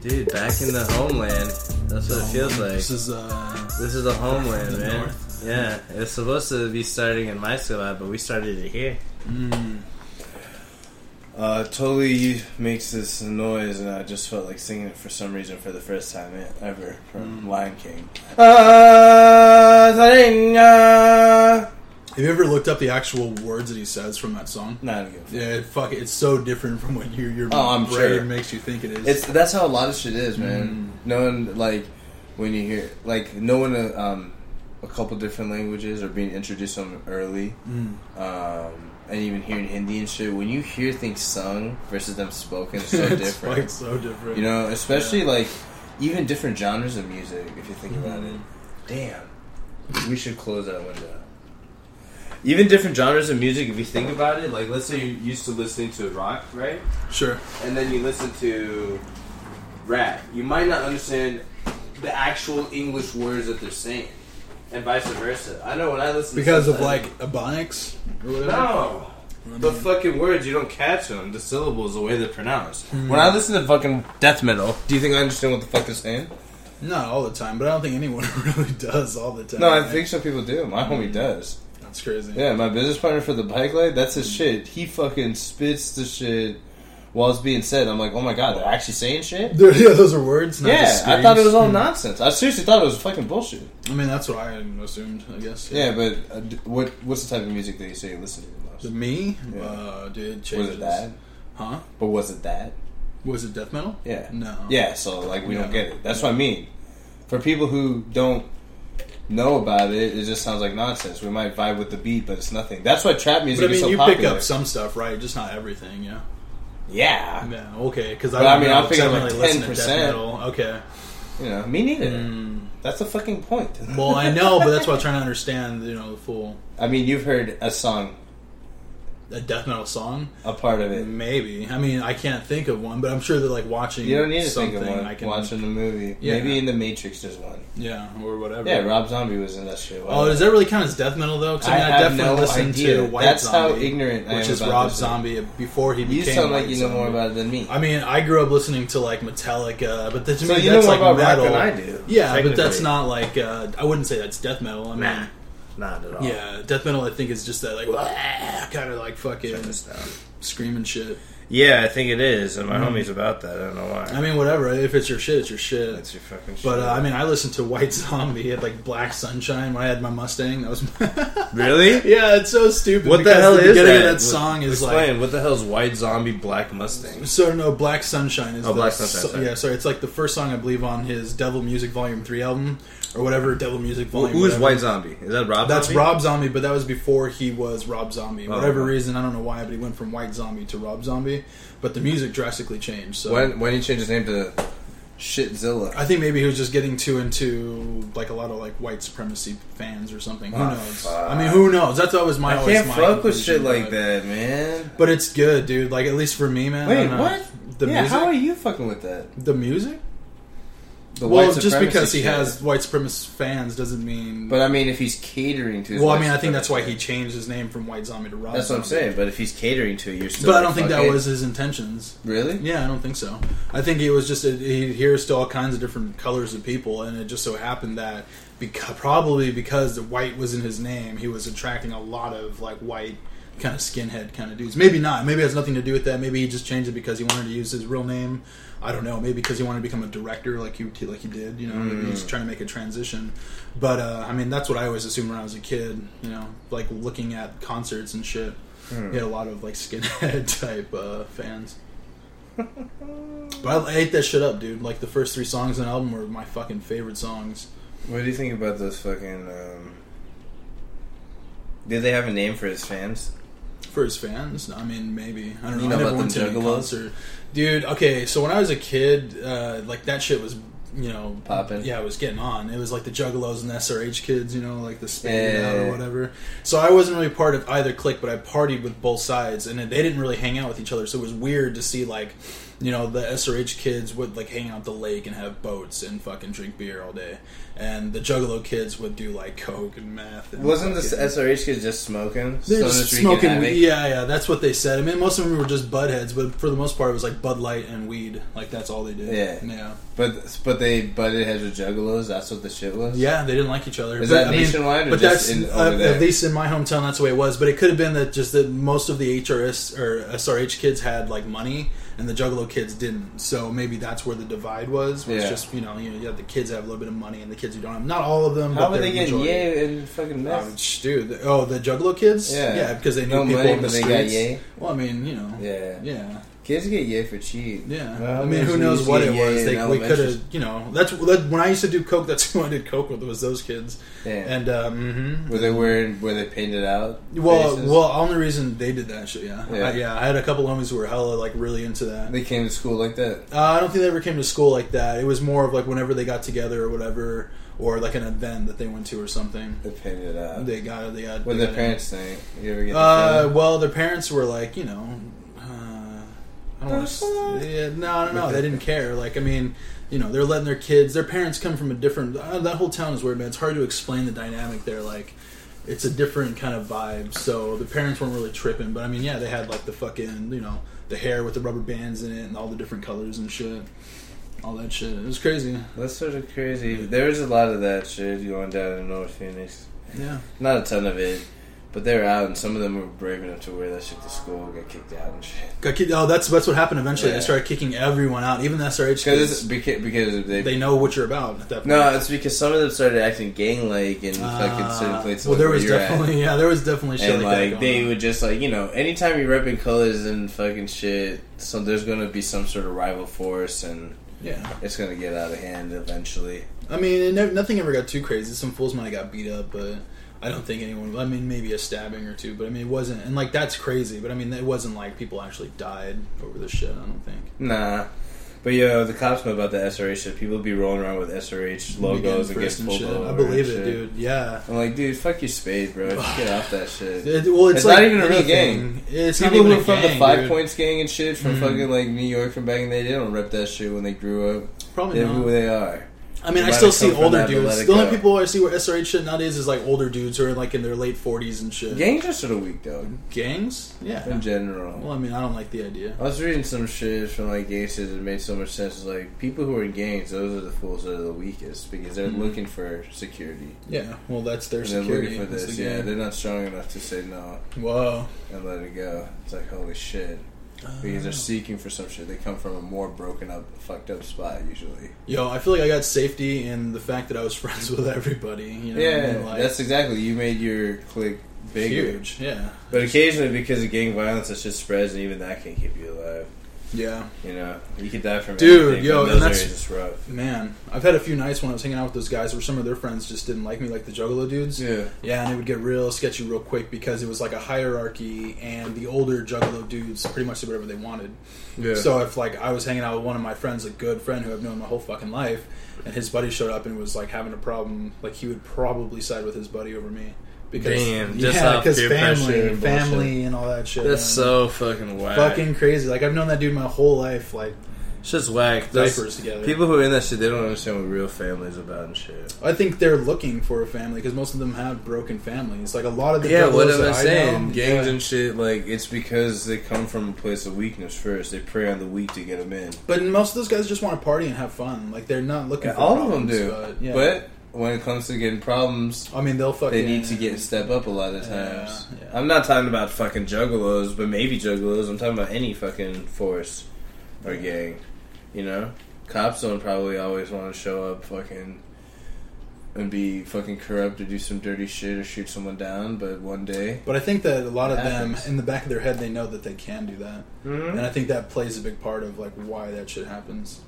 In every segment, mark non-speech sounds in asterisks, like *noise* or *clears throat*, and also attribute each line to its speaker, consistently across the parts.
Speaker 1: Dude, back in the homeland. That's what it feels like.
Speaker 2: Um, This is uh,
Speaker 1: This is the homeland,
Speaker 2: The
Speaker 1: man.
Speaker 2: north.
Speaker 1: Yeah, it's supposed to be starting in my squad, but we started it here. Mm. Uh, totally makes this noise, and I just felt like singing it for some reason for the first time e- ever from Lion King. Uh, Zaringa.
Speaker 2: have you ever looked up the actual words that he says from that song?
Speaker 1: Not good.
Speaker 2: Yeah, it, fuck, it's so different from what your your
Speaker 1: Oh, I'm
Speaker 2: brain
Speaker 1: sure.
Speaker 2: makes you think it is. *laughs*
Speaker 1: It's that's how a lot of shit is, man. Knowing like when you hear like knowing a, um, a couple different languages or being introduced to them early, um, and even hearing Hindi and shit. When you hear things sung versus them spoken,
Speaker 2: *laughs*
Speaker 1: it's so
Speaker 2: It's,
Speaker 1: different.
Speaker 2: like, so different.
Speaker 1: you know, especially like even different genres of music. If you think about it, damn, we should close that window. Even different genres of music, if you think about it, like let's say you're used to listening to rock, right?
Speaker 2: sure.
Speaker 1: and then you listen to rap, you might not understand the actual English words that they're saying, and vice versa. I know when I listen
Speaker 2: Because
Speaker 1: to
Speaker 2: of like ebonics or whatever.
Speaker 1: no. The fucking words you don't catch them. The syllables, the way they're pronounced.
Speaker 2: Hmm.
Speaker 1: When I listen to fucking death metal, do you think I understand what the fuck they're saying?
Speaker 2: Not all the time, but I don't think anyone *laughs* really does all the time.
Speaker 1: No, I
Speaker 2: right?
Speaker 1: think some people do. My homie does.
Speaker 2: that's crazy.
Speaker 1: Yeah, my business partner for the bike light, that's his shit. He fucking spits the shit while it's being said. I'm like, oh my god, they're actually saying shit.
Speaker 2: Dude, yeah, those are words. Not
Speaker 1: Yeah,
Speaker 2: just
Speaker 1: I thought it
Speaker 2: screams.
Speaker 1: was all nonsense. I seriously thought it was fucking bullshit.
Speaker 2: I mean, that's what I assumed. I guess.
Speaker 1: Yeah, but uh, d- what what's the type of music that you say you listen to the most?
Speaker 2: The me,
Speaker 1: Yeah.
Speaker 2: uh, dude, changes.
Speaker 1: was it that?
Speaker 2: Huh?
Speaker 1: But was it that?
Speaker 2: Was it death metal?
Speaker 1: Yeah.
Speaker 2: No.
Speaker 1: Yeah, so like we don't
Speaker 2: No.
Speaker 1: get it. That's what I mean. For people who don't know about it, it just sounds like nonsense. We might vibe with the beat, but it's nothing. That's why trap music
Speaker 2: But I mean,
Speaker 1: is so
Speaker 2: you
Speaker 1: popular.
Speaker 2: pick up some stuff, right? Just not everything. Yeah.
Speaker 1: yeah,
Speaker 2: Yeah. Okay. Because
Speaker 1: But
Speaker 2: I,
Speaker 1: I mean,
Speaker 2: mean,
Speaker 1: I'll
Speaker 2: I
Speaker 1: pick up,
Speaker 2: don't
Speaker 1: like,
Speaker 2: really listen to death
Speaker 1: 10%.
Speaker 2: metal. Okay.
Speaker 1: you know, me neither.
Speaker 2: Hmm.
Speaker 1: That's the fucking point.
Speaker 2: Well, I know, but that's why I'm trying to understand. You know, the full
Speaker 1: I mean, you've heard a song,
Speaker 2: a death metal song.
Speaker 1: a part of it.
Speaker 2: Maybe. I mean, I can't think of one, but I'm sure that like watching.
Speaker 1: You don't need to think
Speaker 2: something,
Speaker 1: of one.
Speaker 2: I can
Speaker 1: Watching the movie,
Speaker 2: Yeah.
Speaker 1: maybe in the Matrix, there's one.
Speaker 2: Yeah, or whatever.
Speaker 1: Yeah, Rob Zombie was in that shit.
Speaker 2: Oh, does that really count as death metal though? 'Cause I, mean, I, definitely listened to White
Speaker 1: That's
Speaker 2: Zombie,
Speaker 1: how ignorant I
Speaker 2: which
Speaker 1: am
Speaker 2: is
Speaker 1: about
Speaker 2: Rob
Speaker 1: this.
Speaker 2: Zombie before he
Speaker 1: You
Speaker 2: became.
Speaker 1: sound like
Speaker 2: White
Speaker 1: you know more
Speaker 2: Zombie.
Speaker 1: about it than me.
Speaker 2: I mean, I grew up listening to like Metallica, but that, to
Speaker 1: So
Speaker 2: me
Speaker 1: you know
Speaker 2: that's
Speaker 1: more
Speaker 2: like
Speaker 1: about rock
Speaker 2: metal.
Speaker 1: than I do,
Speaker 2: Yeah, but that's
Speaker 1: technically.
Speaker 2: not like uh, I wouldn't say that's death metal. I mean,
Speaker 1: not at all.
Speaker 2: yeah, death metal I think is just that like *laughs* kind of like fucking screaming shit.
Speaker 1: Yeah, I think it is, and my homie's about that. I don't know why.
Speaker 2: Mm-hmm. I mean, whatever. If it's your shit, it's your shit.
Speaker 1: That's your fucking.
Speaker 2: but
Speaker 1: shit.
Speaker 2: uh, I mean, I listened to White *laughs* Zombie at like Black Sunshine when I had my Mustang. That was *laughs*
Speaker 1: really?
Speaker 2: yeah, it's so stupid.
Speaker 1: What the
Speaker 2: because
Speaker 1: hell
Speaker 2: the
Speaker 1: is
Speaker 2: beginning
Speaker 1: that?
Speaker 2: of that song is like
Speaker 1: Explain. what the hell is White Zombie Black Mustang?
Speaker 2: So no, Black Sunshine is
Speaker 1: Oh,
Speaker 2: the
Speaker 1: Black Sunshine, sorry.
Speaker 2: yeah, sorry. It's like the first song I believe on his Devil Music Volume Three album or whatever Devil Music Volume.
Speaker 1: Who is
Speaker 2: whatever.
Speaker 1: White Zombie? Is that Rob?
Speaker 2: That's
Speaker 1: Zombie?
Speaker 2: Rob Zombie, but that was before he was Rob Zombie.
Speaker 1: Oh,
Speaker 2: whatever
Speaker 1: okay.
Speaker 2: reason, I don't know why, but he went from White Zombie to Rob Zombie. But the music drastically changed. So
Speaker 1: When when he changed his name to Shitzilla?
Speaker 2: I think maybe he was just getting too into like a lot of like white supremacy fans or something. Who
Speaker 1: Ah,
Speaker 2: knows?
Speaker 1: fuck.
Speaker 2: I mean, who knows? That's always my.
Speaker 1: I
Speaker 2: always
Speaker 1: can't
Speaker 2: my
Speaker 1: fuck with shit
Speaker 2: conclusion,
Speaker 1: like
Speaker 2: but-
Speaker 1: that, man.
Speaker 2: But it's good, dude. Like at least for me, man. I
Speaker 1: Wait,
Speaker 2: don't know.
Speaker 1: what?
Speaker 2: The
Speaker 1: yeah,
Speaker 2: music.
Speaker 1: how are you fucking with that?
Speaker 2: the music.
Speaker 1: The
Speaker 2: Well,
Speaker 1: white
Speaker 2: just
Speaker 1: supremacy
Speaker 2: because he
Speaker 1: shit.
Speaker 2: has white supremacist fans doesn't mean.
Speaker 1: But I mean, if he's catering to, his
Speaker 2: well, I
Speaker 1: white
Speaker 2: mean, I think that's why
Speaker 1: supremacists.
Speaker 2: he changed his name from White Zombie to Rob.
Speaker 1: That's what I'm
Speaker 2: Zombie.
Speaker 1: saying. But if he's catering to it, you're still.
Speaker 2: But I
Speaker 1: like,
Speaker 2: don't think
Speaker 1: fuck
Speaker 2: that
Speaker 1: it.
Speaker 2: was his intentions.
Speaker 1: really.
Speaker 2: Yeah, I don't think so. I think it was just he hears to all kinds of different colors of people, and it just so happened that because, probably because the white was in his name, he was attracting a lot of like white kind of skinhead kind of dudes. Maybe not. Maybe it has nothing to do with that. Maybe he just changed it because he wanted to use his real name. I don't know. Maybe because he wanted to become a director, like you like he did. You know, maybe he's trying to make a transition. But uh, I mean, that's what I always assumed when I was a kid. You know, like looking at concerts and shit. He had a lot of like skinhead *laughs* type uh, fans. But I ate that shit up, dude. Like the first three songs on the album were my fucking favorite songs.
Speaker 1: What do you think about those fucking? Um... Did they have a name for his fans?
Speaker 2: For his fans, I mean, maybe I don't know.
Speaker 1: You know
Speaker 2: I never
Speaker 1: about
Speaker 2: went
Speaker 1: them
Speaker 2: to any
Speaker 1: juggalos?
Speaker 2: concert, dude. Okay, so when I was a kid, uh, like that shit was you know,
Speaker 1: Poppin'.
Speaker 2: Yeah, it was getting on. It was like the Juggalos and the SRH kids, you know, like the Spade
Speaker 1: Yeah.
Speaker 2: It Out or whatever. So I wasn't really part of either clique, but I partied with both sides, and they didn't really hang out with each other. So it was weird to see like, you know, the SRH kids would like hang out at the lake and have boats and fucking drink beer all day, and the Juggalo kids would do like coke and meth. And
Speaker 1: Wasn't the
Speaker 2: fucking-
Speaker 1: SRH kids just smoking?
Speaker 2: they're
Speaker 1: Stoners
Speaker 2: just
Speaker 1: wreaking
Speaker 2: smoking
Speaker 1: havoc?
Speaker 2: weed. Yeah, yeah, that's what they said. I mean, most of them were just bud heads, but for the most part, it was like Bud Light and weed. Like that's all they did.
Speaker 1: Yeah.
Speaker 2: yeah,
Speaker 1: But but they butted heads with juggalos. That's what the shit was.
Speaker 2: yeah. They didn't like each other.
Speaker 1: Is
Speaker 2: But,
Speaker 1: that
Speaker 2: I mean,
Speaker 1: nationwide or
Speaker 2: but
Speaker 1: just
Speaker 2: that's
Speaker 1: in,
Speaker 2: uh,
Speaker 1: over there?
Speaker 2: at least in my hometown, that's the way it was. But it could have been that just that most of the HRS or SRH kids had like money, and the Juggalo kids didn't. So maybe that's where the divide was. Was
Speaker 1: Yeah.
Speaker 2: just you know you, know, you have the kids that have a little bit of money and the kids who don't have. Not all of them.
Speaker 1: How
Speaker 2: but
Speaker 1: were
Speaker 2: the
Speaker 1: they getting
Speaker 2: majority.
Speaker 1: yay and fucking meth?
Speaker 2: Um, sh- dude, the- oh the Juggalo kids.
Speaker 1: Yeah.
Speaker 2: because they knew
Speaker 1: No
Speaker 2: people
Speaker 1: money,
Speaker 2: in the
Speaker 1: but they got
Speaker 2: streets.
Speaker 1: yay?
Speaker 2: Well, I mean, you know,
Speaker 1: yeah.
Speaker 2: yeah.
Speaker 1: kids get yay for cheap.
Speaker 2: Yeah,
Speaker 1: Well,
Speaker 2: I mean,
Speaker 1: we
Speaker 2: who knows
Speaker 1: used to
Speaker 2: what
Speaker 1: get
Speaker 2: it
Speaker 1: yay
Speaker 2: was?
Speaker 1: E in
Speaker 2: They, we
Speaker 1: elementary
Speaker 2: could have, you know, that's that, when I used to do coke. *laughs* That's who I did coke with was those kids.
Speaker 1: Yeah.
Speaker 2: And um,
Speaker 1: were they wearing? Were they painted out?
Speaker 2: well,
Speaker 1: faces?
Speaker 2: well, only reason they did that shit, yeah,
Speaker 1: Yeah.
Speaker 2: I, yeah. I had a couple homies who were hella like really into that.
Speaker 1: they came to school like that.
Speaker 2: Uh, I don't think they ever came to school like that. It was more of like whenever they got together or whatever, or like an event that they went to or something.
Speaker 1: They painted out.
Speaker 2: They got they got.
Speaker 1: what
Speaker 2: they
Speaker 1: their
Speaker 2: got-
Speaker 1: parents think? You ever get? the
Speaker 2: Uh,
Speaker 1: feeling?
Speaker 2: well, their parents were like, you know, uh, I don't
Speaker 1: Personal?
Speaker 2: want to. Yeah, no, no, no. They didn't care. Like, I mean, you know, they're letting their kids. Their parents come from a different. Uh, that whole town is weird, man. It's hard to explain the dynamic there. Like, it's a different kind of vibe. So the parents weren't really tripping, but I mean, yeah, they had like the fucking, you know, the hair with the rubber bands in it and all the different colors and shit. All that shit. It was crazy.
Speaker 1: that's sort of crazy. There was a lot of that shit going down in North Phoenix.
Speaker 2: Yeah.
Speaker 1: Not a ton of it, but they were out, and some of them were brave enough to wear that shit to school, get kicked out and shit.
Speaker 2: Got kicked, oh, that's that's what happened. Eventually,
Speaker 1: Yeah.
Speaker 2: they started kicking everyone out, even the SRH
Speaker 1: Because
Speaker 2: kids.
Speaker 1: because because they,
Speaker 2: They know what you're about at that point.
Speaker 1: no, it's because some of them started acting gang like in fucking certain
Speaker 2: Uh,
Speaker 1: places.
Speaker 2: Well,
Speaker 1: like
Speaker 2: there
Speaker 1: where
Speaker 2: was
Speaker 1: you're at.
Speaker 2: definitely *laughs* yeah, there was definitely shit
Speaker 1: and
Speaker 2: like,
Speaker 1: like
Speaker 2: that
Speaker 1: they
Speaker 2: going on.
Speaker 1: would just like you know anytime you're repping colors and fucking shit so there's gonna be some sort of rival force and
Speaker 2: Yeah,
Speaker 1: it's gonna get out of hand eventually
Speaker 2: I mean, it nev- nothing ever got too crazy. Some fools might have got beat up, but I don't think anyone. I mean, maybe a stabbing or two, but I mean, it wasn't. And like that's crazy, but I mean, it wasn't like people actually died over this shit. I don't think.
Speaker 1: nah but yo the cops know about the SRH shit people be rolling around with SRH logos
Speaker 2: Again,
Speaker 1: and get
Speaker 2: first
Speaker 1: pulled over
Speaker 2: I believe
Speaker 1: and
Speaker 2: it,
Speaker 1: shit.
Speaker 2: dude. Yeah.
Speaker 1: I'm like dude fuck your spade bro Just get off that shit
Speaker 2: It- well, it's,
Speaker 1: It's
Speaker 2: like
Speaker 1: not even a real
Speaker 2: anything. It's not
Speaker 1: People
Speaker 2: even
Speaker 1: who
Speaker 2: a
Speaker 1: are from
Speaker 2: gang,
Speaker 1: the Five
Speaker 2: dude.
Speaker 1: Points gang and shit from
Speaker 2: Mhm.
Speaker 1: fucking like New York from back in the day, they don't rep that shit when they grew up.
Speaker 2: Probably
Speaker 1: They
Speaker 2: not.
Speaker 1: who they are.
Speaker 2: I mean,
Speaker 1: You
Speaker 2: I
Speaker 1: might
Speaker 2: still
Speaker 1: have
Speaker 2: see
Speaker 1: come from
Speaker 2: older
Speaker 1: that, but let
Speaker 2: dudes.
Speaker 1: it
Speaker 2: The only
Speaker 1: go.
Speaker 2: people I see where SRH shit nowadays is like older dudes who are like in their late forties and shit.
Speaker 1: Gangs are sort of weak though,
Speaker 2: Gangs? Yeah.
Speaker 1: in general.
Speaker 2: Well, I mean, I don't like the idea.
Speaker 1: I was reading some shit from like gangsters that made so much sense. It's like people who are in gangs, those are the fools that are the weakest because they're
Speaker 2: Mhm.
Speaker 1: looking for security.
Speaker 2: Yeah, well, that's their
Speaker 1: They're
Speaker 2: security.
Speaker 1: looking for
Speaker 2: That's
Speaker 1: this.
Speaker 2: the
Speaker 1: Yeah,
Speaker 2: game.
Speaker 1: they're not strong enough to say no
Speaker 2: Whoa.
Speaker 1: and let it go. It's like holy shit because they're seeking for some shit. They come from a more broken up, fucked up spot usually.
Speaker 2: Uh, Yo, I feel like I got safety in the fact that I was *laughs* friends with everybody. You know, what I
Speaker 1: yeah,
Speaker 2: mean? like,
Speaker 1: that's exactly. You made your clique bigger,
Speaker 2: huge. Yeah,
Speaker 1: but occasionally because of gang violence, that shit spreads, and even that can keep you alive.
Speaker 2: yeah,
Speaker 1: You know, you could die from
Speaker 2: Dude,
Speaker 1: anything,
Speaker 2: yo,
Speaker 1: but
Speaker 2: and
Speaker 1: those
Speaker 2: that's-
Speaker 1: areas it's rough.
Speaker 2: man. I've had a few nights when I was hanging out with those guys where some of their friends just didn't like me, like the Juggalo dudes.
Speaker 1: Yeah.
Speaker 2: Yeah, and it would get real sketchy real quick because it was like a hierarchy, and the older Juggalo dudes pretty much did whatever they wanted.
Speaker 1: Yeah.
Speaker 2: So if like I was hanging out with one of my friends, a good friend who I've known my whole fucking life, and his buddy showed up and was like having a problem, like he would probably side with his buddy over me because
Speaker 3: Damn,
Speaker 2: yeah,
Speaker 3: just off
Speaker 2: because
Speaker 3: peer
Speaker 2: family,
Speaker 3: pressure and bullshit.
Speaker 2: family, and all that shit.
Speaker 3: That's
Speaker 2: man.
Speaker 3: so fucking whack.
Speaker 2: fucking crazy. Like I've known that dude my whole life, like
Speaker 3: It's just whack. Those-
Speaker 2: diapers together.
Speaker 1: People who are in that shit, they don't understand what real family is about and shit.
Speaker 2: I think they're looking for a family because most of them have broken families. Like a lot of the
Speaker 1: Yeah,
Speaker 2: juggalos
Speaker 1: what am
Speaker 2: that
Speaker 1: I saying?
Speaker 2: know-
Speaker 1: Gangs
Speaker 2: Yeah.
Speaker 1: and shit, like, it's because they come from a place of weakness first. They prey on the weak to get them in.
Speaker 2: But most of those guys just want to party and have fun. Like they're not looking. for
Speaker 1: all of them
Speaker 2: problems,
Speaker 1: do.
Speaker 2: But,
Speaker 1: But,
Speaker 2: yeah.
Speaker 1: when it comes to getting problems,
Speaker 2: I mean, they'll fucking.
Speaker 1: they need to get step up a lot of
Speaker 2: Yeah,
Speaker 1: times.
Speaker 2: yeah.
Speaker 1: I'm not talking about fucking juggalos, but maybe juggalos. I'm talking about any fucking force or gang. You know, cops don't probably always want to show up fucking and be fucking corrupt or do some dirty shit or shoot someone down. But one day,
Speaker 2: But I think that a lot
Speaker 1: It
Speaker 2: of them,
Speaker 1: happens.
Speaker 2: in the back of their head, they know that they can Mm-hmm. do that, and I think that plays a big part of like why that shit happens.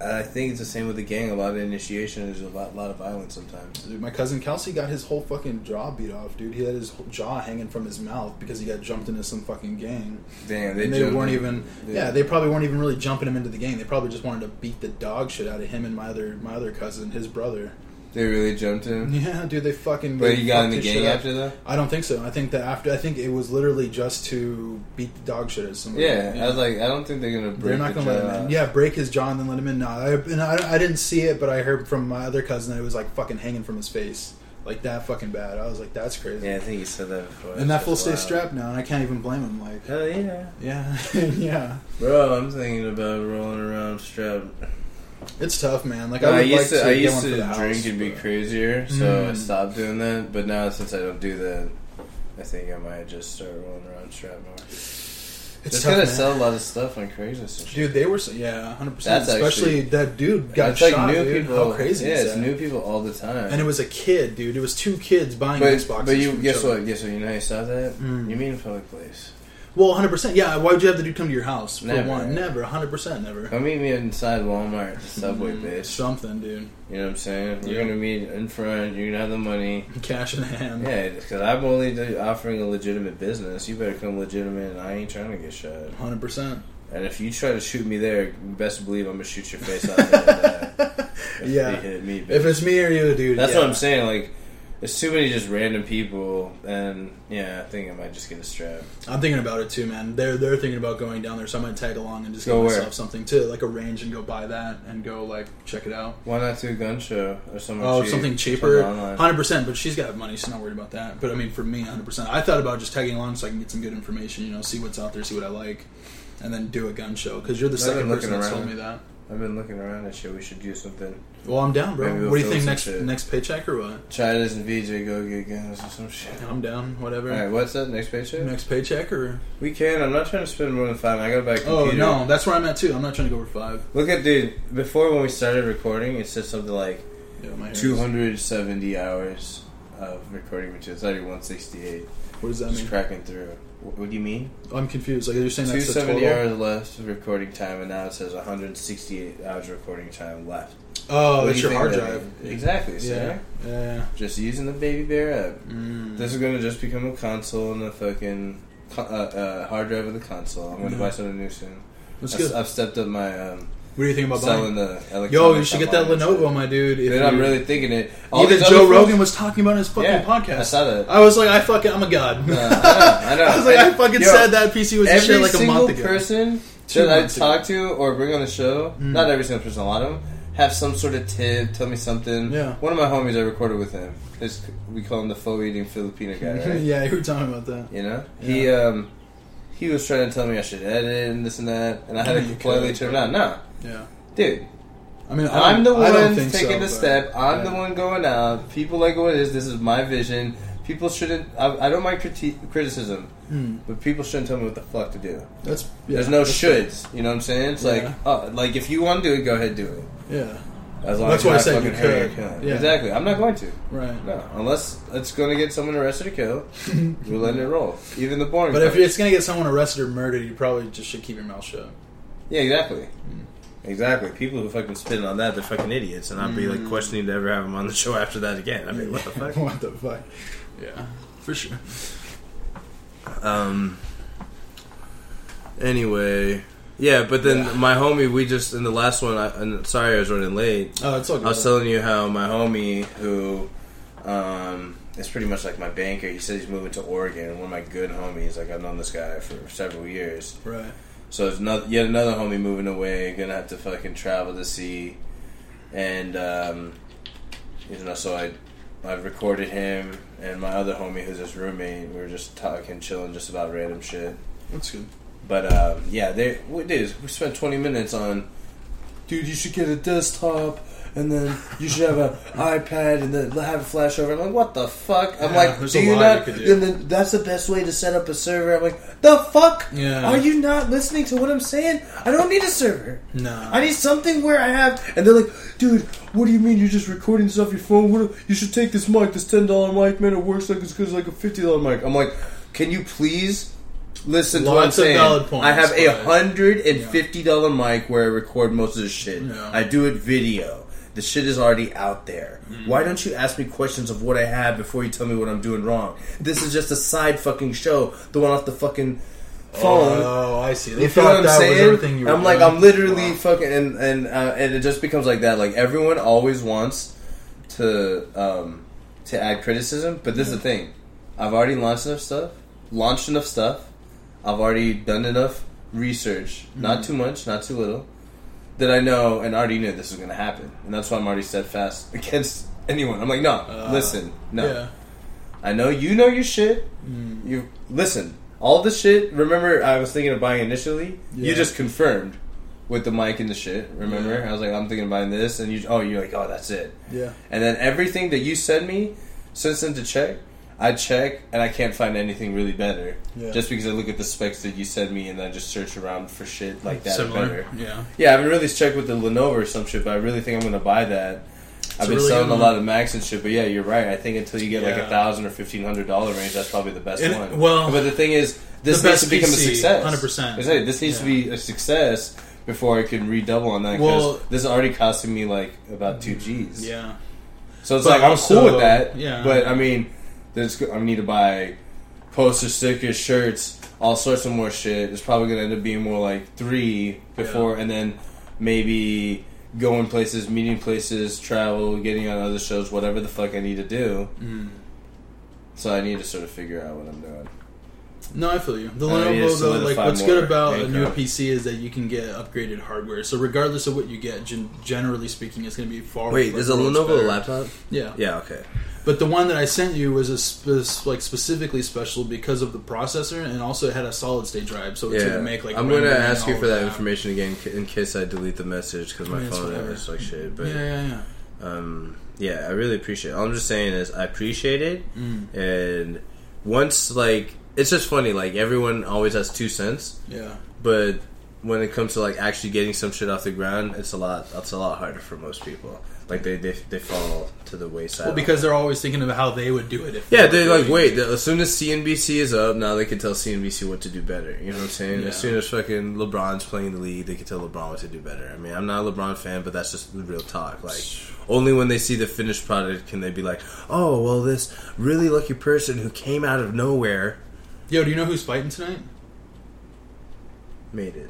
Speaker 1: I think it's the same with the gang. A lot of initiation is a lot, lot of violence sometimes.
Speaker 2: Dude, my cousin Kelsey got his whole fucking jaw beat off, dude. He had his whole jaw hanging from his mouth because he got jumped into some fucking gang.
Speaker 1: Damn, they,
Speaker 2: And they
Speaker 1: jumped
Speaker 2: weren't
Speaker 1: in.
Speaker 2: even, yeah. they probably weren't even really jumping him into the gang. They probably just wanted to beat the dog shit out of him and my other my other cousin, his brother. *laughs*
Speaker 1: they really jumped him.
Speaker 2: Yeah, dude, they fucking.
Speaker 1: But
Speaker 2: they
Speaker 1: you got in
Speaker 2: fucked
Speaker 1: the
Speaker 2: his
Speaker 1: gang
Speaker 2: shit up.
Speaker 1: after that.
Speaker 2: I don't think so. I think that after, I think it was literally just to beat the dog shit out of somebody.
Speaker 1: Yeah, I was like, I don't think they're gonna break.
Speaker 2: They're not
Speaker 1: the
Speaker 2: going to let
Speaker 1: jaw.
Speaker 2: him in. Yeah, break his jaw and then let him in. No, I, and I, I didn't see it, but I heard from my other cousin that it was like fucking hanging from his face, like that fucking bad. I was like, that's crazy.
Speaker 1: Yeah, I think you said that before.
Speaker 2: and that
Speaker 1: That's
Speaker 2: fool stays
Speaker 1: wild.
Speaker 2: strapped now, and I can't even blame him. Like,
Speaker 1: Hell yeah,
Speaker 2: yeah, *laughs* yeah,
Speaker 1: bro! I'm thinking about rolling around strapped.
Speaker 2: it's tough, man. Like, I
Speaker 1: No, I
Speaker 2: would like
Speaker 1: used
Speaker 2: to,
Speaker 1: to, I
Speaker 2: get
Speaker 1: used
Speaker 2: one for
Speaker 1: to
Speaker 2: the
Speaker 1: drink
Speaker 2: house,
Speaker 1: and be
Speaker 2: but-
Speaker 1: crazier, so I
Speaker 2: Mm.
Speaker 1: stopped doing that. But now since I don't do that, I think I might just start rolling around strap more.
Speaker 2: It's
Speaker 1: Just
Speaker 2: tough,
Speaker 1: gonna
Speaker 2: man.
Speaker 1: sell a lot of stuff on Craigslist. And shit.
Speaker 2: Dude, they were so, yeah, hundred percent.
Speaker 1: That's
Speaker 2: Especially
Speaker 1: actually-
Speaker 2: that dude
Speaker 1: And
Speaker 2: got
Speaker 1: it's
Speaker 2: shot.
Speaker 1: like new
Speaker 2: dude.
Speaker 1: people.
Speaker 2: How crazy?
Speaker 1: Yeah,
Speaker 2: is
Speaker 1: it's
Speaker 2: that?
Speaker 1: new people all the time.
Speaker 2: And it was a kid, dude. It was two kids buying
Speaker 1: but,
Speaker 2: Xboxes.
Speaker 1: but you
Speaker 2: from each
Speaker 1: guess
Speaker 2: other.
Speaker 1: what? Guess what? You know how you saw that?
Speaker 2: Mm.
Speaker 1: You mean a public place?
Speaker 2: Well, 100%. Yeah, why would you have the dude come to your house? For
Speaker 1: Never.
Speaker 2: one, never. 100% never.
Speaker 1: Come meet me inside Walmart, Subway,
Speaker 2: Mm,
Speaker 1: bitch.
Speaker 2: Something, dude. *laughs*
Speaker 1: You know what I'm saying?
Speaker 2: Yeah.
Speaker 1: You're gonna meet in front. You're gonna have the money.
Speaker 2: Cash in hand.
Speaker 1: Yeah, because I'm only do- offering a legitimate business. You better come legitimate, and I ain't trying to get shot.
Speaker 2: 100%.
Speaker 1: And if you try to shoot me there, you best believe I'm gonna shoot your face off. after that.
Speaker 2: *laughs*
Speaker 1: If
Speaker 2: Yeah.
Speaker 1: you hit me,
Speaker 2: If
Speaker 1: bitch.
Speaker 2: it's me or you, dude.
Speaker 1: That's
Speaker 2: yeah.
Speaker 1: what I'm saying. Like, there's too many just random people, and yeah, I think I might just get a strap.
Speaker 2: I'm thinking about it too, man. They're they're thinking about going down there, so I might tag along and just
Speaker 1: Go
Speaker 2: get
Speaker 1: where?
Speaker 2: myself something too, like a range and go buy that and go like check it out.
Speaker 1: Why not do a gun show or something?
Speaker 2: Oh,
Speaker 1: cheap,
Speaker 2: something cheaper,
Speaker 1: something online?
Speaker 2: hundred percent. But she's got money, so not worried about that. But I mean, for me, hundred percent. I thought about just tagging along so I can get some good information, you know, see what's out there, see what I like, and then do a gun show. Because you're the
Speaker 1: I've
Speaker 2: second
Speaker 1: been
Speaker 2: person
Speaker 1: looking
Speaker 2: that's
Speaker 1: around.
Speaker 2: told me that.
Speaker 1: I've been looking around and shit. We should do something.
Speaker 2: Well, I'm down, bro.
Speaker 1: Maybe we'll
Speaker 2: what do you
Speaker 1: throw
Speaker 2: think
Speaker 1: some
Speaker 2: next
Speaker 1: shit.
Speaker 2: next ppaycheck or what?
Speaker 1: China's and VJ go get guns or
Speaker 2: *laughs*
Speaker 1: some shit.
Speaker 2: I'm down, whatever.
Speaker 1: All right, what's that next paycheck?
Speaker 2: Next paycheck or
Speaker 1: We can. I'm not trying to spend more than five. I gotta buy a
Speaker 2: oh
Speaker 1: computer.
Speaker 2: no, that's where I'm at too. I'm not trying to go over five.
Speaker 1: Look at dude. Before when we started recording, it said something like
Speaker 2: Yeah, my hair is-
Speaker 1: 270 hours of recording, which is already 168.
Speaker 2: What does that
Speaker 1: Just
Speaker 2: mean?
Speaker 1: cracking through. What, what do you mean?
Speaker 2: I'm confused. Like you're saying that's the
Speaker 1: 270
Speaker 2: total.
Speaker 1: hours left of recording time, and now it says 168 hours recording time left.
Speaker 2: Oh,
Speaker 1: What
Speaker 2: that's
Speaker 1: do
Speaker 2: your
Speaker 1: you think
Speaker 2: hard
Speaker 1: that
Speaker 2: drive.
Speaker 1: means? Exactly. So
Speaker 2: Yeah, yeah. yeah.
Speaker 1: just using the baby bear app.
Speaker 2: Mm.
Speaker 1: This is gonna just become a console and a fucking co- uh, uh, hard drive of the console. I'm gonna
Speaker 2: Mhm.
Speaker 1: buy something new soon.
Speaker 2: That's
Speaker 1: I,
Speaker 2: good.
Speaker 1: have stepped up my um,
Speaker 2: What do you think about buying?
Speaker 1: selling the electronics.
Speaker 2: Yo, you should get that
Speaker 1: online and
Speaker 2: Lenovo,
Speaker 1: shit.
Speaker 2: my dude. if
Speaker 1: Dude, I'm
Speaker 2: you-
Speaker 1: really thinking it.
Speaker 2: Even
Speaker 1: these
Speaker 2: Joe
Speaker 1: other
Speaker 2: Rogan
Speaker 1: folks-
Speaker 2: was talking about it in his fucking
Speaker 1: Yeah,
Speaker 2: podcast.
Speaker 1: I saw
Speaker 2: *laughs*
Speaker 1: that.
Speaker 2: I was like, I fucking, I'm a god.
Speaker 1: Uh, I know. I know.
Speaker 2: *laughs* I was like, I
Speaker 1: And-
Speaker 2: fucking
Speaker 1: yo,
Speaker 2: said that PC was a
Speaker 1: Every
Speaker 2: shit like a
Speaker 1: single
Speaker 2: month ago.
Speaker 1: person
Speaker 2: Two
Speaker 1: that I
Speaker 2: months
Speaker 1: talk to or bring on the show,
Speaker 2: Mm.
Speaker 1: not every single person, a lot of them, have some sort of tip, tell me something.
Speaker 2: Yeah.
Speaker 1: One of my homies I recorded with him. This we call him the faux eating Filipino
Speaker 2: *laughs*
Speaker 1: guy, right?
Speaker 2: yeah, you were talking about that.
Speaker 1: You know, he um, he was trying to tell me I should edit and this and that, and I had
Speaker 2: Yeah,
Speaker 1: to
Speaker 2: *laughs* you
Speaker 1: completely
Speaker 2: could.
Speaker 1: turn it down. No,
Speaker 2: Yeah,
Speaker 1: dude,
Speaker 2: I mean, I don't-
Speaker 1: I'm the
Speaker 2: I don't
Speaker 1: one
Speaker 2: think
Speaker 1: taking
Speaker 2: so,
Speaker 1: the
Speaker 2: but-
Speaker 1: step. I'm
Speaker 2: yeah.
Speaker 1: the one going out. People like what it is. This is my vision. People shouldn't. I, I don't mind criti- criticism,
Speaker 2: Hmm.
Speaker 1: but people shouldn't tell me what the fuck to do.
Speaker 2: That's yeah,
Speaker 1: There's no
Speaker 2: that's-
Speaker 1: shoulds. You know what I'm saying? It's
Speaker 2: Yeah.
Speaker 1: like, oh, like if you want to do it, go ahead, do it.
Speaker 2: Yeah,
Speaker 1: As long
Speaker 2: That's
Speaker 1: as you're
Speaker 2: why I
Speaker 1: not
Speaker 2: said you
Speaker 1: fucking hurting
Speaker 2: could.
Speaker 1: or killing.
Speaker 2: Yeah.
Speaker 1: Exactly. I'm not going to.
Speaker 2: right.
Speaker 1: No, unless it's going to get someone arrested or killed, *laughs*
Speaker 2: *laughs*
Speaker 1: we're letting it roll. Even the boring.
Speaker 2: But if
Speaker 1: part.
Speaker 2: it's gonna get someone arrested or murdered, you probably just should keep your mouth shut.
Speaker 1: Yeah, exactly. Mm. Exactly. People who fucking spin on that, they're fucking idiots, and I'd be like questioning to ever have them on the *laughs* show after that again. I mean, what the
Speaker 2: *laughs*
Speaker 1: fuck?
Speaker 2: what the fuck? Yeah, for sure.
Speaker 1: Um. Anyway, yeah, but then
Speaker 2: Yeah.
Speaker 1: my homie, we just in the last one. I, and sorry, I was running late.
Speaker 2: Oh, it's all good.
Speaker 1: I was telling you how my homie, who um, is pretty much like my banker, he said he's moving to Oregon. and One of my good homies, like I've known this guy for several years.
Speaker 2: right.
Speaker 1: So it's not yet another homie moving away, gonna have to fucking travel to see, and um, you know, so I I recorded him and my other homie who's his roommate. We were just talking, chilling, just about random shit.
Speaker 2: That's good.
Speaker 1: But um, yeah, they we did. We spent twenty minutes on, dude. You should get a desktop, and then you should have an *laughs* iPad, and then have a flashover. I'm like, what the fuck? I'm
Speaker 2: Yeah,
Speaker 1: like,
Speaker 2: there's
Speaker 1: do
Speaker 2: a
Speaker 1: you
Speaker 2: lot
Speaker 1: not?
Speaker 2: you could do.
Speaker 1: And then that's the best way to set up a server. I'm like, the fuck?
Speaker 2: Yeah.
Speaker 1: Are you not listening to what I'm saying? I don't need a server.
Speaker 2: No.
Speaker 1: I need something where I have. And they're like, dude, what do you mean you're just recording this off your phone? What, you should take this mic, this ten dollar mic, man. It works like as good as like a fifty dollar mic. I'm like, can you please Listen to
Speaker 2: Lots
Speaker 1: what I'm
Speaker 2: of
Speaker 1: saying.
Speaker 2: valid points,
Speaker 1: I have a
Speaker 2: but-
Speaker 1: hundred and fifty dollar mic where I record most of the shit.
Speaker 2: Yeah.
Speaker 1: I do it video. The shit is already out there.
Speaker 2: Hmm.
Speaker 1: Why don't you ask me questions of what I have before you tell me what I'm doing wrong? This is just a side fucking show. The one off the fucking phone.
Speaker 2: Oh, I see. They
Speaker 1: You feel
Speaker 2: thought
Speaker 1: what I'm
Speaker 2: that was everything
Speaker 1: saying?
Speaker 2: you were
Speaker 1: I'm like,
Speaker 2: doing?
Speaker 1: I'm literally
Speaker 2: Wow.
Speaker 1: fucking, and and uh, and it just becomes like that. Like everyone always wants to um, to add criticism, but this is the thing: I've already launched enough stuff. Launched enough stuff. I've already done enough research.
Speaker 2: Mm-hmm.
Speaker 1: Not too much, not too little. That I know and already knew this was going to happen, and that's why I'm already steadfast *laughs* against anyone. I'm like, no,
Speaker 2: Uh,
Speaker 1: listen, no.
Speaker 2: Yeah.
Speaker 1: I know you know your shit.
Speaker 2: Mm.
Speaker 1: You listen. All the shit. Remember, I was thinking of buying initially.
Speaker 2: Yeah.
Speaker 1: You just confirmed with the mic and the shit. Remember,
Speaker 2: Yeah.
Speaker 1: I was like, I'm thinking of buying this, and you. Oh, you're like, oh, that's it.
Speaker 2: Yeah.
Speaker 1: And then everything that you send me, sends them to check. I check, and I can't find anything really better.
Speaker 2: Yeah.
Speaker 1: Just because I look at the specs that you send me, and I just search around for shit like that
Speaker 2: Similar.
Speaker 1: better.
Speaker 2: Yeah.
Speaker 1: Yeah, I haven't really checked with the Lenovo or some shit, but I really think I'm gonna buy that.
Speaker 2: a
Speaker 1: I've been
Speaker 2: really
Speaker 1: selling
Speaker 2: good
Speaker 1: a
Speaker 2: one.
Speaker 1: lot of Macs and shit, but yeah, you're right. I think until you get like
Speaker 2: Yeah.
Speaker 1: a thousand or fifteen hundred dollar range, that's probably the best
Speaker 2: And-
Speaker 1: one.
Speaker 2: well,
Speaker 1: but the thing is, this
Speaker 2: the
Speaker 1: needs
Speaker 2: best
Speaker 1: to become a
Speaker 2: PC,
Speaker 1: success.
Speaker 2: 100%.
Speaker 1: I say, This needs to
Speaker 2: Yeah.
Speaker 1: be a success before I can redouble on that.
Speaker 2: Well- Mm,
Speaker 1: Because this is already costing me like about two G's.
Speaker 2: Yeah.
Speaker 1: So it's
Speaker 2: But
Speaker 1: like I'm
Speaker 2: also-
Speaker 1: cool with that.
Speaker 2: yeah.
Speaker 1: But I mean, there's I need to buy poster stickers, shirts, all sorts of more shit. It's probably gonna end up being more like three before, and then maybe going places, meeting places, travel, getting on other shows, whatever the fuck I need to do.
Speaker 2: Mm.
Speaker 1: So I need to sort of figure out what I'm doing.
Speaker 2: No, I feel you. The
Speaker 1: I need to
Speaker 2: Lenovo, though, like
Speaker 1: solidify
Speaker 2: what's good
Speaker 1: more
Speaker 2: about a
Speaker 1: anchor.
Speaker 2: new PC is that you can get upgraded hardware. So regardless of what you get, gen- generally speaking, it's going to be far. like, worlds better.
Speaker 1: laptop?
Speaker 2: Yeah.
Speaker 1: Yeah. Okay.
Speaker 2: But the one that I sent you was a spe- like specifically special because of the processor and also it had a solid state drive, so it
Speaker 1: Yeah.
Speaker 2: could make like.
Speaker 1: I'm gonna
Speaker 2: rendering and
Speaker 1: ask you
Speaker 2: all
Speaker 1: for
Speaker 2: of
Speaker 1: that, information again c- in case I delete the message because my
Speaker 2: mean, it's
Speaker 1: phone
Speaker 2: whatever.
Speaker 1: is like shit. But
Speaker 2: Yeah, yeah, yeah.
Speaker 1: um, yeah, I really appreciate. It. All I'm just saying is I appreciate it,
Speaker 2: Mm.
Speaker 1: and once like it's just funny. Like everyone always has two cents,
Speaker 2: Yeah.
Speaker 1: but when it comes to like actually getting some shit off the ground, it's a lot. It's a lot harder for most people. Like they they, they fall to the wayside.
Speaker 2: Well, because they're always thinking of how they would do it. If
Speaker 1: yeah, they're like, wait. As soon as CNBC is up, now they can tell CNBC what to do better. You know what I'm saying?
Speaker 2: Yeah.
Speaker 1: As soon as fucking LeBron's playing the league, they can tell LeBron what to do better. I mean, I'm not a LeBron fan, but that's just the real talk. Like, only when they see the finished product can they be like, oh, well, this really lucky person who came out of nowhere
Speaker 2: Yo, do you know who's fighting tonight?
Speaker 1: made it.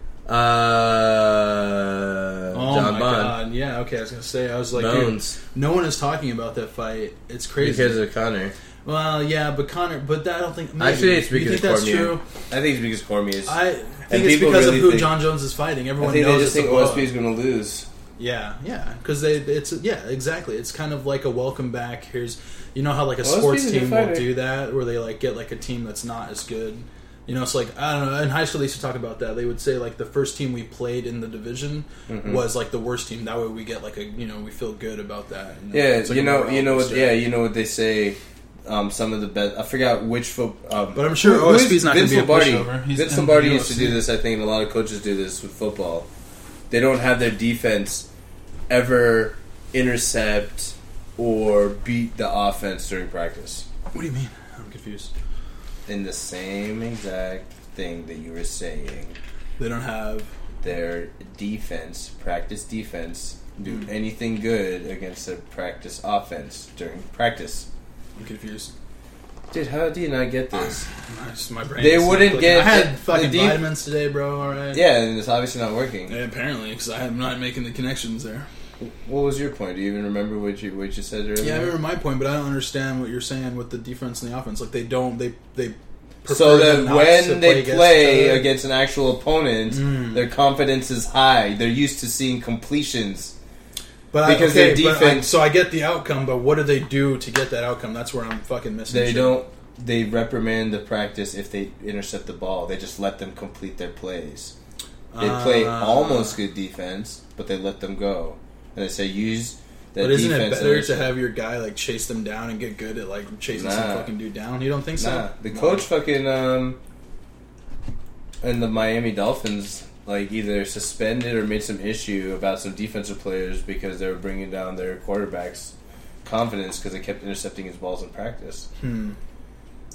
Speaker 1: Uh,
Speaker 2: Oh
Speaker 1: John
Speaker 2: my
Speaker 1: Bond.
Speaker 2: god! Yeah. Okay, I was gonna say. I was like, dude,
Speaker 1: Bones.
Speaker 2: no one is talking about that fight. It's crazy.
Speaker 1: Because of Connor.
Speaker 2: well, yeah, but Connor, but that, I don't think. Maybe.
Speaker 1: Actually, it's
Speaker 2: you
Speaker 1: because
Speaker 2: think that's
Speaker 1: Cormier.
Speaker 2: true.
Speaker 1: I think it's because Cormier's. I,
Speaker 2: I think it's
Speaker 1: people
Speaker 2: because
Speaker 1: really
Speaker 2: of who
Speaker 1: think-
Speaker 2: John Jones is fighting. Everyone
Speaker 1: think they
Speaker 2: knows
Speaker 1: just
Speaker 2: it's a
Speaker 1: think
Speaker 2: blowout.
Speaker 1: OSP is going to lose.
Speaker 2: Yeah, yeah, because they it's yeah exactly. It's kind of like a welcome back. Here's you know how like a
Speaker 1: Well,
Speaker 2: sports
Speaker 1: speaking of
Speaker 2: team will
Speaker 1: fighter-
Speaker 2: do that, where they like get like a team that's not as good. You know, it's like I don't know. In high school, they used to talk about that. They would say like the first team we played in the division
Speaker 1: Mm-hmm.
Speaker 2: was like the worst team. That way, we get like a you know we feel good about that. And
Speaker 1: Yeah,
Speaker 2: it's like
Speaker 1: you
Speaker 2: a
Speaker 1: know,
Speaker 2: morale
Speaker 1: you know what?
Speaker 2: booster.
Speaker 1: Yeah, you know what they say. Um, some of the best. I forgot which foot. Um,
Speaker 2: But I'm sure
Speaker 1: who- who
Speaker 2: OSP 's
Speaker 1: is
Speaker 2: not gonna
Speaker 1: Vince
Speaker 2: be a
Speaker 1: Lombardi?
Speaker 2: pushover. He's
Speaker 1: Vince
Speaker 2: in
Speaker 1: Lombardi
Speaker 2: the
Speaker 1: used to do
Speaker 2: UFC.
Speaker 1: this. I think and a lot of coaches do this with football. They don't have their defense ever intercept or beat the offense during practice.
Speaker 2: What do you mean? I'm confused.
Speaker 1: In the same exact thing that you were saying,
Speaker 2: They don't have.
Speaker 1: their defense, practice defense, do
Speaker 2: Hmm.
Speaker 1: anything good against their practice offense during practice.
Speaker 2: I'm confused.
Speaker 1: Dude, how do you not
Speaker 2: *clears throat*
Speaker 1: get this?
Speaker 2: My, my brain.
Speaker 1: They
Speaker 2: is not
Speaker 1: wouldn't
Speaker 2: clicking.
Speaker 1: get
Speaker 2: I had
Speaker 1: the-
Speaker 2: fucking
Speaker 1: the deep-
Speaker 2: vitamins today, bro. All right.
Speaker 1: Yeah, and it's obviously not working.
Speaker 2: Apparently, because I'm not making the connections there.
Speaker 1: What was your point? Do you even remember what you what you said earlier?
Speaker 2: Yeah, I remember my point, but I don't understand what you're saying with the defense and the offense. Like they don't, they they.
Speaker 1: so
Speaker 2: prefer them
Speaker 1: that
Speaker 2: not to
Speaker 1: when they
Speaker 2: against
Speaker 1: play
Speaker 2: each other. Mm.
Speaker 1: against an actual opponent, their confidence is high. They're used to seeing completions.
Speaker 2: but I,
Speaker 1: because
Speaker 2: okay,
Speaker 1: their
Speaker 2: but I-
Speaker 1: defense-
Speaker 2: so I get the outcome, but what do they do to get that outcome? That's where I'm fucking missing.
Speaker 1: They
Speaker 2: shit.
Speaker 1: don't. They reprimand the practice if they intercept the ball. They just let them complete their plays. They play
Speaker 2: Ah.
Speaker 1: almost good defense, but they let them go. And they say use that
Speaker 2: But isn't it
Speaker 1: defense.
Speaker 2: better
Speaker 1: as-
Speaker 2: to have your guy like chase them down and get good at like chasing some
Speaker 1: Nah.
Speaker 2: fucking dude down? You don't think so?
Speaker 1: Nah, the coach fucking um, and the Miami Dolphins like either suspended or made some issue about some defensive players because they were bringing down their quarterbacks' confidence because they kept intercepting his balls in practice.
Speaker 2: Hmm.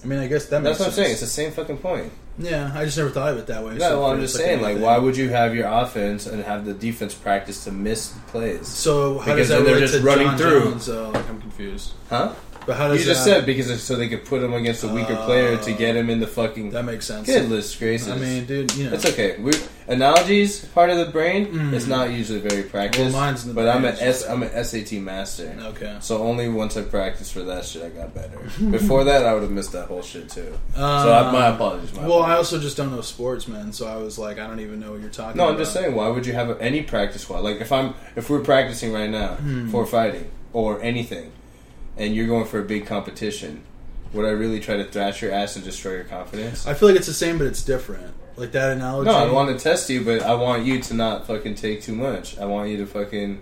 Speaker 2: I mean, I guess that makes
Speaker 1: That's what I'm saying.
Speaker 2: sense.
Speaker 1: It's the same fucking point.
Speaker 2: Yeah, I just never thought of it that way.
Speaker 1: No,
Speaker 2: So
Speaker 1: well, I'm
Speaker 2: for
Speaker 1: just
Speaker 2: fucking
Speaker 1: saying, like,
Speaker 2: anything.
Speaker 1: why would you have your offense and have the defense practice to miss plays?
Speaker 2: So how does
Speaker 1: Because
Speaker 2: that
Speaker 1: then they're
Speaker 2: relate
Speaker 1: just
Speaker 2: to
Speaker 1: running
Speaker 2: John
Speaker 1: through.
Speaker 2: Jones, though?
Speaker 3: I'm confused.
Speaker 1: Huh?
Speaker 2: But how
Speaker 1: You
Speaker 2: does
Speaker 1: just
Speaker 2: that,
Speaker 1: said because it's so they could put him against a weaker player to get him in the fucking.
Speaker 2: that makes sense?
Speaker 1: Goodness gracious!
Speaker 2: I mean, dude, you know,
Speaker 1: It's okay. We analogies part of the brain.
Speaker 2: Mm.
Speaker 1: It's not usually very practiced.
Speaker 2: Well, mine's in the
Speaker 1: but I'm an
Speaker 2: brain.
Speaker 1: S. I'm an SAT master.
Speaker 2: okay.
Speaker 1: So only once I practiced for that shit, I
Speaker 2: *laughs*
Speaker 1: got better. Before that, I would have missed that whole shit too. so I, my apologies. My
Speaker 2: Um, Well, I
Speaker 1: apologies.
Speaker 2: also just don't know sports, man. So I was like, I don't even know what you're talking.
Speaker 1: no,
Speaker 2: about.
Speaker 1: I'm just saying. Why would you have any practice squad? Like if I'm if we're practicing right now
Speaker 2: Hmm.
Speaker 1: for fighting or anything, and you're going for a big competition, would I really try to thrash your ass and destroy your confidence?
Speaker 2: I feel like it's the same, but it's different. Like that analogy.
Speaker 1: No, I want to test you, but I want you to not fucking take too much. I want you to fucking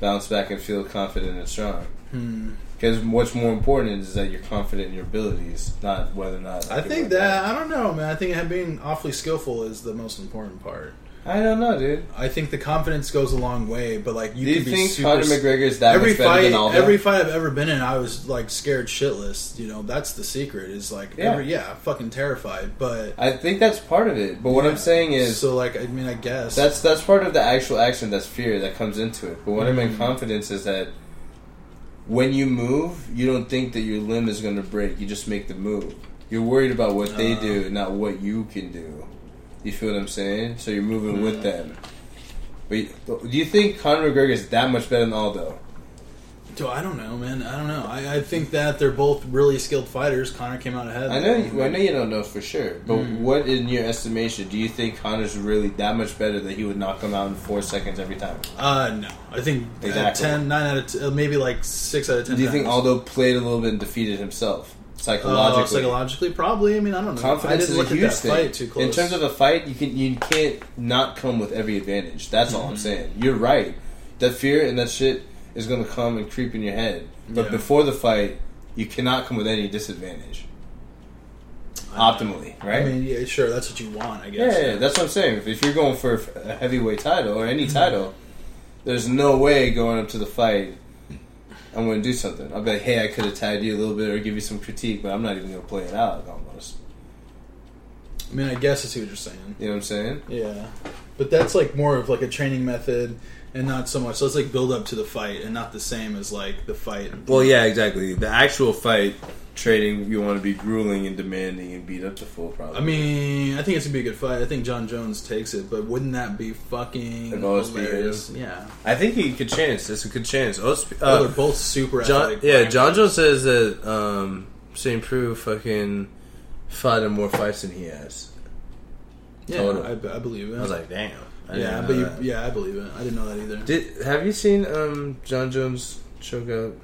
Speaker 1: bounce back and feel confident and strong.
Speaker 2: Hmm.
Speaker 1: Because what's more important is that you're confident in your abilities, not whether or not.
Speaker 2: I think that I don't know, man. I think being awfully skillful is the most important part.
Speaker 1: I don't know, dude.
Speaker 2: I think the confidence goes a long way, but like you
Speaker 1: Do you
Speaker 2: can be
Speaker 1: think
Speaker 2: super
Speaker 1: Conor McGregor is that
Speaker 2: every
Speaker 1: much better
Speaker 2: fight,
Speaker 1: than Aldo?
Speaker 2: every fight I've ever been in, I was like scared shitless. You know, that's the secret. Is like,
Speaker 1: Yeah.
Speaker 2: every, yeah, fucking terrified. But
Speaker 1: I think that's part of it. But what
Speaker 2: yeah.
Speaker 1: I'm saying is,
Speaker 2: so like, I mean, I guess
Speaker 1: that's that's part of the actual action. That's fear that comes into it. But what I meant confidence is that when you move, you don't think that your limb is going to break. You just make the move. You're worried about what they
Speaker 2: Ah.
Speaker 1: do, not what you can do. You feel what I'm saying? So you're moving with them. But you- do you think Conor McGregor is that much better than Aldo?
Speaker 2: Dude, I don't know, man. I don't know. I, I think that they're both really skilled fighters. Connor came out ahead.
Speaker 1: I know, you, I know you don't know for sure, but what in your estimation do you think Connor's really that much better that he would knock him out in four seconds every time?
Speaker 2: Uh, no, I think uh,
Speaker 1: Exactly.
Speaker 2: ten, nine out of t- uh, maybe like six out of ten.
Speaker 1: Do you think
Speaker 2: times.
Speaker 1: Aldo played a little bit and defeated himself
Speaker 2: Uh,
Speaker 1: psychologically?
Speaker 2: psychologically, probably. I mean, I don't know. I
Speaker 1: Confidence
Speaker 2: didn't
Speaker 1: is a
Speaker 2: look
Speaker 1: huge
Speaker 2: at that
Speaker 1: thing.
Speaker 2: fight too close.
Speaker 1: In terms of a fight, you can you can't not come with every advantage. That's
Speaker 2: Mm-hmm.
Speaker 1: all I'm saying. You're right. That fear and that shit is going to come and creep in your head. But
Speaker 2: Yeah.
Speaker 1: before the fight, you cannot come with any disadvantage. Optimally, right?
Speaker 2: I mean, yeah, sure, that's what you want, I
Speaker 1: Yeah,
Speaker 2: guess.
Speaker 1: yeah, Mm-hmm. that's what I'm saying. If, if you're going for a heavyweight title or any title, there's no way going up to the fight. I'm going to do something. I'll be like, hey, I could have tagged you a little bit or give you some critique, but I'm not even going to play it out almost.
Speaker 2: I mean, I guess I see what you're saying.
Speaker 1: You know what I'm saying?
Speaker 2: Yeah, but that's like more of like a training method, and not so much. So it's like build up to the fight, and not the same as like the fight.
Speaker 1: Well, yeah, exactly. The actual fight trading, you want to be grueling and demanding and beat up the full problem.
Speaker 2: I mean, I think it's gonna be a good fight. I think John Jones takes it, but wouldn't that be fucking
Speaker 1: It'd always be
Speaker 2: hilarious? yeah.
Speaker 3: I think he could chance. It's a good chance. Oats,
Speaker 2: Oh,
Speaker 3: uh,
Speaker 2: they're both super
Speaker 3: John,
Speaker 2: athletic.
Speaker 3: yeah, John Jones says that um, St. Prue fucking fought in more fights than he has.
Speaker 2: Yeah,
Speaker 3: Total.
Speaker 2: I, I believe it.
Speaker 3: I was like, damn. I didn't
Speaker 2: yeah,
Speaker 3: know
Speaker 2: but you,
Speaker 3: that.
Speaker 2: yeah, I believe it. I didn't know that either.
Speaker 3: Did, have you seen um, John Jones choke out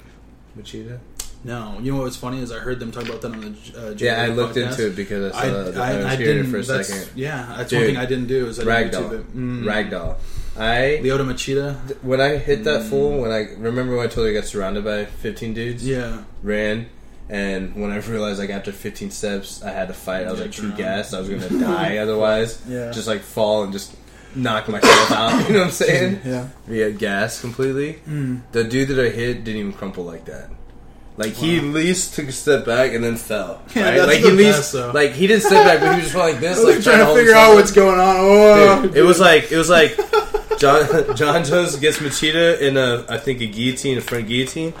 Speaker 3: Machida?
Speaker 2: No, you know what's funny is I heard them talk about that on the. Uh, Joe
Speaker 3: Yeah, I
Speaker 2: Rogan
Speaker 3: looked
Speaker 2: podcast.
Speaker 3: into it because I
Speaker 2: I,
Speaker 3: saw that. I,
Speaker 2: I,
Speaker 3: was
Speaker 2: I
Speaker 3: hearing
Speaker 2: didn't.
Speaker 3: it for a
Speaker 2: that's,
Speaker 3: second.
Speaker 2: Yeah, that's
Speaker 3: Dude.
Speaker 2: one thing I didn't do is I didn't
Speaker 3: Ragdoll.
Speaker 2: YouTube it. Mm.
Speaker 3: Ragdoll. I
Speaker 2: Leo DiMachita.
Speaker 3: when I hit that fool, when I remember when I told you I got surrounded by fifteen dudes,
Speaker 2: Yeah.
Speaker 3: ran, and when I *laughs* realized like after fifteen steps I had to fight, I was like too
Speaker 2: drowned.
Speaker 3: gassed, I was gonna
Speaker 2: *laughs*
Speaker 3: die otherwise,
Speaker 2: Yeah.
Speaker 3: just like fall and just knock myself out. *laughs* You know what I'm saying?
Speaker 2: *laughs* Yeah. Mm.
Speaker 3: Yeah, gas completely. The dude that I hit didn't even crumple like that. Like he at least took a step back and then fell. Right?
Speaker 2: *laughs* Yeah, that's
Speaker 3: like
Speaker 2: the
Speaker 3: he at
Speaker 2: best,
Speaker 3: least
Speaker 2: though.
Speaker 3: like he didn't step back, but he was just went
Speaker 2: *laughs*
Speaker 3: like this, like hold himself up.
Speaker 2: going on.
Speaker 3: Dude, it was like it was like
Speaker 2: *laughs*
Speaker 3: John John Jones gets Machida in a I think a guillotine, a front guillotine,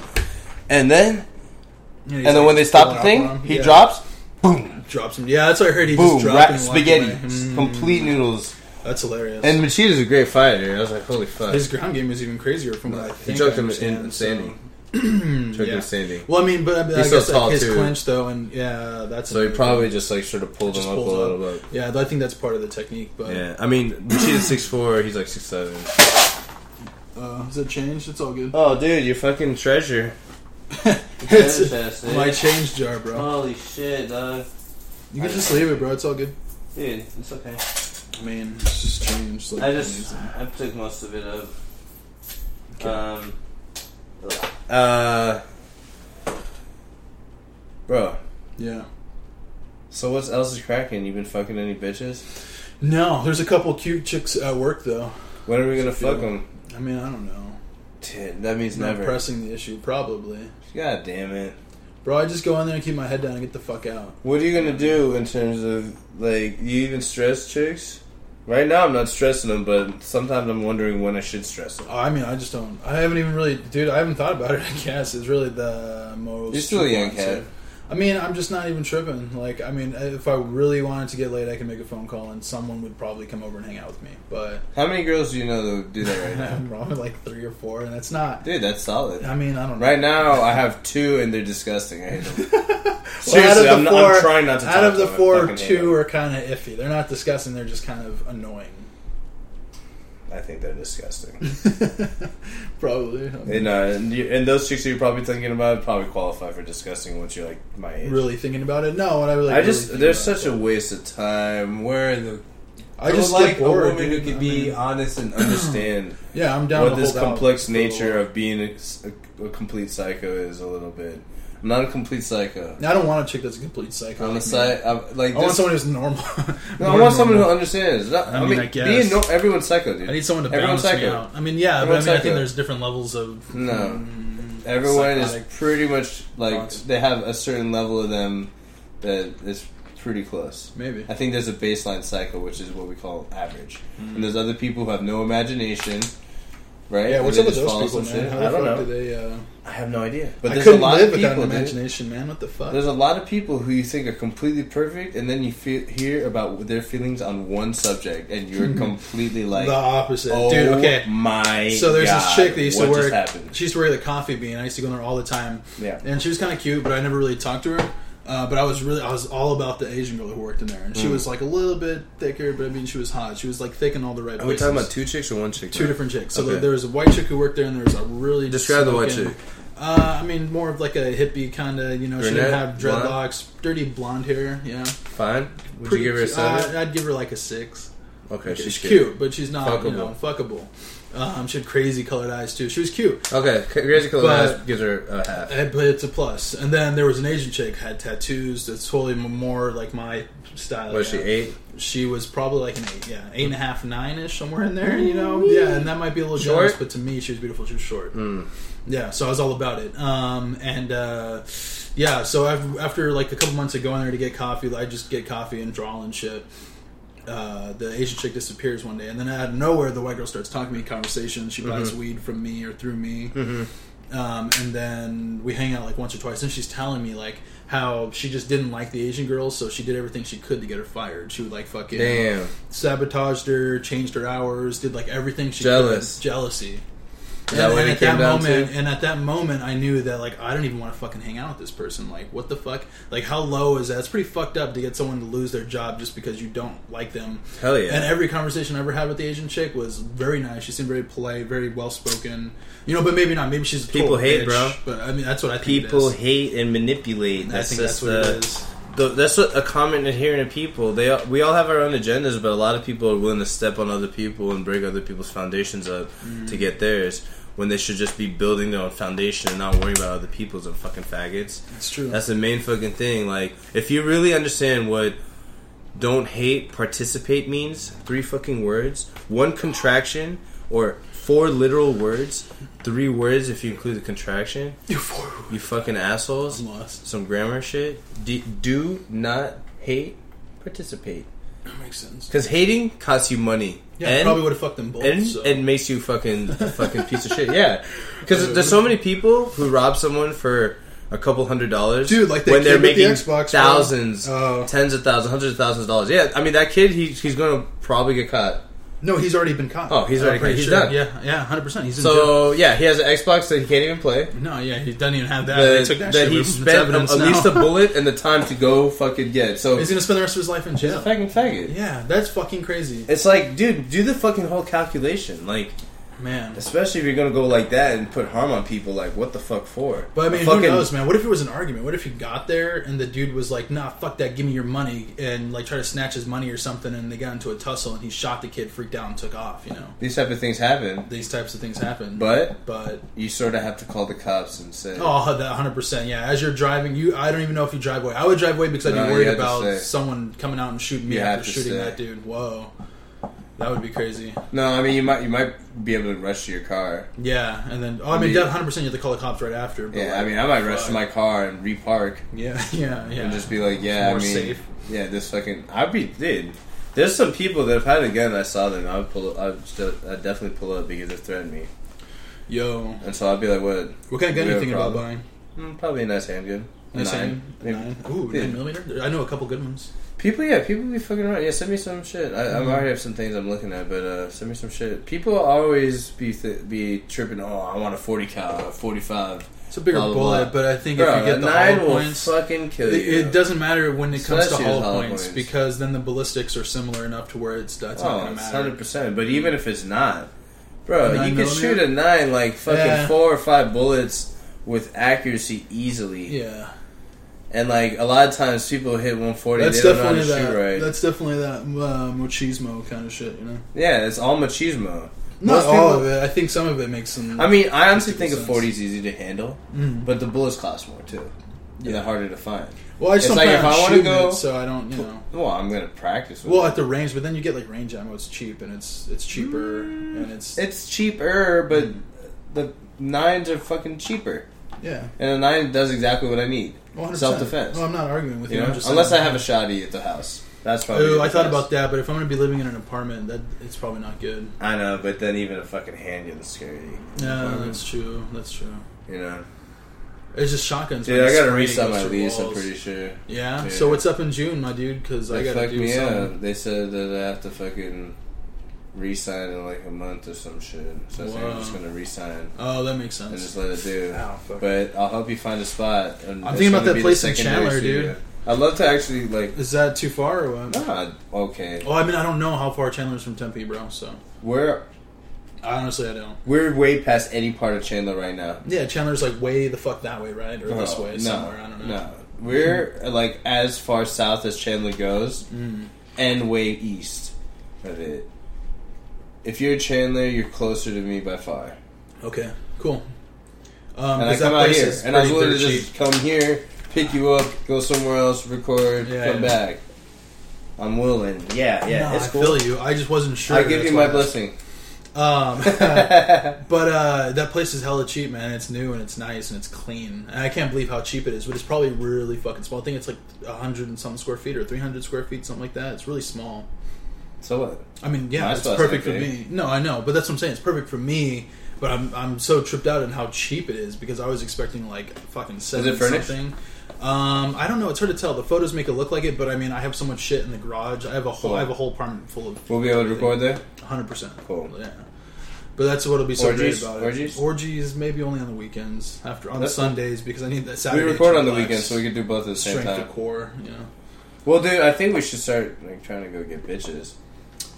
Speaker 3: and then
Speaker 2: Yeah, he's
Speaker 1: and then
Speaker 2: like
Speaker 1: when they stop the
Speaker 2: going
Speaker 1: thing,
Speaker 2: up on him.
Speaker 1: he
Speaker 2: yeah.
Speaker 1: drops, boom,
Speaker 2: Drops him. Yeah, that's what I heard. He
Speaker 1: boom,
Speaker 2: just dropped
Speaker 1: wrap,
Speaker 2: him and walked
Speaker 1: spaghetti,
Speaker 2: away. Mm,
Speaker 1: complete noodles.
Speaker 2: that's hilarious.
Speaker 1: And Machida's a great fighter. I was like, holy fuck.
Speaker 2: his ground game is even crazier from what I
Speaker 1: he
Speaker 2: think.
Speaker 1: choked
Speaker 2: I
Speaker 1: him
Speaker 2: understand,
Speaker 3: in
Speaker 2: so- *clears throat*
Speaker 3: Sandy. choked him
Speaker 2: yeah.
Speaker 3: in Sandy.
Speaker 2: Well, I mean, but I, I
Speaker 3: He's so
Speaker 2: guess
Speaker 3: tall,
Speaker 2: like, his
Speaker 3: too.
Speaker 2: clinch though, and yeah, that's
Speaker 3: So he
Speaker 2: another
Speaker 3: probably
Speaker 2: thing.
Speaker 3: just like sort of pulled
Speaker 2: Just
Speaker 3: him up a
Speaker 2: pulled
Speaker 3: little bit.
Speaker 2: yeah. I think that's part of the technique. But
Speaker 3: Yeah, I mean Machida's six four, he's like six seven.
Speaker 2: uh, has it changed? It's all good.
Speaker 1: Uh,
Speaker 3: Oh, dude, you're fucking *laughs* treasure.
Speaker 2: It's my change jar, bro.
Speaker 1: Holy shit, dog.
Speaker 2: You can just leave it, bro. It's all good.
Speaker 1: Dude, it's okay.
Speaker 2: I mean, it's just change. Like,
Speaker 1: I took most of it up.
Speaker 2: Okay.
Speaker 1: Um,
Speaker 3: Uh, bro.
Speaker 2: yeah.
Speaker 1: so what else is cracking? You been fucking any bitches?
Speaker 2: No, there's a couple cute chicks at work though.
Speaker 1: When are we gonna fuck
Speaker 2: Feel-
Speaker 1: them?
Speaker 2: I mean, I don't know.
Speaker 1: Dude, that means
Speaker 2: Not
Speaker 1: never.
Speaker 2: pressing the issue, probably.
Speaker 1: God damn it.
Speaker 2: Bro, I just go in there and keep my head down and get the fuck out.
Speaker 1: What are you gonna do in terms of like you even stress chicks? Right now, I'm not stressing them, but sometimes I'm wondering when I should stress them.
Speaker 2: Oh, I mean, I just don't. I haven't even really, dude. I haven't thought about it. *laughs* I guess it's really the most.
Speaker 1: You're still a young
Speaker 2: answer.
Speaker 1: cat.
Speaker 2: I mean, I'm just not even tripping. Like, I mean, if I really wanted to get laid, I can make a phone call and someone would probably come over and hang out with me. But *laughs*
Speaker 1: How many girls do you know that would do that right now?
Speaker 2: I'm wrong with like three or four, and that's not.
Speaker 1: Dude, that's solid.
Speaker 2: I mean, I don't know.
Speaker 1: Right now, I have two, and they're disgusting. I hate them.
Speaker 2: Well, out of
Speaker 1: Seriously,
Speaker 2: the
Speaker 1: I'm, not,
Speaker 2: four-
Speaker 1: I'm trying not to.
Speaker 2: Out of the four, two
Speaker 1: or
Speaker 2: are kind of iffy. They're not disgusting. They're just kind of annoying. *laughs*
Speaker 1: I think they're disgusting.
Speaker 2: Probably. I'm
Speaker 1: and uh, and, you, and those chicks that you're probably thinking about probably qualify for disgusting once you're like my age.
Speaker 2: really thinking about it. No, when I really.
Speaker 1: I just
Speaker 2: really
Speaker 1: they're
Speaker 2: think about
Speaker 1: such a waste of time. Where the
Speaker 2: it. I just get bored.
Speaker 1: a woman
Speaker 2: dude.
Speaker 1: who can
Speaker 2: I
Speaker 1: be
Speaker 2: mean,
Speaker 1: honest and understand
Speaker 2: yeah, I'm *clears throat* down.
Speaker 1: what
Speaker 2: to
Speaker 1: this
Speaker 2: hold out
Speaker 1: complex
Speaker 2: for a
Speaker 1: nature
Speaker 2: little
Speaker 1: of being a, s- a- a complete psycho is a little bit. I'm not a complete psycho.
Speaker 2: while. I don't want a chick that's a complete psycho.
Speaker 1: I'm a
Speaker 2: like me.
Speaker 1: psy- I'm, like
Speaker 2: I want
Speaker 1: this-
Speaker 2: someone who's normal. *laughs*
Speaker 1: No, I want someone who understands. Not- I,
Speaker 2: mean,
Speaker 1: mean,
Speaker 2: I guess.
Speaker 1: being no, everyone's psycho, dude.
Speaker 2: I need someone to
Speaker 1: Everyone's
Speaker 2: balance me
Speaker 1: psycho.
Speaker 2: out. I mean, yeah,
Speaker 1: Everyone's
Speaker 2: but I mean, I
Speaker 1: psycho.
Speaker 2: think there's different levels of
Speaker 1: No.
Speaker 2: Mm,
Speaker 1: Everyone is
Speaker 2: psychotic.
Speaker 1: pretty much like
Speaker 2: thoughts.
Speaker 1: they have a certain level of them that is pretty close.
Speaker 2: maybe.
Speaker 1: I think there's a baseline cycle, which is what we call average, and there's other people who have no imagination, right?
Speaker 2: Mm-hmm. Yeah,
Speaker 1: And
Speaker 2: what's
Speaker 1: they
Speaker 2: up with
Speaker 1: just
Speaker 2: those
Speaker 1: follow
Speaker 2: people,
Speaker 1: some
Speaker 2: man?
Speaker 1: shit.
Speaker 2: How
Speaker 1: I
Speaker 2: the
Speaker 1: don't
Speaker 2: fuck
Speaker 1: know.
Speaker 2: do they? Uh,
Speaker 1: I have no idea. But
Speaker 2: I
Speaker 1: there's a
Speaker 2: couldn't
Speaker 1: lot
Speaker 2: live
Speaker 1: of
Speaker 2: without an
Speaker 1: people. dude.
Speaker 2: imagination, man. What the fuck?
Speaker 1: There's a lot of people who you think are completely perfect, and then you feel, hear about their feelings on one subject, and
Speaker 2: *laughs*
Speaker 1: you're completely like,
Speaker 2: the opposite,
Speaker 1: "Oh
Speaker 2: dude. Okay,
Speaker 1: my."
Speaker 2: So there's
Speaker 1: God,
Speaker 2: this chick that used
Speaker 1: what
Speaker 2: to
Speaker 1: just
Speaker 2: work.
Speaker 1: happened?
Speaker 2: She used to work at the coffee bean. I used to go in there all the time.
Speaker 1: Yeah.
Speaker 2: And she was kind of cute, but I never really talked to her. Uh, but I was really, I was all about the Asian girl who worked in there, and
Speaker 1: Hmm.
Speaker 2: she was like a little bit thicker, but I mean, she was hot. She was like thick in all the right.
Speaker 3: Are we talking
Speaker 2: places.
Speaker 3: about two chicks or one chick?
Speaker 2: two different chicks? So
Speaker 3: Okay.
Speaker 2: there was a white chick who worked there, and there was a really
Speaker 3: Describe the white
Speaker 2: smoking-
Speaker 3: chick.
Speaker 2: Uh, I mean, more of like a hippie kind of, you know, she didn't
Speaker 3: Brunette?
Speaker 2: have dreadlocks, dirty blonde hair. Yeah,
Speaker 3: Fine. Would
Speaker 2: Pretty
Speaker 3: you give her a
Speaker 2: cu-
Speaker 3: seven?
Speaker 2: Uh, I'd give her like a six.
Speaker 3: okay,
Speaker 2: She's
Speaker 3: she's
Speaker 2: cute, but she's not you
Speaker 3: Fuckable.
Speaker 2: know fuckable. Um, she had crazy colored eyes too. She was cute.
Speaker 3: Okay, Crazy Color
Speaker 2: But-
Speaker 3: Eyes gives her a half.
Speaker 2: Uh, But it's a plus. And then there was an Asian chick had tattoos. That's totally m- more like my style.
Speaker 3: Was she
Speaker 2: yeah.
Speaker 3: eight?
Speaker 2: She was probably like an eight, yeah, eight and a half, nine ish, somewhere in there. You know, yeah. And that might be a little
Speaker 3: Short? Hmm.
Speaker 2: jealous, but to me, she was beautiful. She was short. Yeah, so I was all about it. Um, and uh, yeah, so I've, after like a couple months of going there to get coffee, I just get coffee and draw and shit. Uh, the Asian chick disappears one day, and then out of nowhere, the white girl starts talking to me, conversation. She buys weed from me or through me. Um, and then we hang out like once or twice. And she's telling me like how she just didn't like the Asian girls, so she did everything she could to get her fired. She would like fucking
Speaker 3: Damn.
Speaker 2: sabotaged her, changed her hours, did like everything she
Speaker 3: Jealous.
Speaker 2: could. Jealousy.
Speaker 3: Is that
Speaker 2: and,
Speaker 3: what
Speaker 2: and
Speaker 3: it
Speaker 2: at
Speaker 3: came
Speaker 2: that
Speaker 3: down
Speaker 2: moment,
Speaker 3: to?
Speaker 2: and at that moment, I knew that like I don't even want to fucking hang out with this person. Like, what the fuck? Like, how low is that? It's pretty fucked up to get someone to lose their job just because you don't like them.
Speaker 3: Hell yeah.
Speaker 2: And every conversation I ever had with the Asian chick was very nice. She seemed very polite, very well spoken. You know, but maybe not. Maybe she's a total
Speaker 3: People hate,
Speaker 2: bitch,
Speaker 3: bro.
Speaker 2: But I mean, that's what I think.
Speaker 3: People
Speaker 2: it is.
Speaker 3: hate and manipulate.
Speaker 2: I
Speaker 3: That's
Speaker 2: think that's
Speaker 3: just
Speaker 2: what it
Speaker 3: the,
Speaker 2: is.
Speaker 3: the that's what a common adherent of people. They all- we all have our own agendas, but a lot of people are willing to step on other people and break other people's foundations up
Speaker 2: Mm.
Speaker 3: to get theirs. When they should just be building their own foundation and not worrying about other people's and fucking faggots.
Speaker 2: It's true.
Speaker 3: That's the main fucking thing. Like, if you really understand what don't hate, participate means, three fucking words, one contraction, or four literal words, three words if you include the contraction,
Speaker 2: you forward.
Speaker 3: you fucking assholes.
Speaker 2: I'm lost.
Speaker 3: Some grammar shit. D- do not hate, participate.
Speaker 2: That makes sense.
Speaker 3: Because hating costs you money.
Speaker 2: Yeah,
Speaker 3: and,
Speaker 2: probably would have fucked them both.
Speaker 3: and,
Speaker 2: so.
Speaker 3: and makes you
Speaker 2: *laughs*
Speaker 3: fucking a fucking piece of shit. Yeah, because there's so many people who rob someone for a couple hundred dollars,
Speaker 2: Dude, like that
Speaker 3: when
Speaker 2: kid
Speaker 3: they're
Speaker 2: with the
Speaker 3: making
Speaker 2: Xbox, bro.
Speaker 3: thousands,
Speaker 2: Oh.
Speaker 3: tens of thousands, hundreds of thousands of dollars. Yeah, I mean that kid, he, he's gonna probably get caught.
Speaker 2: No, he's already been caught.
Speaker 3: Oh, he's already
Speaker 2: I'm pretty
Speaker 3: caught. He's
Speaker 2: sure.
Speaker 3: done.
Speaker 2: Yeah, yeah, hundred percent. He's in jail.
Speaker 3: So yeah, he has an Xbox that he can't even play.
Speaker 2: no, yeah, he doesn't even have that. Uh, They
Speaker 3: That,
Speaker 2: took that,
Speaker 3: that
Speaker 2: shit
Speaker 3: he
Speaker 2: with him. It's
Speaker 3: spent
Speaker 2: evidence
Speaker 3: at least
Speaker 2: now.
Speaker 3: a bullet and the time to go fucking get. So
Speaker 2: *laughs* He's gonna spend the rest of his life in
Speaker 1: He's a
Speaker 2: jail.
Speaker 1: fucking faggot.
Speaker 2: Yeah, that's fucking crazy,
Speaker 3: it's like, dude, do the fucking whole calculation. Like,
Speaker 2: man.
Speaker 1: Especially if you're gonna go like that and put harm on people, like what the fuck for?
Speaker 2: But I mean,
Speaker 1: A
Speaker 2: who knows, man? What if it was an argument? What if he got there and the dude was like, "Nah, fuck that, give me your money," and like try to snatch his money or something, and they got into a tussle, and he shot the kid, freaked out, and took off. You know,
Speaker 1: These type of things happen,
Speaker 2: these types of things happen.
Speaker 1: but
Speaker 2: but
Speaker 1: you sort of have to call the cops and say,
Speaker 2: Oh, that hundred percent. Yeah, as you're driving, you I don't even know if you drive away. I would drive away because I'd be
Speaker 1: No, you
Speaker 2: worried
Speaker 1: had to
Speaker 2: about
Speaker 1: stay.
Speaker 2: someone coming out and shooting me
Speaker 1: You had
Speaker 2: after
Speaker 1: to
Speaker 2: shooting
Speaker 1: stay.
Speaker 2: that dude. Whoa, That would be crazy.
Speaker 4: No, I mean you might you might be able to rush to your car.
Speaker 2: Yeah, and then oh, I mean,
Speaker 4: Maybe-
Speaker 2: one hundred percent, you have to call the cops right after. But
Speaker 4: Yeah,
Speaker 2: like,
Speaker 4: I mean I might rush
Speaker 2: fuck.
Speaker 4: to my car and repark
Speaker 2: Yeah, *laughs* yeah, yeah.
Speaker 4: and just be like, yeah,
Speaker 2: More
Speaker 4: I mean,
Speaker 2: safe.
Speaker 4: yeah, this fucking
Speaker 1: I'd be dude. There's some people that if I had a gun, I saw them. I would pull. Up, I would still, I'd definitely pull up because they threatened me,
Speaker 2: Yo,
Speaker 1: and so I'd be like, "What?
Speaker 2: what kind of gun
Speaker 1: We
Speaker 2: are you
Speaker 1: have a
Speaker 2: thinking about
Speaker 1: problem.
Speaker 2: buying?
Speaker 1: Mm, probably a nice handgun." A
Speaker 2: Nice
Speaker 1: nine.
Speaker 2: hand?
Speaker 1: Maybe-
Speaker 2: Nine. Ooh,
Speaker 1: Yeah.
Speaker 2: nine millimeter. I know a couple good ones.
Speaker 1: People, yeah, people be fucking around. Yeah, send me some shit. I, I
Speaker 2: Mhm.
Speaker 1: already have some things I'm looking at, but uh, send me some shit. People always be th- be tripping. Oh, I want a forty cal, forty five.
Speaker 2: It's a bigger
Speaker 1: Blah, blah,
Speaker 2: bullet,
Speaker 1: blah.
Speaker 2: but I think
Speaker 1: Bro,
Speaker 2: if you get
Speaker 1: a
Speaker 2: the
Speaker 1: nine
Speaker 2: hollow
Speaker 1: will
Speaker 2: points,
Speaker 1: fucking kill
Speaker 2: it,
Speaker 1: you.
Speaker 2: it doesn't matter when it comes to
Speaker 1: Especially
Speaker 2: hollow,
Speaker 1: with hollow
Speaker 2: points,
Speaker 1: points.
Speaker 2: because then the ballistics are similar enough to where it's that's not
Speaker 1: Oh,
Speaker 2: gonna
Speaker 1: it's
Speaker 2: matter.
Speaker 1: hundred percent. But even if it's not, bro,
Speaker 2: A nine
Speaker 1: you can
Speaker 2: millimeter?
Speaker 1: shoot a nine like fucking
Speaker 2: Yeah.
Speaker 1: four or five bullets with accuracy easily.
Speaker 2: Yeah,
Speaker 1: And like a lot of times, people hit one forty. They
Speaker 2: that's
Speaker 1: don't know how to
Speaker 2: definitely
Speaker 1: shoot
Speaker 2: that.
Speaker 1: right.
Speaker 2: That's definitely that uh, machismo kind of shit. You know,
Speaker 1: yeah, it's all machismo.
Speaker 2: not
Speaker 1: Most
Speaker 2: all
Speaker 1: people-
Speaker 2: of it. I think some of it makes some.
Speaker 1: I mean, I honestly think a
Speaker 2: sense.
Speaker 1: forty is easy to handle,
Speaker 2: Mhm.
Speaker 1: but the bullets cost more too. Yeah, and they're harder to find.
Speaker 2: well, I just
Speaker 1: it's
Speaker 2: don't
Speaker 1: like
Speaker 2: plan
Speaker 1: if
Speaker 2: on
Speaker 1: I wanna
Speaker 2: shooting
Speaker 1: go-
Speaker 2: it, so I don't. You know,
Speaker 1: Well, I'm gonna practice. With
Speaker 2: well
Speaker 1: it.
Speaker 2: at the range, but then you get like range ammo. It's cheap and it's it's cheaper
Speaker 1: Mm.
Speaker 2: and it's
Speaker 1: it's cheaper, but the nines are fucking cheaper,
Speaker 2: yeah.
Speaker 1: and a nine does exactly what I need.
Speaker 2: 100%.
Speaker 1: Self-defense.
Speaker 2: No, I'm not arguing with you.
Speaker 1: You know,
Speaker 2: I'm just
Speaker 1: unless I
Speaker 2: saying-
Speaker 1: have a shoddy at the house. That's probably.
Speaker 2: Ooh, I
Speaker 1: the
Speaker 2: thought
Speaker 1: best.
Speaker 2: about that, but if I'm going to be living in an apartment, that it's probably not good.
Speaker 1: I know, but then even a fucking handgun's scary.
Speaker 2: Yeah, that's true. That's true.
Speaker 1: You know,
Speaker 2: It's just shotguns.
Speaker 1: dude,
Speaker 2: man.
Speaker 1: I gotta
Speaker 2: Spray
Speaker 1: reset
Speaker 2: goes
Speaker 1: my
Speaker 2: through
Speaker 1: lease. I'm
Speaker 2: walls.
Speaker 1: pretty sure.
Speaker 2: Yeah?
Speaker 1: Yeah.
Speaker 2: So what's up in June, my dude? Because I
Speaker 1: They
Speaker 2: gotta
Speaker 1: fucked
Speaker 2: do
Speaker 1: me
Speaker 2: something.
Speaker 1: up. They said that I have to fucking resign in like a month or some shit. So I think I'm
Speaker 2: Wow.
Speaker 1: just gonna resign
Speaker 2: Oh, that makes
Speaker 1: and just
Speaker 2: sense.
Speaker 1: let it do.
Speaker 2: Ow, fuck.
Speaker 1: But I'll help you find a spot. And
Speaker 2: I'm
Speaker 1: it's
Speaker 2: thinking about
Speaker 1: gonna
Speaker 2: that
Speaker 1: be the
Speaker 2: place in
Speaker 1: secondary
Speaker 2: Chandler,
Speaker 1: studio.
Speaker 2: dude.
Speaker 1: I'd love to actually like.
Speaker 2: Is that too far or what?
Speaker 1: Nah, okay.
Speaker 2: Well, I mean, I don't know how far Chandler's from Tempe, bro. So
Speaker 1: We're
Speaker 2: I honestly, I don't.
Speaker 1: we're way past any part of Chandler right now.
Speaker 2: Yeah, Chandler's like way the fuck that way, right, or this
Speaker 1: No,
Speaker 2: way
Speaker 1: Oh, no,
Speaker 2: somewhere. I don't know.
Speaker 1: No, we're like as far south as Chandler goes,
Speaker 2: Mm.
Speaker 1: and way east of it. If you're Chandler, you're closer to me by far.
Speaker 2: Okay, cool. Um,
Speaker 1: and I
Speaker 2: 'cause that
Speaker 1: come out
Speaker 2: place
Speaker 1: here,
Speaker 2: is
Speaker 1: and I was
Speaker 2: pretty
Speaker 1: willing to
Speaker 2: dirt cheap.
Speaker 1: just come here, pick you up, go somewhere else, record,
Speaker 2: Yeah,
Speaker 1: come
Speaker 2: yeah.
Speaker 1: back. I'm willing. Yeah, yeah,
Speaker 2: No,
Speaker 1: it's
Speaker 2: I
Speaker 1: cool.
Speaker 2: feel you. I just wasn't sure.
Speaker 1: I give
Speaker 2: That's
Speaker 1: you
Speaker 2: why
Speaker 1: my
Speaker 2: I-
Speaker 1: blessing.
Speaker 2: Um,
Speaker 1: yeah,
Speaker 2: but uh, that place is hella cheap, man. It's new and it's nice and it's clean. And I can't believe how cheap it is, but it's probably really fucking small. I think it's like hundred and something square feet or three hundred square feet, something like that. It's really small.
Speaker 1: so what?
Speaker 2: I mean, yeah,
Speaker 1: My
Speaker 2: it's
Speaker 1: spot's
Speaker 2: perfect for
Speaker 1: not
Speaker 2: me. No, I know, but that's what I'm saying. It's perfect for me. But I'm I'm so tripped out in how cheap it is because I was expecting like fucking seven
Speaker 1: it furnished?
Speaker 2: something. Um, I don't know. It's hard to tell. The photos make it look like it, but I mean, I have so much shit in the garage. I have a whole I have a whole apartment full of
Speaker 1: We'll be able to record there.
Speaker 2: hundred percent.
Speaker 1: Cool.
Speaker 2: Yeah. But that's what'll be so
Speaker 1: Orgies?
Speaker 2: great about it.
Speaker 1: Orgies?
Speaker 2: Orgies, maybe only on the weekends after on
Speaker 1: That's cool.
Speaker 2: Sundays because I need that
Speaker 1: We
Speaker 2: Saturday.
Speaker 1: record
Speaker 2: to
Speaker 1: on the
Speaker 2: relax,
Speaker 1: weekend, so we can do both at the same
Speaker 2: strength
Speaker 1: time.
Speaker 2: to core. You know,
Speaker 1: Well, dude, I think we should start like trying to go get bitches.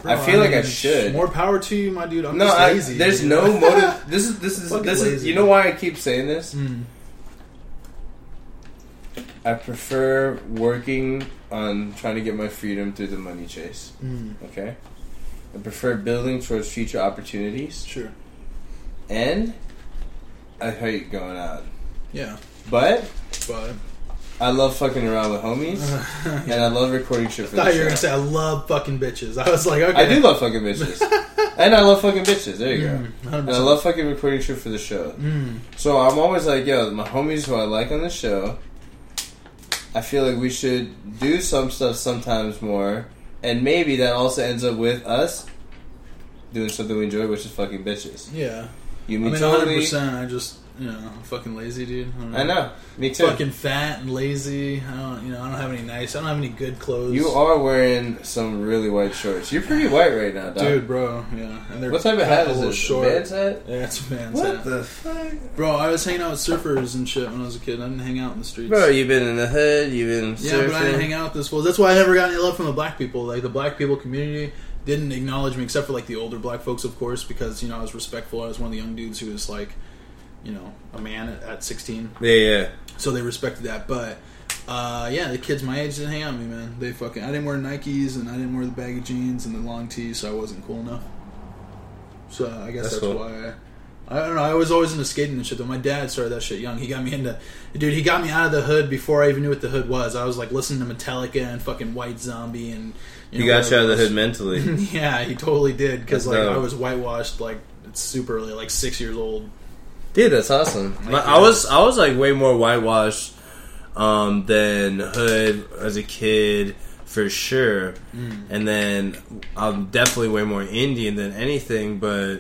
Speaker 1: I
Speaker 2: Bro,
Speaker 1: feel like I
Speaker 2: mean,
Speaker 1: should.
Speaker 2: More power to you, my dude. I'm
Speaker 1: no,
Speaker 2: just
Speaker 1: I,
Speaker 2: lazy.
Speaker 1: there's
Speaker 2: you
Speaker 1: no
Speaker 2: know? *laughs*
Speaker 1: motive. This is this is
Speaker 2: Fucking
Speaker 1: this is.
Speaker 2: lazy.
Speaker 1: You know why I keep saying this?
Speaker 2: Mm.
Speaker 1: I prefer working on trying to get my freedom through the money chase.
Speaker 2: Mm.
Speaker 1: Okay, I prefer building towards future opportunities,
Speaker 2: Sure.
Speaker 1: and I hate going out.
Speaker 2: Yeah,
Speaker 1: But *laughs*
Speaker 2: but
Speaker 1: I love fucking around
Speaker 2: *laughs*
Speaker 1: with homies,
Speaker 2: I
Speaker 1: and I love recording shit for the
Speaker 2: thought you were
Speaker 1: show.
Speaker 2: gonna say I love fucking bitches. I was like, okay,
Speaker 1: I
Speaker 2: *laughs*
Speaker 1: do love fucking bitches, and I love fucking bitches. There you go.
Speaker 2: *laughs* Mm, 100%.
Speaker 1: And I love fucking recording shit for the show.
Speaker 2: Mm.
Speaker 1: So I'm always like, yo, my homies who I like on the show, I feel like we should do some stuff sometimes more, and maybe that also ends up with us doing something we enjoy, which is fucking bitches.
Speaker 2: Yeah,
Speaker 1: You
Speaker 2: I
Speaker 1: me
Speaker 2: mean, hundred
Speaker 1: totally.
Speaker 2: percent. I just, you know, I'm fucking lazy, dude. I, don't
Speaker 1: I know. Me too.
Speaker 2: Fucking fat and lazy. I don't, you know, I don't have any nice. I don't have any good clothes.
Speaker 1: You are wearing some really white shorts. You're pretty white right now, dog.
Speaker 2: dude, bro. Yeah, and they're
Speaker 1: what type of
Speaker 2: cut
Speaker 1: hat
Speaker 2: a
Speaker 1: is
Speaker 2: little
Speaker 1: this? Man's hat?
Speaker 2: Yeah, it's a man's
Speaker 1: What
Speaker 2: hat.
Speaker 1: the fuck?
Speaker 2: Bro, I was hanging out with surfers and shit when I was a kid. I didn't hang out in the streets.
Speaker 1: Bro, you've been in the hood. You've been
Speaker 2: Yeah, but I didn't hang out with this well. That's why I never got any love from the black people. Like the black people community didn't acknowledge me, except for like the older black folks, of course, because you know I was respectful. I was one of the young dudes who was like, you know, a man at, at sixteen,
Speaker 1: Yeah, yeah.
Speaker 2: so they respected that. But uh, yeah, the kids my age didn't hang out with me, man. They fucking I didn't wear Nikes and I didn't wear the baggy jeans and the long tee, so I wasn't cool enough. So I guess
Speaker 1: That's
Speaker 2: that's,
Speaker 1: cool.
Speaker 2: why I don't know. I was always into skating and shit. Though my dad started that shit young. He got me into, dude. He got me out of the hood before I even knew what the hood was. I was like listening to Metallica and fucking White Zombie and.
Speaker 1: He got you out of the
Speaker 2: whatever
Speaker 1: hood mentally.
Speaker 2: else. *laughs* yeah, he totally did because
Speaker 1: That's
Speaker 2: like
Speaker 1: dope.
Speaker 2: I was whitewashed like super early, like six years old.
Speaker 1: Dude, that's awesome. Like, I was I was like way more whitewashed um, than Hood as a kid for sure, and then I'm definitely way more Indian than anything. But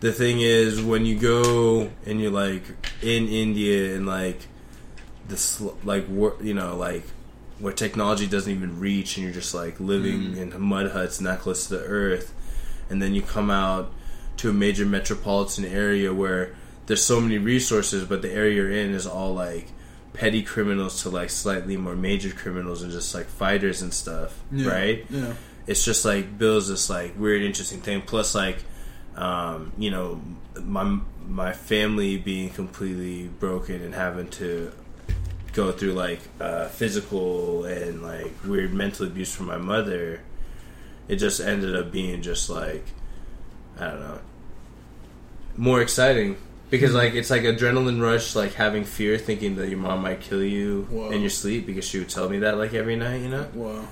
Speaker 1: the thing is, when you go and you're like in India and like this like wor- you know like where technology doesn't even reach and you're just like living in mud huts not close to the earth and then you come out to a major metropolitan area where there's so many resources but the area you're in is all like petty criminals to like slightly more major criminals and just like fighters and stuff
Speaker 2: Yeah.
Speaker 1: right
Speaker 2: Yeah.
Speaker 1: it's just like Bill's this like weird, interesting thing. Plus, like, um, you know, my my family being completely broken and having to go through like uh, physical and like weird mental abuse from my mother. It just ended up being just like I don't know, more exciting because like it's like adrenaline rush, like having fear, thinking that your mom might kill you
Speaker 2: Whoa.
Speaker 1: in your sleep because she would tell me that like every night, you know.
Speaker 2: Wow.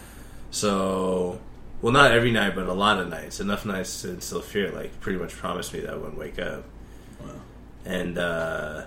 Speaker 1: So, well, not every night, but a lot of nights. Enough nights to instill fear. Like, pretty much promised me that I wouldn't wake up.
Speaker 2: Wow.
Speaker 1: And, uh,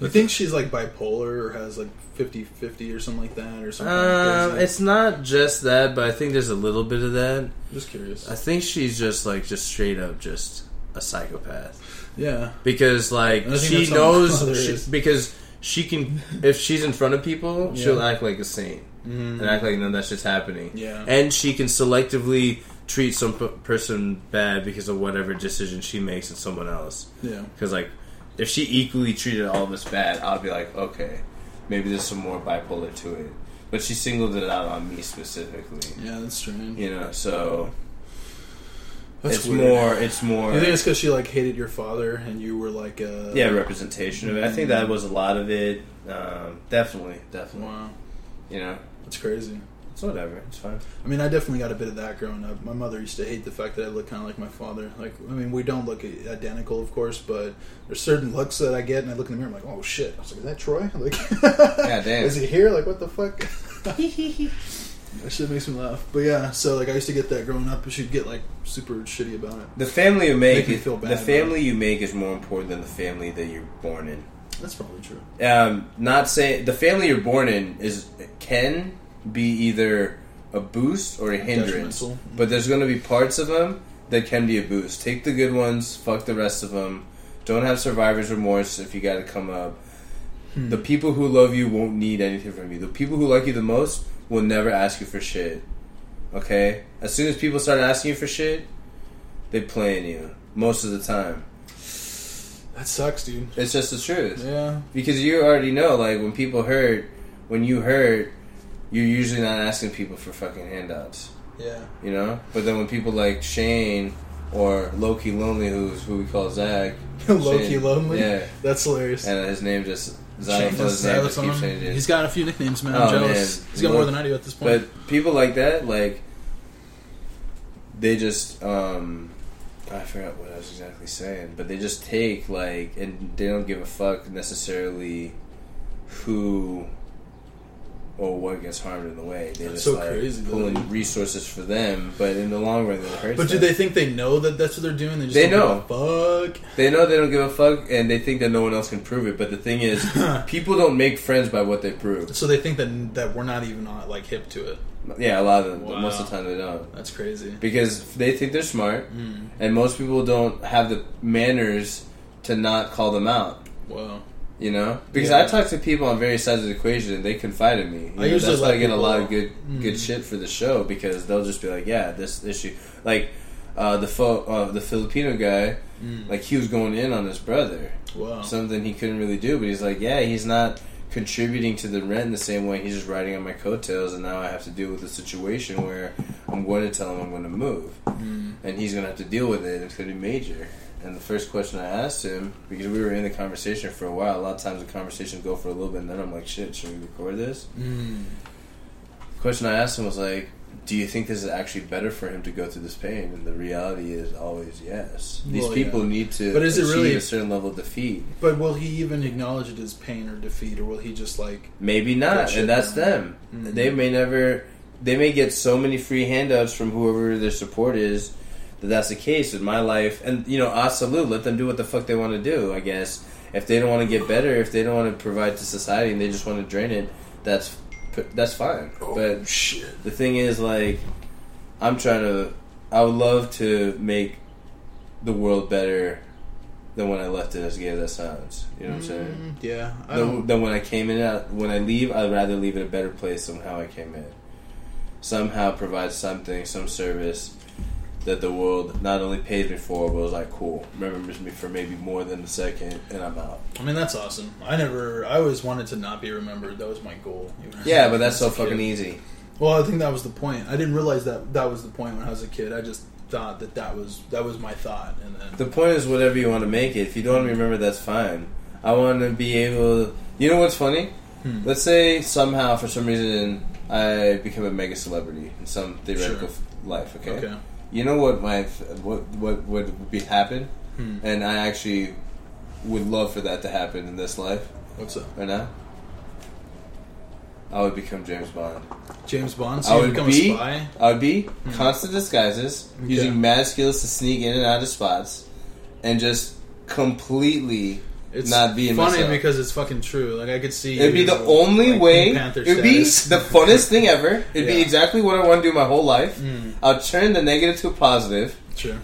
Speaker 2: You think she's like bipolar or has like 50-50 or something like that or something?
Speaker 1: um,
Speaker 2: crazy?
Speaker 1: it's not just that, but I think there's a little bit of that.
Speaker 2: just curious.
Speaker 1: I think she's just, like, just straight up just a psychopath.
Speaker 2: yeah.
Speaker 1: Because, like,
Speaker 2: And I think
Speaker 1: she
Speaker 2: that's how my
Speaker 1: knows.
Speaker 2: mother
Speaker 1: She,
Speaker 2: is.
Speaker 1: because she can. If she's in front of people,
Speaker 2: Yeah. Mm-hmm.
Speaker 1: she'll act like a saint. And act like none of that shit's happening.
Speaker 2: Yeah.
Speaker 1: And she can selectively treat some p- person bad because of whatever decision she makes and someone else.
Speaker 2: Yeah.
Speaker 1: Because like, if she equally treated all of us bad, I'd be like, okay, maybe there's some more bipolar to it. But she singled it out on me specifically.
Speaker 2: Yeah, that's strange.
Speaker 1: You know, so
Speaker 2: That's
Speaker 1: it's
Speaker 2: weird.
Speaker 1: more, it's more,
Speaker 2: You think it's because she like hated your father and you were like uh, a
Speaker 1: yeah, representation of it. I think that was a lot of it. Um, definitely, definitely.
Speaker 2: Wow,
Speaker 1: You know,
Speaker 2: that's crazy.
Speaker 1: it's whatever. It's fine.
Speaker 2: I mean, I definitely got a bit of that growing up. My mother used to hate the fact that I look kind of like my father. Like, I mean, we don't look identical, of course, but there's certain looks that I get, and I look in the mirror, I'm like, oh shit. I was like, is that Troy? Like, *laughs* yeah,
Speaker 5: damn.
Speaker 2: Is he here? Like, what the fuck? *laughs* that shit makes me laugh. But yeah, so like, I used to get that growing up, but she'd get like super shitty about it.
Speaker 1: The family you make,
Speaker 2: Make me feel bad
Speaker 1: the
Speaker 2: about
Speaker 1: family you make is more important than the family that you're born in.
Speaker 2: That's probably true.
Speaker 1: um, not saying the family you're born in is can be either a boost or a hindrance,
Speaker 2: Detrimental.
Speaker 1: but there's going to be parts of them that can be a boost. Take the good ones, fuck the rest of them. Don't have survivor's remorse if you got to come up. The people who love you won't need anything from you. The people who like you the most will never ask you for shit. Okay? As soon as people start asking you for shit, they playing you most of the time.
Speaker 2: That sucks, dude.
Speaker 1: It's just the truth
Speaker 2: Yeah.
Speaker 1: because you already know like when people hurt when you hurt you're usually not asking people for fucking handouts
Speaker 2: Yeah.
Speaker 1: you know but then when people like shane or loki lonely who's who we call zach
Speaker 2: *laughs* Loki
Speaker 1: Shane-
Speaker 2: Lonely?
Speaker 1: yeah
Speaker 2: That's hilarious.
Speaker 1: and his name just
Speaker 2: Shane
Speaker 1: xylophone
Speaker 2: does
Speaker 1: zach just
Speaker 2: xylophone.
Speaker 1: keeps changing
Speaker 2: He's got a few nicknames, man. I'm
Speaker 1: Oh,
Speaker 2: jealous.
Speaker 1: man.
Speaker 2: He's got
Speaker 1: Look-
Speaker 2: more than I do at this point.
Speaker 1: but people like that like they just um I forgot what I was exactly saying, but they just take like, and they don't give a fuck necessarily who or what gets harmed in the way. They just
Speaker 2: so
Speaker 1: like
Speaker 2: crazy, though.
Speaker 1: pulling resources for them, but in the long run, it hurts.
Speaker 2: But, do
Speaker 1: them.
Speaker 2: they think they know that that's what they're doing? They just
Speaker 1: They
Speaker 2: don't give a Fuck.
Speaker 1: They know they don't give a fuck, and they think that no one else can prove it. But the
Speaker 2: *laughs*
Speaker 1: thing is, people don't make friends by what they prove.
Speaker 2: So they think that that we're not even uh, like hip to it.
Speaker 1: Yeah, a lot of them.
Speaker 2: Wow.
Speaker 1: Most of the time, they don't.
Speaker 2: That's crazy.
Speaker 1: because they think they're smart,
Speaker 2: Hmm.
Speaker 1: and most people don't have the manners to not call them out.
Speaker 2: Wow.
Speaker 1: You know, because
Speaker 2: Yeah.
Speaker 1: I talk to people on various sides of the equation, and they confide in me. You know,
Speaker 2: usually
Speaker 1: that's why
Speaker 2: let
Speaker 1: I get a lot of
Speaker 2: people- Hmm.
Speaker 1: good good shit for the show because they'll just be like, "Yeah, this issue." Like uh, the fo- uh, the Filipino guy,
Speaker 2: Hmm.
Speaker 1: like he was going in on his brother,
Speaker 2: Wow.
Speaker 1: something he couldn't really do. But he's like, "Yeah, he's not." Contributing to the rent in the same way he's just riding on my coattails, and now I have to deal with a situation where I'm going to tell him I'm going to move
Speaker 2: Mm.
Speaker 1: and he's gonna have to deal with it. It's gonna be major. And the first question I asked him, because we were in the conversation for a while, a lot of times the conversations go for a little bit, and then I'm like, shit, should we record this?
Speaker 2: Mm.
Speaker 1: The question I asked him was like, do you think this is actually better for him to go through this pain? And the reality is always yes. These
Speaker 2: Well,
Speaker 1: people
Speaker 2: yeah.
Speaker 1: need to
Speaker 2: But is it
Speaker 1: achieve
Speaker 2: really-
Speaker 1: a certain level of defeat.
Speaker 2: But will he even acknowledge it as pain or defeat, or will he just like?
Speaker 1: Maybe not,
Speaker 2: That shit
Speaker 1: and that's
Speaker 2: down.
Speaker 1: them.
Speaker 2: Mhm.
Speaker 1: They may never. They may get so many free handouts from whoever their support is that that's the case in my life. And you know, ah, salute. Let them do what the fuck they want to do. I guess if they don't want to get better, if they don't want to provide to society, and they just want to drain it, that's that's fine. but
Speaker 2: oh, shit!
Speaker 1: the thing is like i'm trying to i would love to make the world better than when i left it as gay as that sounds you know what i'm
Speaker 2: Mm-hmm.
Speaker 1: saying
Speaker 2: Yeah, I
Speaker 1: than,
Speaker 2: don't.
Speaker 1: than when i came in I- when i leave i'd rather leave it a better place than how i came in somehow provide something some service that the world not only paid me for but was like cool remembers me for maybe more than a second and i'm out
Speaker 2: I mean, that's awesome. I never. I always wanted to not be remembered. That was my goal. even
Speaker 1: yeah but that's
Speaker 2: as a
Speaker 1: so fucking
Speaker 2: kid.
Speaker 1: easy
Speaker 2: Well, I think that was the point. I didn't realize that that was the point when I was a kid. I just thought that that was that was my thought, and then
Speaker 1: The point is whatever you want to make it. If you don't want to remember, that's fine. I want to be able. You know what's funny?
Speaker 2: Hmm.
Speaker 1: Let's say somehow, for some reason, I become a mega celebrity in some
Speaker 2: Sure.
Speaker 1: theoretical f life. Okay?
Speaker 2: okay.
Speaker 1: You know what my what what would be happen?
Speaker 2: Hmm.
Speaker 1: And I actually would love for that to happen in this life
Speaker 2: What's up,
Speaker 1: right now. I would become James Bond.
Speaker 2: James Bond?
Speaker 1: I
Speaker 2: So you
Speaker 1: would
Speaker 2: become
Speaker 1: be-
Speaker 2: a spy?
Speaker 1: I would be constant disguises,
Speaker 2: Hmm. Okay.
Speaker 1: using mad skills to sneak in and out of spots, and just completely
Speaker 2: It's
Speaker 1: not being
Speaker 2: funny
Speaker 1: myself.
Speaker 2: because it's fucking true. Like I could see
Speaker 1: It'd be
Speaker 2: you,
Speaker 1: the only
Speaker 2: like,
Speaker 1: way.
Speaker 2: Pink Panther
Speaker 1: It'd be
Speaker 2: status.
Speaker 1: the funnest thing ever. It'd
Speaker 2: *laughs*
Speaker 1: be
Speaker 2: Yeah.
Speaker 1: exactly what I want to do my whole life.
Speaker 2: Mm,
Speaker 1: I'll turn the negative to a positive,
Speaker 2: *laughs* sure.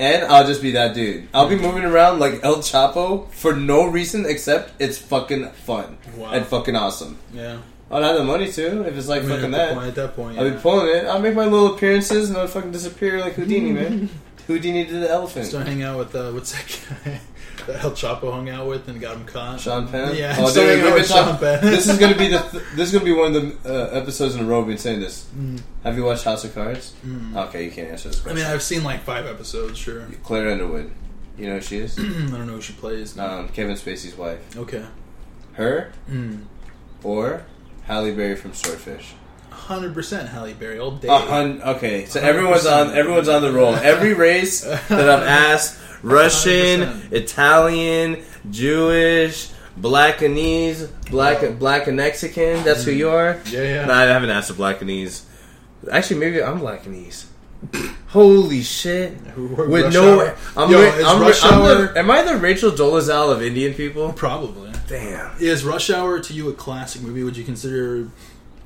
Speaker 1: and I'll just be that dude. I'll be moving around like El Chapo for no reason except it's fucking fun
Speaker 2: Wow.
Speaker 1: and fucking awesome.
Speaker 2: Yeah.
Speaker 1: I'll have the money too if it's like
Speaker 2: I mean,
Speaker 1: fucking
Speaker 2: at,
Speaker 1: that.
Speaker 2: The point, at that point,
Speaker 1: I'll
Speaker 2: yeah.
Speaker 1: be pulling it. I'll make my little appearances and I'll fucking disappear like Houdini, man.
Speaker 2: *laughs*
Speaker 1: Houdini did the elephant.
Speaker 2: Just don't hang out with uh, what's that guy *laughs* that El Chapo hung out with and got him caught.
Speaker 1: Sean Penn.
Speaker 2: Yeah,
Speaker 1: Oh,
Speaker 2: just
Speaker 1: dude,
Speaker 2: don't hang out
Speaker 1: we've been
Speaker 2: with Sean
Speaker 1: talking-
Speaker 2: Penn.
Speaker 1: this is gonna be the
Speaker 2: *laughs*
Speaker 1: th- this is gonna be one of the uh, episodes in a row we've been saying this.
Speaker 2: Mm,
Speaker 1: Have you watched House of Cards?
Speaker 2: mm.
Speaker 1: Okay, you can't answer this
Speaker 2: I
Speaker 1: question.
Speaker 2: mean, I've seen like five episodes. Sure.
Speaker 1: Claire Underwood. You know who she
Speaker 2: *clears throat*
Speaker 1: is?
Speaker 2: I don't know who she plays.
Speaker 1: um, Kevin Spacey's wife.
Speaker 2: Okay.
Speaker 1: Her
Speaker 2: Mm.
Speaker 1: or Halle Berry from Swordfish.
Speaker 2: Hundred percent Halle Berry all day.
Speaker 1: A hun- okay, so
Speaker 2: A hundred
Speaker 1: everyone's on
Speaker 2: percent.
Speaker 1: everyone's on the roll. Every race
Speaker 3: that
Speaker 2: *laughs*
Speaker 3: I've asked Russian,
Speaker 2: 100%.
Speaker 3: Italian, Jewish, Blackanese, Black
Speaker 2: Wow.
Speaker 3: Black and Mexican. That's who you are.
Speaker 2: Yeah, Mm. yeah.
Speaker 3: No, I haven't asked a Blackanese. Actually, maybe I'm Blackanese. Holy
Speaker 2: *laughs*
Speaker 3: shit! With no, I'm,
Speaker 2: Yo,
Speaker 3: Ra-
Speaker 2: is
Speaker 3: I'm, Ra-
Speaker 2: Rush
Speaker 3: I'm the-
Speaker 2: Hour-
Speaker 3: am I the Rachel Dolezal of Indian people?
Speaker 2: Probably.
Speaker 3: Damn.
Speaker 2: Is Rush Hour to you a classic movie? Would you consider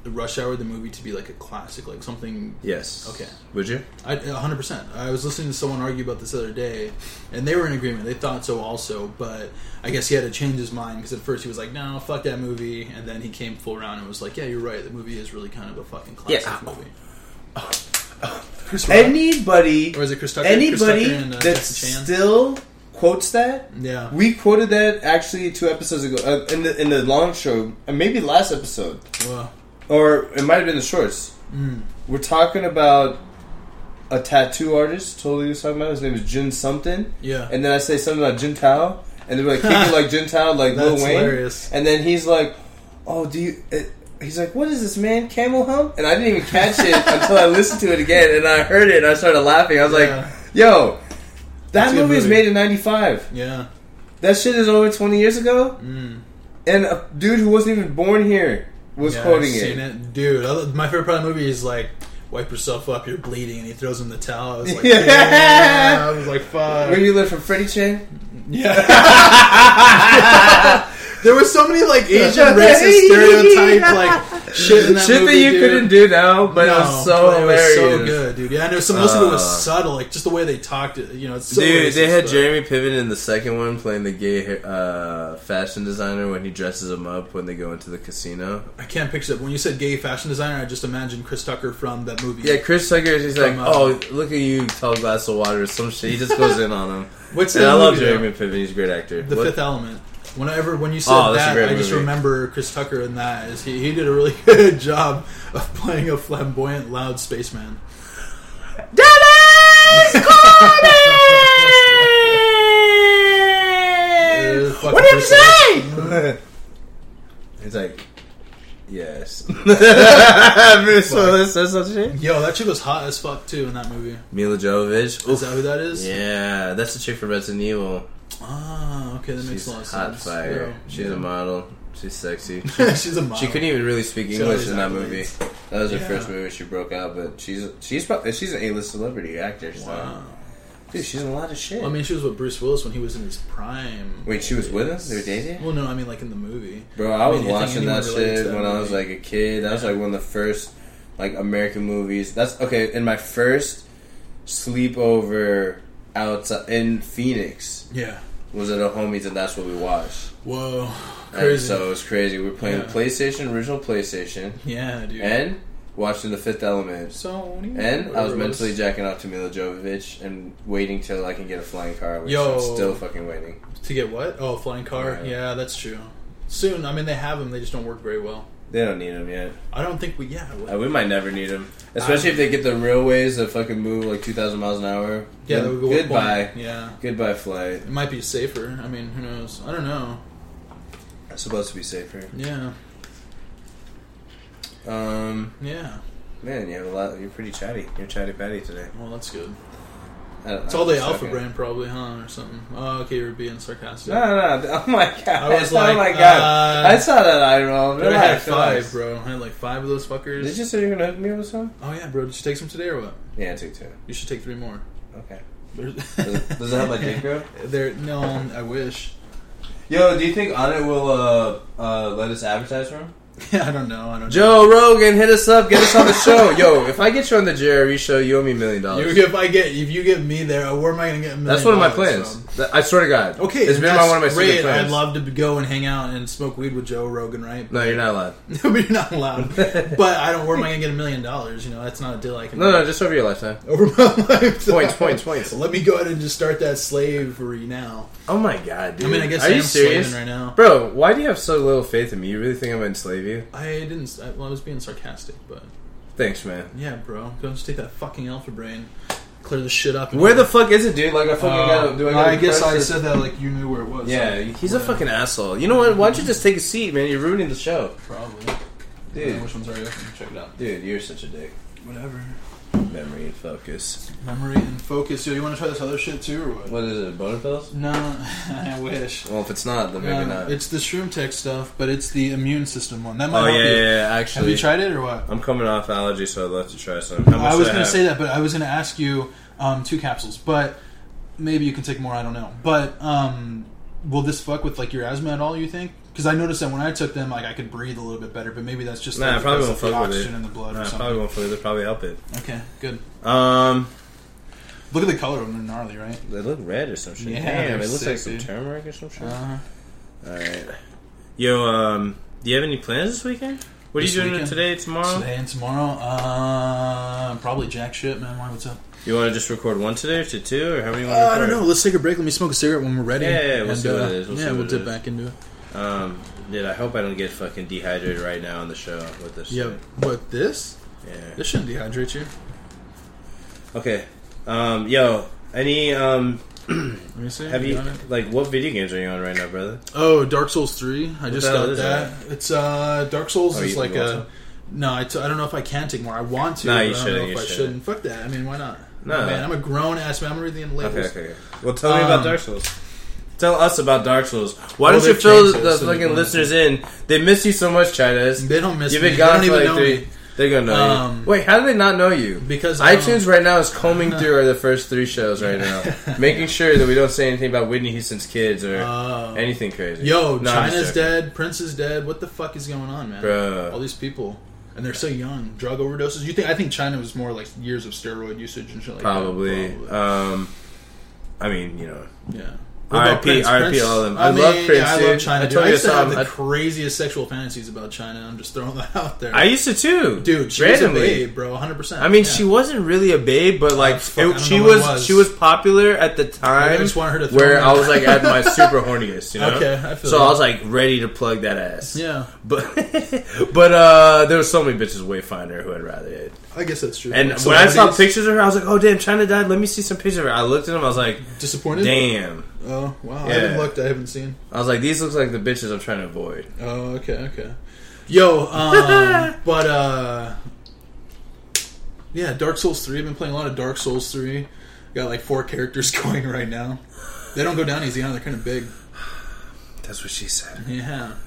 Speaker 2: the Rush Hour the movie to be like a classic, like something?
Speaker 3: Yes.
Speaker 2: Okay.
Speaker 3: Would you?
Speaker 2: I, 100%. I was listening to someone argue about this the other day, and they were in agreement. They thought so also, but I guess he had to change his mind because at first he was like, "No, fuck that movie," and then he came full round and was like, "Yeah, you're right. The movie is really kind of a fucking classic
Speaker 3: Yeah.
Speaker 1: *laughs*
Speaker 2: movie." Chris Rock.
Speaker 3: Anybody,
Speaker 2: or is it Chris Tucker? Chris
Speaker 3: anybody
Speaker 2: Tucker and, uh,
Speaker 1: that
Speaker 2: Jackie Chan?
Speaker 1: still quotes that
Speaker 2: yeah.
Speaker 1: We quoted that actually two episodes ago uh, in the in the long show, uh, maybe last episode,
Speaker 2: Well,
Speaker 1: or it might have been the shorts.
Speaker 2: mm,
Speaker 1: We're talking about a tattoo artist. Totally, was talking about his name is Jin something,
Speaker 2: yeah.
Speaker 1: and then I say something about Jin Tao, and they're like,
Speaker 2: *laughs*
Speaker 1: "Kick it like Jin Tao, like Lil
Speaker 2: That's
Speaker 1: Wayne,"
Speaker 2: hilarious.
Speaker 1: and then he's like, "Oh, do you?" It, He's like, "What is this man camel hump?" And I didn't even
Speaker 2: *laughs*
Speaker 1: catch it until I listened to it again, and I heard it, and I started laughing. I was
Speaker 2: Yeah.
Speaker 1: like, "Yo,
Speaker 2: That's
Speaker 1: that
Speaker 2: a good
Speaker 1: movie was
Speaker 2: movie.
Speaker 1: made in '95.
Speaker 2: yeah.
Speaker 1: That shit is over 20 years ago,
Speaker 2: Mm.
Speaker 1: and a dude who wasn't even born here was
Speaker 2: Yeah,
Speaker 1: quoting
Speaker 2: I've
Speaker 1: it.
Speaker 2: seen it. Dude, I lo- my favorite part of the movie is like, wipe yourself up, you're bleeding, and he throws him the towel. I
Speaker 3: *laughs*
Speaker 2: was like,
Speaker 1: Yeah.
Speaker 2: yeah. I was like, fuck.
Speaker 1: Where you live from, Freddie Chan?
Speaker 2: yeah. there was so many like
Speaker 3: *laughs*
Speaker 2: Asian racist stereotype like shit in that
Speaker 3: *laughs* Shit
Speaker 2: movie,
Speaker 3: that you
Speaker 2: dude.
Speaker 3: couldn't do now, but it
Speaker 2: No,
Speaker 3: was so
Speaker 2: but it was
Speaker 3: hilarious.
Speaker 2: so good, dude. Yeah, I know some most of it
Speaker 3: Uh.
Speaker 2: was subtle, like just the way they talked. It, you know, it's so
Speaker 3: Dude, they
Speaker 2: racist,
Speaker 3: had
Speaker 2: but-
Speaker 3: Jeremy Piven in the second one playing the gay uh, fashion designer when he dresses him up when they go into the casino.
Speaker 2: I can't picture it. When you said gay fashion designer, I just imagined Chris Tucker from that movie.
Speaker 3: Yeah, Chris Tucker, he's like,
Speaker 2: Come on.
Speaker 3: oh, look at you, tall glass of water, some shit. He just goes in on *laughs* him.
Speaker 2: what's
Speaker 3: And
Speaker 2: that
Speaker 3: I love
Speaker 2: movie, though?
Speaker 3: Jeremy Piven, he's a great actor.
Speaker 2: The
Speaker 3: What-
Speaker 2: Fifth Element. Whenever when you said
Speaker 3: Oh, that's a
Speaker 2: that,
Speaker 3: great
Speaker 2: I just
Speaker 3: movie.
Speaker 2: remember Chris Tucker in that. Is he, he did a really *laughs* good job of playing a flamboyant, loud spaceman.
Speaker 3: Dennis
Speaker 2: It
Speaker 3: Corbin!
Speaker 2: was fucking
Speaker 3: what did you
Speaker 2: personal.
Speaker 1: *laughs*
Speaker 2: *laughs*
Speaker 3: say? He's like, yes.
Speaker 1: Minnesota says that shit.
Speaker 2: Yo, that chick was hot as fuck too in that movie.
Speaker 1: Mila Jovovich.
Speaker 2: Is
Speaker 1: Oof.
Speaker 2: that who that is?
Speaker 1: Yeah, that's the chick from Resident Evil.
Speaker 2: Ah, okay, that makes
Speaker 1: She's
Speaker 2: a lot of
Speaker 1: hot
Speaker 2: sense.
Speaker 1: fire. She's
Speaker 2: *laughs*
Speaker 1: a model. She's sexy.
Speaker 2: Yeah. She's a model.
Speaker 1: She couldn't even really speak
Speaker 2: She
Speaker 1: English
Speaker 2: always
Speaker 1: in that
Speaker 2: accolades.
Speaker 1: movie. That was her
Speaker 2: Yeah.
Speaker 1: first movie she broke out, but she's she's probably, she's an A list celebrity actor. So.
Speaker 2: Wow.
Speaker 1: Dude, she's in a lot of shit.
Speaker 2: Well, I mean, she was with Bruce Willis when he was in his prime.
Speaker 1: Wait, she was with us? They were dating?
Speaker 2: Well, no, I mean like in the movie.
Speaker 1: Bro, I
Speaker 2: I
Speaker 1: was
Speaker 2: mean, you think
Speaker 1: watching
Speaker 2: anyone
Speaker 1: that
Speaker 2: relates
Speaker 1: shit
Speaker 2: to that
Speaker 1: when I was
Speaker 2: movie?
Speaker 1: like a kid. That was
Speaker 2: Yeah.
Speaker 1: like one of the first like American movies. That's okay. In my first sleepover outside in Phoenix
Speaker 2: Yeah.
Speaker 1: was at a homies, and that's what we watched.
Speaker 2: Whoa.
Speaker 1: And
Speaker 2: Crazy.
Speaker 1: so it was crazy. We were playing
Speaker 2: Yeah.
Speaker 1: PlayStation, original PlayStation,
Speaker 2: yeah, dude.
Speaker 1: and watching The Fifth Element.
Speaker 2: Sony.
Speaker 1: And I
Speaker 2: Whatever
Speaker 1: was
Speaker 2: it
Speaker 1: mentally jacking off to Mila Jovovich and waiting till I can get a flying car, which
Speaker 2: Yo.
Speaker 1: I'm still fucking waiting.
Speaker 2: to get what? Oh, a flying car.
Speaker 1: Yeah.
Speaker 2: Yeah. that's true. Soon, I mean, they have them. They just don't work very well.
Speaker 1: They don't need them yet.
Speaker 2: I don't think we. Yeah.
Speaker 1: Uh, we might never need them, especially if they get the railways that fucking move like two thousand miles an hour.
Speaker 2: Yeah.
Speaker 1: Good-
Speaker 2: that would go
Speaker 1: goodbye,
Speaker 2: Yeah.
Speaker 1: goodbye flight.
Speaker 2: It might be safer. I mean, who knows? I don't know.
Speaker 1: That's supposed to be safer.
Speaker 2: Yeah.
Speaker 1: Um,
Speaker 2: Yeah.
Speaker 1: man, you have a lot. You're pretty chatty. You're chatty patty today.
Speaker 2: Well, that's good.
Speaker 1: I don't
Speaker 2: It's
Speaker 1: know.
Speaker 2: all the
Speaker 1: It's
Speaker 2: alpha
Speaker 1: okay.
Speaker 2: brand, probably, huh, or something. Oh, okay, you're being sarcastic.
Speaker 1: No, no, no. *laughs* Oh my god!
Speaker 2: I was
Speaker 1: oh
Speaker 2: like,
Speaker 1: my god!
Speaker 2: uh,
Speaker 1: I saw that eye roll.
Speaker 2: Dude, I had
Speaker 1: Relax,
Speaker 2: five,
Speaker 1: relax.
Speaker 2: bro. I had like five of those fuckers.
Speaker 1: Did you say you're gonna hook me up with some?
Speaker 2: Oh yeah, bro. Did you take some today or what?
Speaker 1: Yeah, I took two.
Speaker 2: You should take three more. *laughs*
Speaker 1: Okay.
Speaker 2: Does
Speaker 1: it- does
Speaker 2: *laughs*
Speaker 1: it have my dick grow?
Speaker 2: There, no. I wish. *laughs*
Speaker 1: Yo, do you think On It will uh, uh, let us advertise for him?
Speaker 2: I don't know. I don't.
Speaker 1: Joe Rogan, hit us up, get us on the show. Yo, if I get you on the JRE show, you owe me a million
Speaker 2: know. You,
Speaker 1: dollars.
Speaker 2: if I get, if you get me there, uh, where am I gonna get? A million
Speaker 1: That's one of my
Speaker 2: dollars
Speaker 1: plans.
Speaker 2: from?
Speaker 1: That- I swear to God.
Speaker 2: Okay,
Speaker 1: it's been my,
Speaker 2: that's
Speaker 1: one of my secret
Speaker 2: great.
Speaker 1: plans.
Speaker 2: I'd love to go and hang out and smoke weed with Joe Rogan, right? *laughs*
Speaker 1: no, you're not allowed.
Speaker 2: but you're not allowed. but I don't. Where am I gonna get a million dollars? You know, that's not a deal I can.
Speaker 1: No,
Speaker 2: make.
Speaker 1: no, just over your
Speaker 2: *laughs*
Speaker 1: lifetime.
Speaker 2: over my life.
Speaker 1: Points, points, points.
Speaker 2: Let me go ahead and just start that slavery now.
Speaker 1: Oh my God, dude.
Speaker 2: I mean, I guess
Speaker 1: Are
Speaker 2: I
Speaker 1: you
Speaker 2: am
Speaker 1: serious?
Speaker 2: slaving right now.
Speaker 1: Bro, why do you have so little faith in me? You really think I'm gonna enslave you?
Speaker 2: I didn't. I, well, I was being sarcastic, but
Speaker 1: Thanks, man.
Speaker 2: yeah, bro. Go just take that fucking alpha brain, clear the shit up. and-
Speaker 1: Where the fuck is it, dude? Like, I fucking
Speaker 2: Uh,
Speaker 1: gotta. Do I,
Speaker 2: I,
Speaker 1: gotta
Speaker 2: guess
Speaker 1: press
Speaker 2: I
Speaker 1: this?
Speaker 2: said that like you knew where it was.
Speaker 1: Yeah,
Speaker 2: Like,
Speaker 1: he's a
Speaker 2: whatever.
Speaker 1: fucking asshole. You know what? Why don't you just take a seat, man? You're ruining the show.
Speaker 2: probably.
Speaker 1: Dude.
Speaker 2: Yeah, which one's already open? Check it out.
Speaker 1: Dude, you're such a dick.
Speaker 2: Whatever.
Speaker 1: Memory and focus.
Speaker 2: Memory and focus. Yo, you want to try this other shit too, or what?
Speaker 1: What is it, boner pills?
Speaker 2: No, *laughs* I wish.
Speaker 1: Well, if it's not, then maybe
Speaker 2: Um,
Speaker 1: not.
Speaker 2: it's the shroom tech stuff, but it's the immune system one. That might
Speaker 1: Oh
Speaker 2: help
Speaker 1: yeah,
Speaker 2: you.
Speaker 1: yeah, yeah,
Speaker 2: Have
Speaker 1: actually,
Speaker 2: you tried it or what?
Speaker 1: I'm coming off allergy, so I'd love to try some. How much
Speaker 2: I was
Speaker 1: do
Speaker 2: going to
Speaker 1: have?
Speaker 2: say that, but I was going to ask you um, two capsules, but maybe you can take more. I don't know. But um, will this fuck with like your asthma at all? You think? Because I noticed that when I took them, like I could breathe a little bit better, but maybe that's just
Speaker 1: Nah,
Speaker 2: like,
Speaker 1: I probably won't
Speaker 2: because of
Speaker 1: fuck
Speaker 2: the
Speaker 1: with
Speaker 2: oxygen
Speaker 1: it.
Speaker 2: in the blood
Speaker 1: Nah,
Speaker 2: or
Speaker 1: I
Speaker 2: something.
Speaker 1: probably won't feel it. They'll probably help it.
Speaker 2: Okay, good.
Speaker 1: Um,
Speaker 2: Look at the color of them; they're gnarly, right?
Speaker 1: they look red or some shit.
Speaker 2: Yeah,
Speaker 1: Damn,
Speaker 2: they're
Speaker 1: it looks
Speaker 2: sick,
Speaker 1: like some
Speaker 2: dude.
Speaker 1: turmeric or some shit.
Speaker 2: Uh,
Speaker 1: All right, yo, um, do you have any plans this weekend? What are
Speaker 2: This
Speaker 1: you doing
Speaker 2: weekend?
Speaker 1: today, tomorrow?
Speaker 2: today and tomorrow, uh, probably jack shit, man. Why? What's up?
Speaker 1: You want to just record one today or two, or how many? You
Speaker 2: Uh, I
Speaker 1: want
Speaker 2: don't
Speaker 1: to
Speaker 2: know. Let's take a break. Let me smoke a cigarette when we're ready.
Speaker 1: Yeah, yeah, yeah, we'll
Speaker 2: And,
Speaker 1: see what
Speaker 2: uh,
Speaker 1: it is. We'll see
Speaker 2: yeah, we'll
Speaker 1: what it
Speaker 2: dip
Speaker 1: is.
Speaker 2: back into it.
Speaker 1: know. Um, dude, I hope I don't get fucking dehydrated right now on the show with this.
Speaker 2: Yeah, but this
Speaker 1: shit. yeah.
Speaker 2: this shouldn't dehydrate you.
Speaker 1: Okay, um, yo, any um,
Speaker 2: Let me see.
Speaker 1: have
Speaker 2: You
Speaker 1: you
Speaker 2: got it?
Speaker 1: like what video games are you on right now, brother?
Speaker 2: Oh, Dark Souls three. I just
Speaker 1: the hell
Speaker 2: got
Speaker 1: is
Speaker 2: that. It's uh, Dark Souls
Speaker 1: Oh,
Speaker 2: is
Speaker 1: you-
Speaker 2: like
Speaker 1: you want
Speaker 2: a. No, I, t- I don't know if I can take more. I want to.
Speaker 1: No,
Speaker 2: but
Speaker 1: you
Speaker 2: I don't
Speaker 1: shouldn't,
Speaker 2: know if
Speaker 1: you
Speaker 2: I
Speaker 1: shouldn't.
Speaker 2: shouldn't. Fuck that. I mean, why not? Oh,
Speaker 1: No.
Speaker 2: man, I'm a grown ass man. I'm reading the labels.
Speaker 1: Okay, okay. okay. Well, tell me about
Speaker 2: Um,
Speaker 1: Dark Souls. Tell us about Dark Souls. Why
Speaker 2: Well,
Speaker 1: don't you
Speaker 2: they've
Speaker 1: fill
Speaker 2: changed it,
Speaker 1: the
Speaker 2: so they
Speaker 1: fucking
Speaker 2: don't-
Speaker 1: listeners in? They miss you so much, Chidas.
Speaker 2: They don't miss
Speaker 1: You've
Speaker 2: me. They
Speaker 1: been gone
Speaker 2: don't
Speaker 1: for
Speaker 2: even
Speaker 1: like
Speaker 2: know
Speaker 1: three.
Speaker 2: me.
Speaker 1: They're gonna know
Speaker 2: Um,
Speaker 1: you. Wait, how do they not know you?
Speaker 2: Because um,
Speaker 1: iTunes right now
Speaker 2: *laughs*
Speaker 1: is combing through the first three shows right now, making sure that we don't say anything about Whitney Houston's kids or
Speaker 2: Oh.
Speaker 1: anything crazy.
Speaker 2: Yo,
Speaker 1: No, I'm just
Speaker 2: China's
Speaker 1: joking.
Speaker 2: dead. Prince is dead. What the fuck is going on, man?
Speaker 1: Bruh.
Speaker 2: All these people, and they're so young. Drug overdoses. You think? I think China was more like years of steroid usage and shit like
Speaker 1: Probably.
Speaker 2: that.
Speaker 1: Um, I mean, you know.
Speaker 2: Yeah.
Speaker 1: R.I.P., R.I.P. all of them. I love Prince,
Speaker 2: yeah, I
Speaker 1: dude.
Speaker 2: love China.
Speaker 1: I
Speaker 2: dude.
Speaker 1: told
Speaker 2: I
Speaker 1: you
Speaker 2: used
Speaker 1: I
Speaker 2: to
Speaker 1: saw
Speaker 2: have
Speaker 1: him-
Speaker 2: the
Speaker 1: I-
Speaker 2: craziest sexual fantasies about China. I'm just throwing that out there,
Speaker 1: I used to too,
Speaker 2: dude. She was a
Speaker 1: Randomly,
Speaker 2: babe, bro. 100. percent
Speaker 1: I mean, she wasn't really a babe, but like
Speaker 2: fuck, I
Speaker 1: it,
Speaker 2: don't
Speaker 1: she
Speaker 2: know what it
Speaker 1: was,
Speaker 2: was.
Speaker 1: she was popular at the time.
Speaker 2: I just wanted her to throw
Speaker 1: where
Speaker 2: me.
Speaker 1: I was like
Speaker 2: *laughs*
Speaker 1: at my super horniest, you know.
Speaker 2: Okay, I feel
Speaker 1: so
Speaker 2: that.
Speaker 1: I was like ready to plug that ass.
Speaker 2: Yeah,
Speaker 1: *laughs* but but uh, there were so many bitches way finer who I'd rather hit.
Speaker 2: I guess that's true.
Speaker 1: And
Speaker 2: Like,
Speaker 1: when I saw
Speaker 2: celebrities
Speaker 1: pictures of her, I was like, oh damn, China died. Let me see some pictures of her. I looked at them. I was like,
Speaker 2: disappointed.
Speaker 1: damn.
Speaker 2: Oh wow, I
Speaker 1: Yeah.
Speaker 2: haven't looked. I haven't seen.
Speaker 1: I was like, these looks like the bitches I'm trying to avoid.
Speaker 2: Oh okay, okay. Yo, *laughs* um, but uh, yeah, Dark Souls three. I've been playing a lot of Dark Souls three. Got like four characters *laughs* going right now. They don't go down easy. You know, they're kind of big.
Speaker 3: That's what she said.
Speaker 2: Yeah.
Speaker 1: Oh,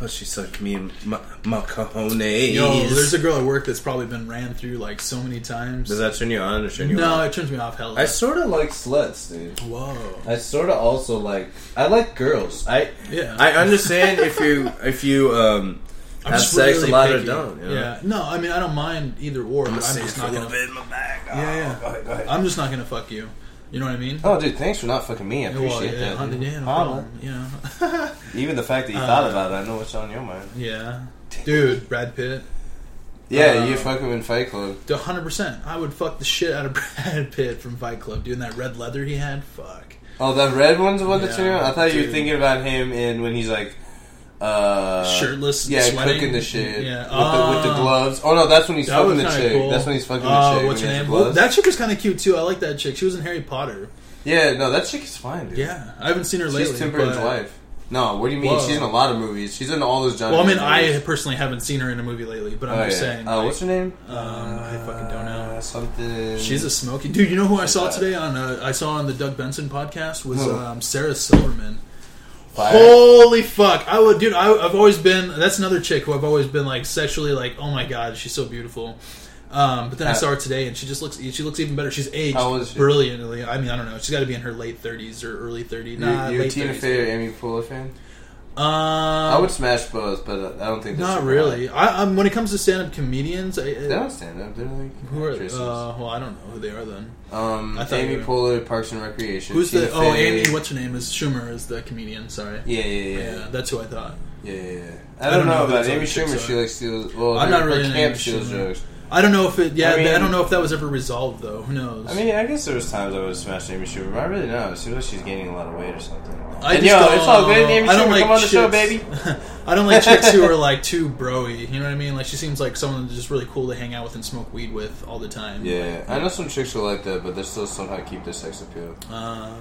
Speaker 3: But she sucked me in my, my cojones.
Speaker 2: Yo, there's a girl at work that's probably been ran through like so many times.
Speaker 3: Does that turn you on or turn you
Speaker 2: no,
Speaker 3: off?
Speaker 2: it turns me off. Hell,
Speaker 3: I sort of like sluts, dude.
Speaker 2: whoa.
Speaker 1: I sort of also like I like girls.
Speaker 3: I
Speaker 2: Yeah.
Speaker 3: I understand if you if you um
Speaker 2: I'm
Speaker 3: have
Speaker 2: just
Speaker 3: sex
Speaker 2: really
Speaker 3: a lot or
Speaker 2: picky.
Speaker 3: don't. You know?
Speaker 2: Yeah. No, I mean I don't mind either or.
Speaker 3: I'm
Speaker 2: but
Speaker 3: gonna
Speaker 2: I'm just
Speaker 3: say it for
Speaker 2: not
Speaker 3: a little
Speaker 2: gonna.
Speaker 3: bit in my back. Oh,
Speaker 2: Yeah, yeah.
Speaker 3: Go ahead, go ahead.
Speaker 2: I'm just not gonna fuck you. You know what I mean?
Speaker 1: Oh, dude, thanks for not fucking me. I
Speaker 2: Well,
Speaker 1: appreciate
Speaker 2: yeah,
Speaker 1: that. dude.
Speaker 2: yeah, no
Speaker 1: Holla.
Speaker 2: problem, you know. *laughs*
Speaker 1: Even the fact that you
Speaker 2: Uh,
Speaker 1: thought about it, I know what's on your mind.
Speaker 2: Yeah. Dude, Brad Pitt.
Speaker 1: Yeah,
Speaker 2: uh,
Speaker 1: you fuck him in Fight Club.
Speaker 2: 100%. I would fuck the shit out of *laughs* Brad Pitt from Fight Club, doing that red leather he had. Fuck.
Speaker 1: Oh, that red one's the one that's
Speaker 2: Yeah,
Speaker 1: in your- I thought you were
Speaker 2: dude.
Speaker 1: thinking about him in when he's like. Uh,
Speaker 2: Shirtless and
Speaker 1: yeah,
Speaker 2: sweating?
Speaker 1: cooking the shit
Speaker 2: Yeah.
Speaker 1: with, the, with the
Speaker 2: Ah.
Speaker 1: gloves. Oh no, that's when he's
Speaker 2: That
Speaker 1: fucking
Speaker 2: was
Speaker 1: the
Speaker 2: kind
Speaker 1: chick.
Speaker 2: of cool.
Speaker 1: That's when he's fucking
Speaker 2: Uh,
Speaker 1: the chick.
Speaker 2: What's
Speaker 1: when
Speaker 2: her
Speaker 1: he has
Speaker 2: name?
Speaker 1: the
Speaker 2: Well,
Speaker 1: gloves.
Speaker 2: that chick was kind of cute too. I like that chick. She was in Harry Potter.
Speaker 1: yeah, no, that chick is fine, dude.
Speaker 2: Yeah, I haven't seen her
Speaker 1: she's
Speaker 2: lately.
Speaker 1: Timberland's
Speaker 2: but-
Speaker 1: wife. No, what do you mean?
Speaker 2: Whoa.
Speaker 1: She's in a lot of movies. She's in all those John.
Speaker 2: Well, I mean,
Speaker 1: Mayer movies.
Speaker 2: I personally haven't seen her in a movie lately, but I'm
Speaker 1: Oh,
Speaker 2: just
Speaker 1: yeah.
Speaker 2: saying.
Speaker 1: Uh,
Speaker 2: like,
Speaker 1: what's her name?
Speaker 2: um, I fucking don't know.
Speaker 1: Uh, Something.
Speaker 2: She's a smoky dude. You know who I saw
Speaker 1: that.
Speaker 2: today on? Uh, I saw on the Doug Benson podcast was
Speaker 1: Who?
Speaker 2: um, Sarah Silverman.
Speaker 1: Fire.
Speaker 2: Holy fuck! I would, dude. I, I've always been. That's another chick who I've always been like sexually like. Oh my god, she's so beautiful. Um, but then I
Speaker 1: Uh,
Speaker 2: saw her today, and she just looks. She looks even better. She's aged
Speaker 1: How old is she?
Speaker 2: brilliantly. I mean, I don't know. She's got to be in her late thirties or early thirties.
Speaker 1: You,
Speaker 2: Nah,
Speaker 1: you a
Speaker 2: late
Speaker 1: Tina
Speaker 2: 30s.
Speaker 1: Fey or Amy Poehler fan?
Speaker 2: Um,
Speaker 1: I would smash both, but uh, I don't think that's
Speaker 2: Not
Speaker 1: super
Speaker 2: really.
Speaker 1: hot.
Speaker 2: I, I'm, when it comes to stand-up comedians, I,
Speaker 1: They
Speaker 2: I,
Speaker 1: don't stand up. They're like
Speaker 2: who are? Uh,
Speaker 1: actresses.
Speaker 2: well, I don't know who they are then.
Speaker 1: um,
Speaker 2: I thought
Speaker 1: Amy
Speaker 2: you were-
Speaker 1: Poehler, Parks and Recreation.
Speaker 2: Who's
Speaker 1: Tina
Speaker 2: the? Oh,
Speaker 1: Fey.
Speaker 2: Amy. What's her name? Is Schumer is the comedian? Sorry.
Speaker 1: Yeah, yeah, yeah,
Speaker 2: Yeah, that's who I thought.
Speaker 1: yeah, yeah. yeah. I, don't know
Speaker 2: who
Speaker 1: about
Speaker 2: those
Speaker 1: Amy
Speaker 2: other chicks
Speaker 1: Schumer.
Speaker 2: are.
Speaker 1: She like steals. Well,
Speaker 2: I'm
Speaker 1: her,
Speaker 2: not really
Speaker 1: her
Speaker 2: an
Speaker 1: camp
Speaker 2: Amy
Speaker 1: steals
Speaker 2: Schumer.
Speaker 1: jokes.
Speaker 2: I don't know if it. Yeah,
Speaker 1: I
Speaker 2: I,
Speaker 1: mean-
Speaker 2: don't know if that was ever resolved though. Who knows?
Speaker 1: I mean, I guess there was times I would have smashed Amy Schumer, but I really don't. It seems like she's gaining a lot of weight or something.
Speaker 2: I
Speaker 1: and
Speaker 2: just
Speaker 1: yo,
Speaker 2: don't-
Speaker 1: it's all good. Amy
Speaker 2: I don't
Speaker 1: Schumer,
Speaker 2: like
Speaker 1: come on the show, baby.
Speaker 2: chicks- *laughs* I don't like chicks who are like too broy. You know what I mean? Like she seems like someone that's just really cool to hang out with and smoke weed with all the time.
Speaker 1: Yeah, I know some chicks are like that, but they still somehow keep their sex appeal.
Speaker 2: Uh,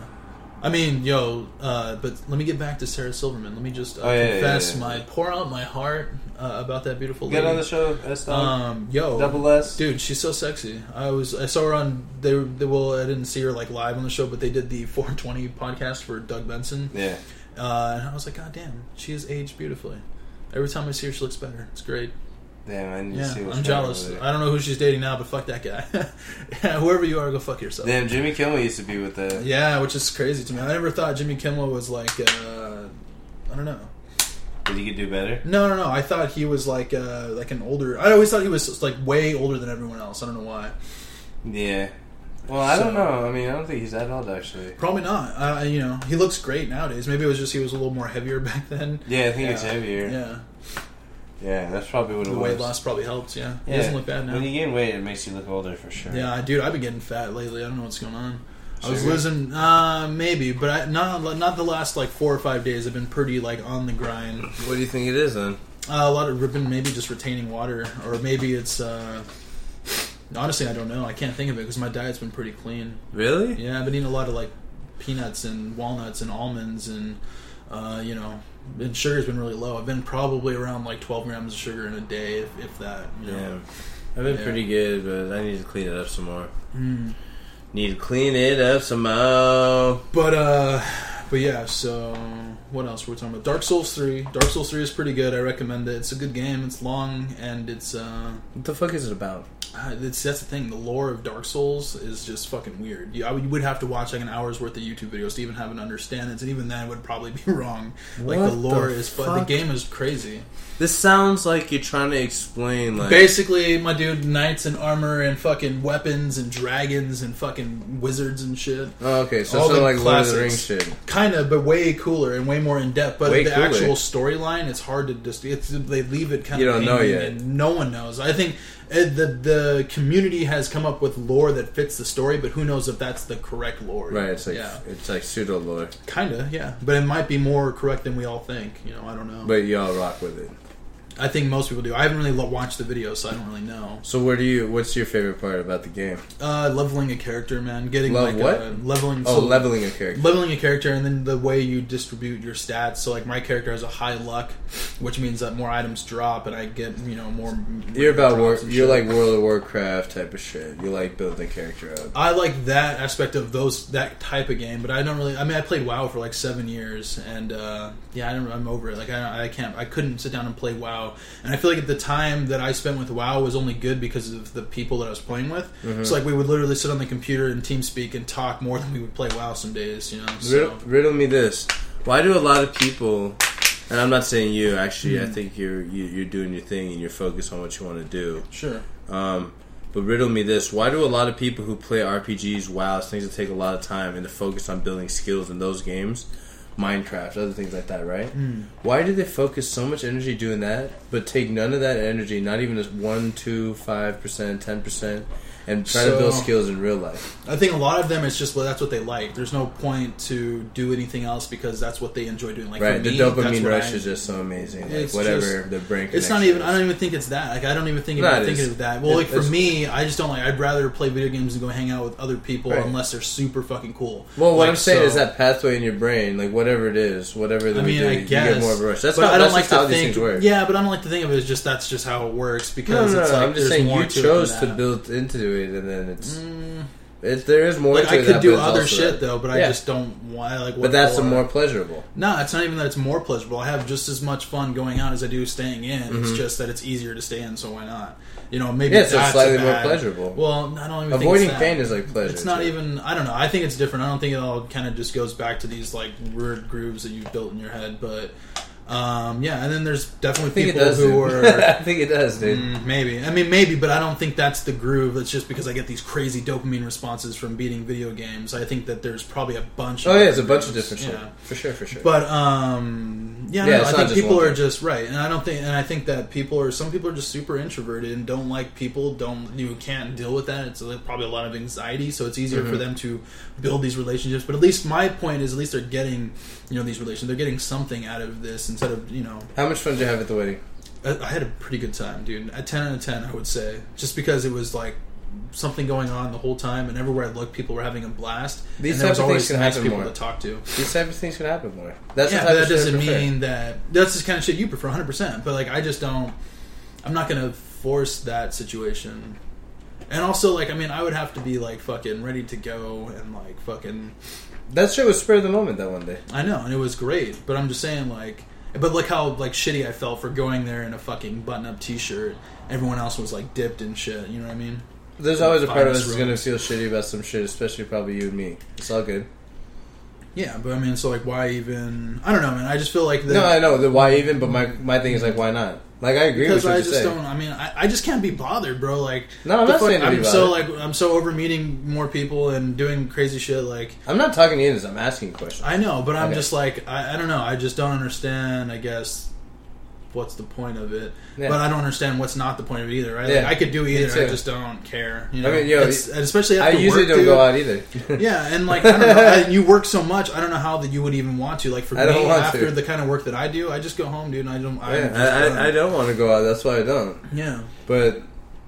Speaker 2: I mean, yo, uh, but let me get back to Sarah Silverman. Let me just uh,
Speaker 1: Oh, yeah, yeah,
Speaker 2: confess
Speaker 1: yeah.
Speaker 2: my pour out my heart uh, about that beautiful
Speaker 1: Get
Speaker 2: lady.
Speaker 1: on the show, S Dog.
Speaker 2: Um, yo,
Speaker 1: Double S.
Speaker 2: dude, she's so sexy. I was I saw her on they, were- they well I didn't see her like live on the show, but they did the 420 podcast for Doug Benson,
Speaker 1: Yeah.
Speaker 2: uh, and I was like, God damn, she has aged beautifully. Every time I see her, she looks better. It's great.
Speaker 1: Damn, I need to
Speaker 2: Yeah,
Speaker 1: see what's
Speaker 2: I'm
Speaker 1: going on
Speaker 2: jealous.
Speaker 1: with it.
Speaker 2: I don't know who she's dating now, but fuck that guy. *laughs* yeah, whoever you are, go fuck yourself.
Speaker 1: Damn, Jimmy Kimmel used to be with that.
Speaker 2: Yeah, which is crazy to me. I never thought Jimmy Kimmel was like, uh, I don't know.
Speaker 1: Did he could do better?
Speaker 2: No, no, no. I thought he was like, uh, like an older. I always thought he was like way older than everyone else. I don't know why.
Speaker 1: Yeah. Well, I
Speaker 2: So-
Speaker 1: don't know. I mean, I don't think he's that old actually.
Speaker 2: Probably not. Uh, you know, he looks great nowadays. Maybe it was just he was a little more heavier *laughs* back then.
Speaker 1: Yeah, I think
Speaker 2: Yeah.
Speaker 1: it's heavier. Yeah,
Speaker 2: Yeah,
Speaker 1: that's probably what it
Speaker 2: the
Speaker 1: was.
Speaker 2: weight loss probably helped. Yeah,
Speaker 1: Yeah.
Speaker 2: he doesn't look bad
Speaker 1: When
Speaker 2: now.
Speaker 1: you gain weight, it makes you look older for sure.
Speaker 2: Yeah, dude, I've been getting fat lately. I don't know what's going on. I was
Speaker 1: Sugar?
Speaker 2: losing, uh, maybe, but I, not not the last like four or five days. I've been pretty like on the grind.
Speaker 3: What do you think it is then?
Speaker 2: Uh, a lot of ribbon, maybe just retaining water, or maybe it's. Uh, honestly, I don't know. I can't think of it because my diet's been pretty clean.
Speaker 3: Really?
Speaker 2: Yeah, I've been eating a lot of like peanuts and walnuts and almonds and uh, you know, and sugar's been really low. I've been probably around like twelve grams of sugar in a day, if, if that. You know.
Speaker 3: Yeah. I've been
Speaker 2: Yeah.
Speaker 3: pretty good, but I need to clean it up some more.
Speaker 2: Mm.
Speaker 3: Need to clean it up some more.
Speaker 2: But uh, but yeah. So what else were we talking about? Dark Souls three. Dark Souls three is pretty good. I recommend it. It's a good game. It's long and it's uh.
Speaker 3: What the fuck is it about?
Speaker 2: Uh, it's, that's the thing. The lore of Dark Souls is just fucking weird. You, I would, you would have to watch like an hour's worth of YouTube videos to even have an understanding, and even then it would probably *laughs* be wrong. Like
Speaker 3: What
Speaker 2: the lore
Speaker 3: the
Speaker 2: is, but the
Speaker 3: fuck?
Speaker 2: game is crazy.
Speaker 3: This sounds like you're trying to explain, like.
Speaker 2: Basically, my dude, knights and armor and fucking weapons and dragons and fucking wizards and shit.
Speaker 3: Oh, okay, so
Speaker 2: all
Speaker 3: it's not
Speaker 2: the
Speaker 3: like Lord of the Rings
Speaker 2: classics.
Speaker 3: shit.
Speaker 2: Kind of, but way cooler and way more in depth. But
Speaker 3: Way
Speaker 2: the
Speaker 3: cooler.
Speaker 2: actual storyline, it's hard to just. It's they leave it kind
Speaker 3: You
Speaker 2: of.
Speaker 3: don't know
Speaker 2: hanging
Speaker 3: yet.
Speaker 2: And no one knows. I think uh, the the community has come up with lore that fits the story, but who knows if that's the correct lore?
Speaker 3: Right, it's like
Speaker 2: yeah,
Speaker 3: it's like pseudo lore,
Speaker 2: kind of, yeah. But it might be more correct than we all think. You know, I don't know.
Speaker 3: but y'all rock with it.
Speaker 2: I think most people do. I haven't really lo- watched the video, so I don't really know.
Speaker 1: So where do you? What's your favorite part about the game?
Speaker 2: Uh, leveling a character, man. Getting
Speaker 1: Love
Speaker 2: like
Speaker 1: what?
Speaker 2: A, leveling.
Speaker 1: Oh,
Speaker 2: so-
Speaker 1: leveling a character.
Speaker 2: leveling a character and then the way you distribute your stats so like my character has a high luck which means that more items drop and i get you know more
Speaker 1: You're about war,
Speaker 2: drops and
Speaker 1: you're
Speaker 2: shit.
Speaker 1: like World of Warcraft type of shit. You like building character up.
Speaker 2: i like that aspect of those that type of game but i don't really i mean i played wow for like seven years and uh yeah i don't i'm over it like i don't, i can't i couldn't sit down and play wow and i feel like the time that i spent with wow was only good because of the people that i was playing with
Speaker 1: Mm-hmm.
Speaker 2: so like we would literally sit on the computer and team speak and talk more than we would play wow some days you know so.
Speaker 1: Riddle, riddle me this: Why do a lot of people? And I'm not saying you. Actually,
Speaker 2: Hmm.
Speaker 1: I think you're you, you're doing your thing and you're focused on what you want to do.
Speaker 2: sure
Speaker 1: Um, but riddle me this: Why do a lot of people who play RPGs, WoWs, things that take a lot of time and to focus on building skills in those games, Minecraft, other things like that, right?
Speaker 2: Hmm.
Speaker 1: Why do they focus so much energy doing that, but take none of that energy, not even just one, two, five percent, ten percent, and try to build
Speaker 2: So-
Speaker 1: skills in real life?
Speaker 2: I think a lot of them it's just well, that's what they like. There's no point to do anything else because that's what they enjoy doing. Like
Speaker 1: Right,
Speaker 2: for me,
Speaker 1: the
Speaker 2: that's
Speaker 1: dopamine
Speaker 2: what
Speaker 1: rush
Speaker 2: I-
Speaker 1: is just so amazing. Like
Speaker 2: It's
Speaker 1: whatever
Speaker 2: just-
Speaker 1: the brain.
Speaker 2: It's not
Speaker 1: connection
Speaker 2: even.
Speaker 1: is.
Speaker 2: I don't even think it's that. Like I don't even think
Speaker 1: No,
Speaker 2: about
Speaker 1: it
Speaker 2: thinking
Speaker 1: is.
Speaker 2: of that. Well,
Speaker 1: It-
Speaker 2: like for
Speaker 1: it's-
Speaker 2: me, I just don't like. I'd rather play video games and go hang out with other people
Speaker 1: Right.
Speaker 2: unless they're super fucking cool.
Speaker 1: Well, what
Speaker 2: Like,
Speaker 1: I'm saying
Speaker 2: so-
Speaker 1: is that pathway in your brain, like whatever it is, whatever that
Speaker 2: I
Speaker 1: we
Speaker 2: mean,
Speaker 1: do,
Speaker 2: I
Speaker 1: you
Speaker 2: guess.
Speaker 1: get more of a rush. That's
Speaker 2: but
Speaker 1: how,
Speaker 2: I don't
Speaker 1: that's
Speaker 2: like
Speaker 1: just how
Speaker 2: to
Speaker 1: these
Speaker 2: think.
Speaker 1: things work.
Speaker 2: Yeah, but I don't like to think of it as just that's just how it works
Speaker 1: No,
Speaker 2: because
Speaker 1: no, no,
Speaker 2: it's like
Speaker 1: I'm just
Speaker 2: there's
Speaker 1: saying
Speaker 2: more
Speaker 1: you
Speaker 2: to it
Speaker 1: chose
Speaker 2: than
Speaker 1: to
Speaker 2: that.
Speaker 1: build into it, and then it's
Speaker 2: Mm,
Speaker 1: it, there is more.
Speaker 2: Like
Speaker 1: to
Speaker 2: I
Speaker 1: it
Speaker 2: could
Speaker 1: that,
Speaker 2: do
Speaker 1: but it's
Speaker 2: other
Speaker 1: also
Speaker 2: shit
Speaker 1: that.
Speaker 2: though, but I
Speaker 1: Yeah.
Speaker 2: just don't want. I, Like,
Speaker 1: But that's the
Speaker 2: more.
Speaker 1: more pleasurable.
Speaker 2: No, it's not even that it's more pleasurable. I have just as much fun going out as I do staying in. It's just that it's easier to stay in, so why not? You know, maybe
Speaker 1: Mm-hmm. Yeah, so
Speaker 2: that's
Speaker 1: it's slightly
Speaker 2: a
Speaker 1: more
Speaker 2: bad-
Speaker 1: pleasurable.
Speaker 2: Well, I don't even
Speaker 1: Avoiding
Speaker 2: think it's that.
Speaker 1: pain is like pleasure.
Speaker 2: It's not
Speaker 1: too.
Speaker 2: even. I don't know. I think it's different. I don't think it all kind of just goes back to these like weird grooves that you've built in your head. But um, yeah, and then there's
Speaker 1: I
Speaker 2: definitely
Speaker 1: think it
Speaker 2: people
Speaker 1: does.
Speaker 2: who
Speaker 1: dude.
Speaker 2: are
Speaker 1: *laughs* I think it does, dude.
Speaker 2: Mm, Maybe. I mean, maybe, but I don't think that's the groove. It's just because I get these crazy dopamine responses from beating video games. I think that there's probably a bunch.
Speaker 1: Oh yeah, it's a
Speaker 2: different
Speaker 1: bunch of
Speaker 2: grooves.
Speaker 1: different shit
Speaker 2: Yeah.
Speaker 1: for sure, for sure.
Speaker 2: But um, yeah,
Speaker 1: Yeah,
Speaker 2: no,
Speaker 1: it's
Speaker 2: I
Speaker 1: not
Speaker 2: think
Speaker 1: just
Speaker 2: people
Speaker 1: one
Speaker 2: are
Speaker 1: thing.
Speaker 2: just right, and I don't think, and I think that people are some people are just super introverted and don't like people. Don't you can't deal with that. It's like probably a lot of anxiety, so it's easier
Speaker 1: Mm-hmm.
Speaker 2: for them to build these relationships. But at least my point is, at least they're getting you know these relations. They're getting something out of this instead of you know
Speaker 1: How much fun did you have at the wedding?
Speaker 2: I I had a pretty good time, dude. A ten out of ten, I would say, just because it was like something going on the whole time, and everywhere I looked, people were having a blast. and
Speaker 1: These
Speaker 2: there was
Speaker 1: type of
Speaker 2: always
Speaker 1: things can
Speaker 2: nice
Speaker 1: happen
Speaker 2: people
Speaker 1: more.
Speaker 2: to talk to.
Speaker 1: These type of things can happen more. That's
Speaker 2: yeah,
Speaker 1: the type
Speaker 2: but
Speaker 1: of
Speaker 2: that
Speaker 1: shit I
Speaker 2: doesn't
Speaker 1: prefer.
Speaker 2: mean that that's the kind of shit you prefer, hundred percent. But like, I just don't. I'm not gonna force that situation. And also, like, I mean, I would have to be like fucking ready to go and like fucking.
Speaker 1: that shit was spur of the moment. That one day.
Speaker 2: I know, and it was great, but I'm just saying, like, but look how like shitty I felt for going there in a fucking button-up T-shirt. Everyone else was like dipped in shit. You know what I mean?
Speaker 1: There's always a part of
Speaker 2: Finest
Speaker 1: us who's gonna feel shitty about some shit, especially probably you and me. It's all good.
Speaker 2: Yeah, but I mean, so like, why even? I don't know, man. I just feel like the,
Speaker 1: No, I know. The why even? But my my thing is like, why not? Like I agree with
Speaker 2: because
Speaker 1: what
Speaker 2: I
Speaker 1: you
Speaker 2: just
Speaker 1: say.
Speaker 2: don't. I mean, I, I just can't be bothered, bro. Like,
Speaker 1: No, I'm
Speaker 2: the
Speaker 1: not saying to be
Speaker 2: I'm so like I'm so over meeting more people and doing crazy shit. Like,
Speaker 1: I'm not talking to you. I'm asking questions.
Speaker 2: I know, but I'm
Speaker 1: Okay.
Speaker 2: just like I, I don't know. I just don't understand. I guess what's the point of it?
Speaker 1: Yeah.
Speaker 2: But I don't understand what's not the point of it either. Right?
Speaker 1: Yeah.
Speaker 2: Like, I could do
Speaker 1: Me
Speaker 2: either. I
Speaker 1: too.
Speaker 2: just don't care. You know?
Speaker 1: mean, yo,
Speaker 2: It's- and especially
Speaker 1: I
Speaker 2: after
Speaker 1: usually
Speaker 2: work,
Speaker 1: don't
Speaker 2: dude.
Speaker 1: go out either.
Speaker 2: *laughs* Yeah, and like I don't know, I- you work so much. I don't know how that you would even want to. Like for
Speaker 1: I
Speaker 2: me,
Speaker 1: don't want to.
Speaker 2: after the kind of work that I do, I just go home, dude. And I don't. I,
Speaker 1: Yeah,
Speaker 2: just
Speaker 1: *laughs* I,
Speaker 2: don't.
Speaker 1: I, I don't want to go out. That's why I don't.
Speaker 2: Yeah.
Speaker 1: But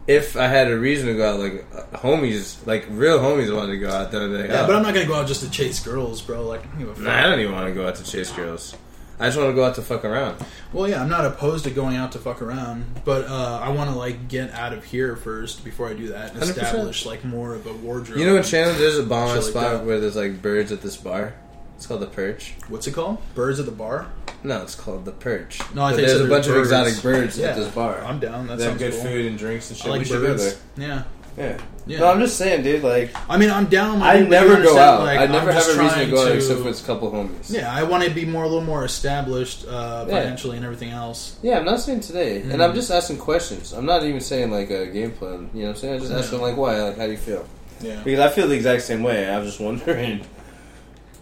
Speaker 1: if I had a reason to go out, like uh, homies, like real homies wanted to go out, then I'd be like,
Speaker 2: Yeah,
Speaker 1: oh.
Speaker 2: but I'm not gonna go out just to chase girls, bro. Like, I don't give a fuck.
Speaker 1: Nah, I don't even want to go out to chase girls. I just want to go out to fuck around.
Speaker 2: Well, yeah, I'm not opposed to going out to fuck around, but uh, I want to like get out of here first before I do that and
Speaker 1: 100%.
Speaker 2: establish like more of a wardrobe.
Speaker 1: You know, in Chandler, there's a bomb
Speaker 2: Shit like
Speaker 1: spot
Speaker 2: that.
Speaker 1: where there's like birds at this bar. It's called the Perch.
Speaker 2: what's it called? Birds at the bar.
Speaker 1: No, it's called the Perch.
Speaker 2: No, I
Speaker 1: But
Speaker 2: think
Speaker 1: there's
Speaker 2: so,
Speaker 1: a bunch of
Speaker 2: there's birds.
Speaker 1: exotic birds
Speaker 2: Yeah.
Speaker 1: at this bar.
Speaker 2: I'm down. That
Speaker 6: They have
Speaker 2: sounds
Speaker 6: good
Speaker 2: cool.
Speaker 6: food and drinks and
Speaker 2: I
Speaker 6: shit. we
Speaker 2: like
Speaker 6: should go
Speaker 2: birds. Yeah,
Speaker 6: there. Yeah.
Speaker 2: yeah.
Speaker 6: No, I'm just saying, dude. Like,
Speaker 2: I mean, I'm down. like,
Speaker 6: I
Speaker 2: but you
Speaker 6: never go
Speaker 2: understand,
Speaker 6: out.
Speaker 2: like,
Speaker 6: I
Speaker 2: I'm
Speaker 6: never have
Speaker 2: just
Speaker 6: a reason to
Speaker 2: trying
Speaker 6: go out except for it's a couple homies.
Speaker 2: Yeah, I want to be more a little more established uh,
Speaker 6: Yeah.
Speaker 2: financially and everything else.
Speaker 6: Yeah, I'm not saying today, and I'm just asking questions. I'm not even saying like a game plan. You know what I'm saying? I'm just
Speaker 2: Yeah.
Speaker 6: asking like why, like how do you feel?
Speaker 2: Yeah.
Speaker 6: Because I feel the exact same way. I was just wondering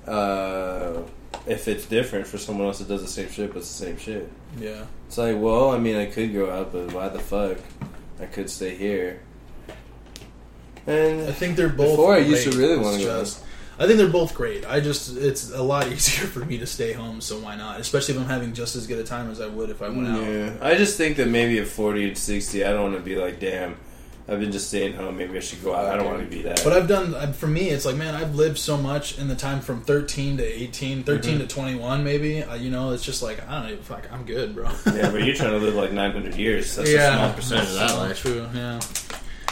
Speaker 6: uh, if it's different for someone else that does the same shit, but it's the same shit.
Speaker 2: Yeah.
Speaker 6: It's like, well, I mean, I could go out, but why the fuck? I could stay here.
Speaker 2: I
Speaker 6: And
Speaker 2: think they're both.
Speaker 6: Before, I used to
Speaker 2: great.
Speaker 6: really
Speaker 2: It's
Speaker 6: wanna go.
Speaker 2: just- I think they're both great. I just it's a lot *laughs* easier for me to stay home, so why not? Especially if I'm having just as good a time as I would if I went out.
Speaker 3: Yeah, I just think that maybe at 40 and 60, I don't want to be like, damn, I've been just staying home. Maybe I should go out. I don't want to be that.
Speaker 2: But I've done I- for me, it's like man, I've lived so much in the time from 13 to 18, 13
Speaker 6: Mm-hmm.
Speaker 2: to 21, maybe. Uh, you know, it's just like I don't even fuck. I'm good, bro. *laughs*
Speaker 3: yeah, but you're trying to live like 900 years. That's a small percentage of
Speaker 2: that's
Speaker 3: that
Speaker 2: so
Speaker 3: life.
Speaker 2: True. Yeah.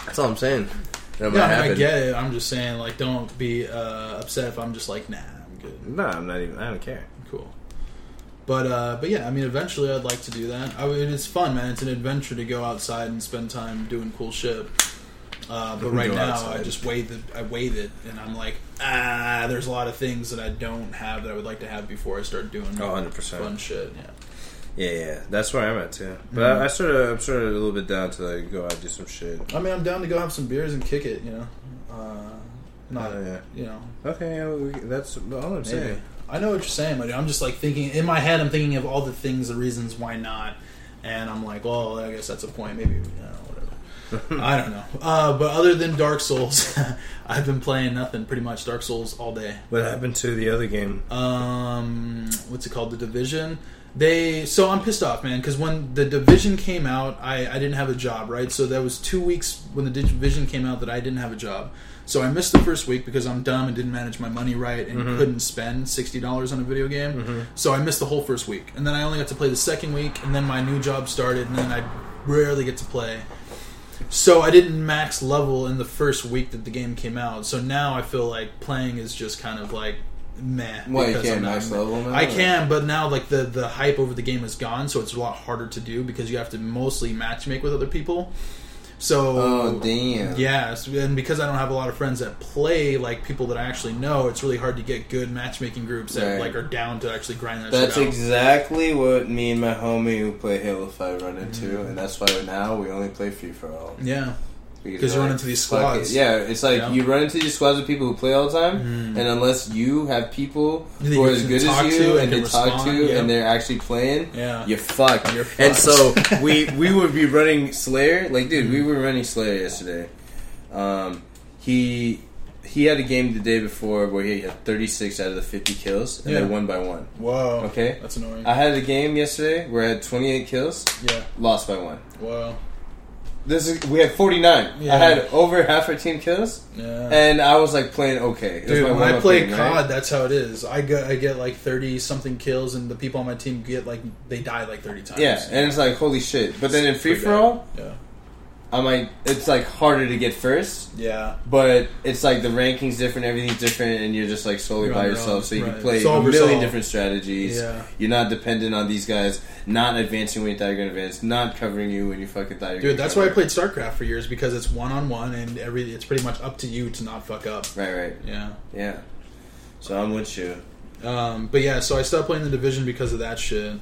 Speaker 3: That's all I'm saying.
Speaker 1: That might
Speaker 2: Yeah, I, mean, I
Speaker 1: happen.
Speaker 2: get it. I'm just saying, like, don't be uh, upset if I'm just like, nah, I'm good,
Speaker 3: No, I'm not even. I don't care.
Speaker 2: cool. But uh, but yeah, I mean, eventually I'd like to do that. I mean, it's fun, man. It's an adventure to go outside and spend time doing cool shit. Uh, but right
Speaker 3: Go
Speaker 2: now,
Speaker 3: outside.
Speaker 2: I just weigh the I weigh it, and I'm like, ah, there's a lot of things that I don't have that I would like to have before I start doing
Speaker 3: Oh, 100%.
Speaker 2: fun shit. Yeah.
Speaker 3: Yeah, yeah, that's where I'm at too. But
Speaker 2: Mm-hmm.
Speaker 3: I, I sort of, I'm sort of a little bit down to like go out do some shit.
Speaker 2: I mean, I'm down to go have some beers and kick it. You know, uh, not
Speaker 3: Oh, yeah.
Speaker 2: you know
Speaker 3: Okay, yeah, we, that's all I'm saying.
Speaker 2: Maybe. I know what you're saying, but I'm just like thinking in my head. I'm thinking of all the things, the reasons why not, and I'm like, well, I guess that's a point. Maybe you know,
Speaker 3: *laughs*
Speaker 2: whatever. I don't know. Uh, but other than Dark Souls, *laughs* I've been playing nothing pretty much. Dark Souls all day.
Speaker 3: What happened to the other game?
Speaker 2: Um, what's it called? The Division. They so I'm pissed off, man, because when the Division came out, I I didn't have a job, right? So that was two weeks when the Division came out that I didn't have a job. So I missed the first week because I'm dumb and didn't manage my money right and couldn't spend sixty dollars on a video game. So I missed the whole first week, and then I only got to play the second week, and then my new job started, and then I rarely get to play. So I didn't max level in the first week that the game came out. So now I feel like playing is just kind of like meh.
Speaker 1: Why, you
Speaker 2: because
Speaker 1: can't
Speaker 2: I'm not-
Speaker 1: max level now,
Speaker 2: I
Speaker 1: or-
Speaker 2: can, but now like the the hype over the game is gone, so it's a lot harder to do because you have to mostly matchmake with other people. So
Speaker 1: Oh damn.
Speaker 2: yeah, so- and because I don't have a lot of friends that play like people that I actually know, it's really hard to get good matchmaking groups that
Speaker 1: Right.
Speaker 2: like are down to actually grind that
Speaker 1: That's
Speaker 2: shit out.
Speaker 1: exactly what me and my homie who play Halo Five run into, and that's why now we only play free for all.
Speaker 2: yeah, 'Cause you run
Speaker 1: like,
Speaker 2: into these
Speaker 1: fuck it.
Speaker 2: squads.
Speaker 1: Yeah, it's like
Speaker 2: Yeah.
Speaker 1: you run into these squads of people who play all the time, and unless you have people
Speaker 2: That
Speaker 1: who
Speaker 2: you
Speaker 1: are as
Speaker 2: can
Speaker 1: good
Speaker 2: talk
Speaker 1: as
Speaker 2: to
Speaker 1: you
Speaker 2: and
Speaker 1: and
Speaker 2: can
Speaker 1: they talk
Speaker 2: respond,
Speaker 1: to
Speaker 2: yeah.
Speaker 1: and they're actually playing,
Speaker 2: Yeah.
Speaker 1: you fuck.
Speaker 2: You're
Speaker 1: And
Speaker 2: fucked. Hmm.
Speaker 1: so *laughs* we we would be running Slayer. Like, dude, we were running Slayer yesterday. Um, he he had a game the day before where he had 36 out of the 50 kills, and
Speaker 2: Yeah. Hmm.
Speaker 1: they won by one.
Speaker 2: whoa,
Speaker 1: Okay.
Speaker 2: that's annoying.
Speaker 1: I had a game yesterday where I had 28 kills,
Speaker 2: yeah,
Speaker 1: lost by one.
Speaker 2: whoa,
Speaker 1: This is, we had 49. I
Speaker 2: Yeah.
Speaker 1: had over half our team kills,
Speaker 2: yeah.
Speaker 1: and I was like playing okay. It was
Speaker 2: Uh-huh. Dude,
Speaker 1: my
Speaker 2: when I
Speaker 1: warm-up
Speaker 2: play
Speaker 1: game, right?
Speaker 2: COD, that's how it is. I get I get like thirty something kills, and the people on my team get like they die like thirty times.
Speaker 1: Yeah, and it's like holy shit. But then in free
Speaker 2: Pretty
Speaker 1: for all,
Speaker 2: bad. Yeah,
Speaker 1: I'm like it's like harder to get first,
Speaker 2: yeah.
Speaker 1: but it's like the rankings different, everything's different, and you're just like solely
Speaker 2: You're
Speaker 1: by
Speaker 2: on your
Speaker 1: yourself.
Speaker 2: own,
Speaker 1: So you can
Speaker 2: right.
Speaker 1: play
Speaker 2: Solve
Speaker 1: a million
Speaker 2: yourself.
Speaker 1: different strategies.
Speaker 2: Yeah.
Speaker 1: You're not dependent on these guys not advancing when you thought you were gonna advance, not covering you when you fucking thought you were.
Speaker 2: Dude,
Speaker 1: gonna
Speaker 2: that's why I
Speaker 1: cover.
Speaker 2: played StarCraft for years because it's one on one, and every it's pretty much up to you to not fuck up.
Speaker 1: Right, right,
Speaker 2: Yeah.
Speaker 1: yeah. So I'm with you.
Speaker 2: Um, but yeah, so I stopped playing the division because of that shit.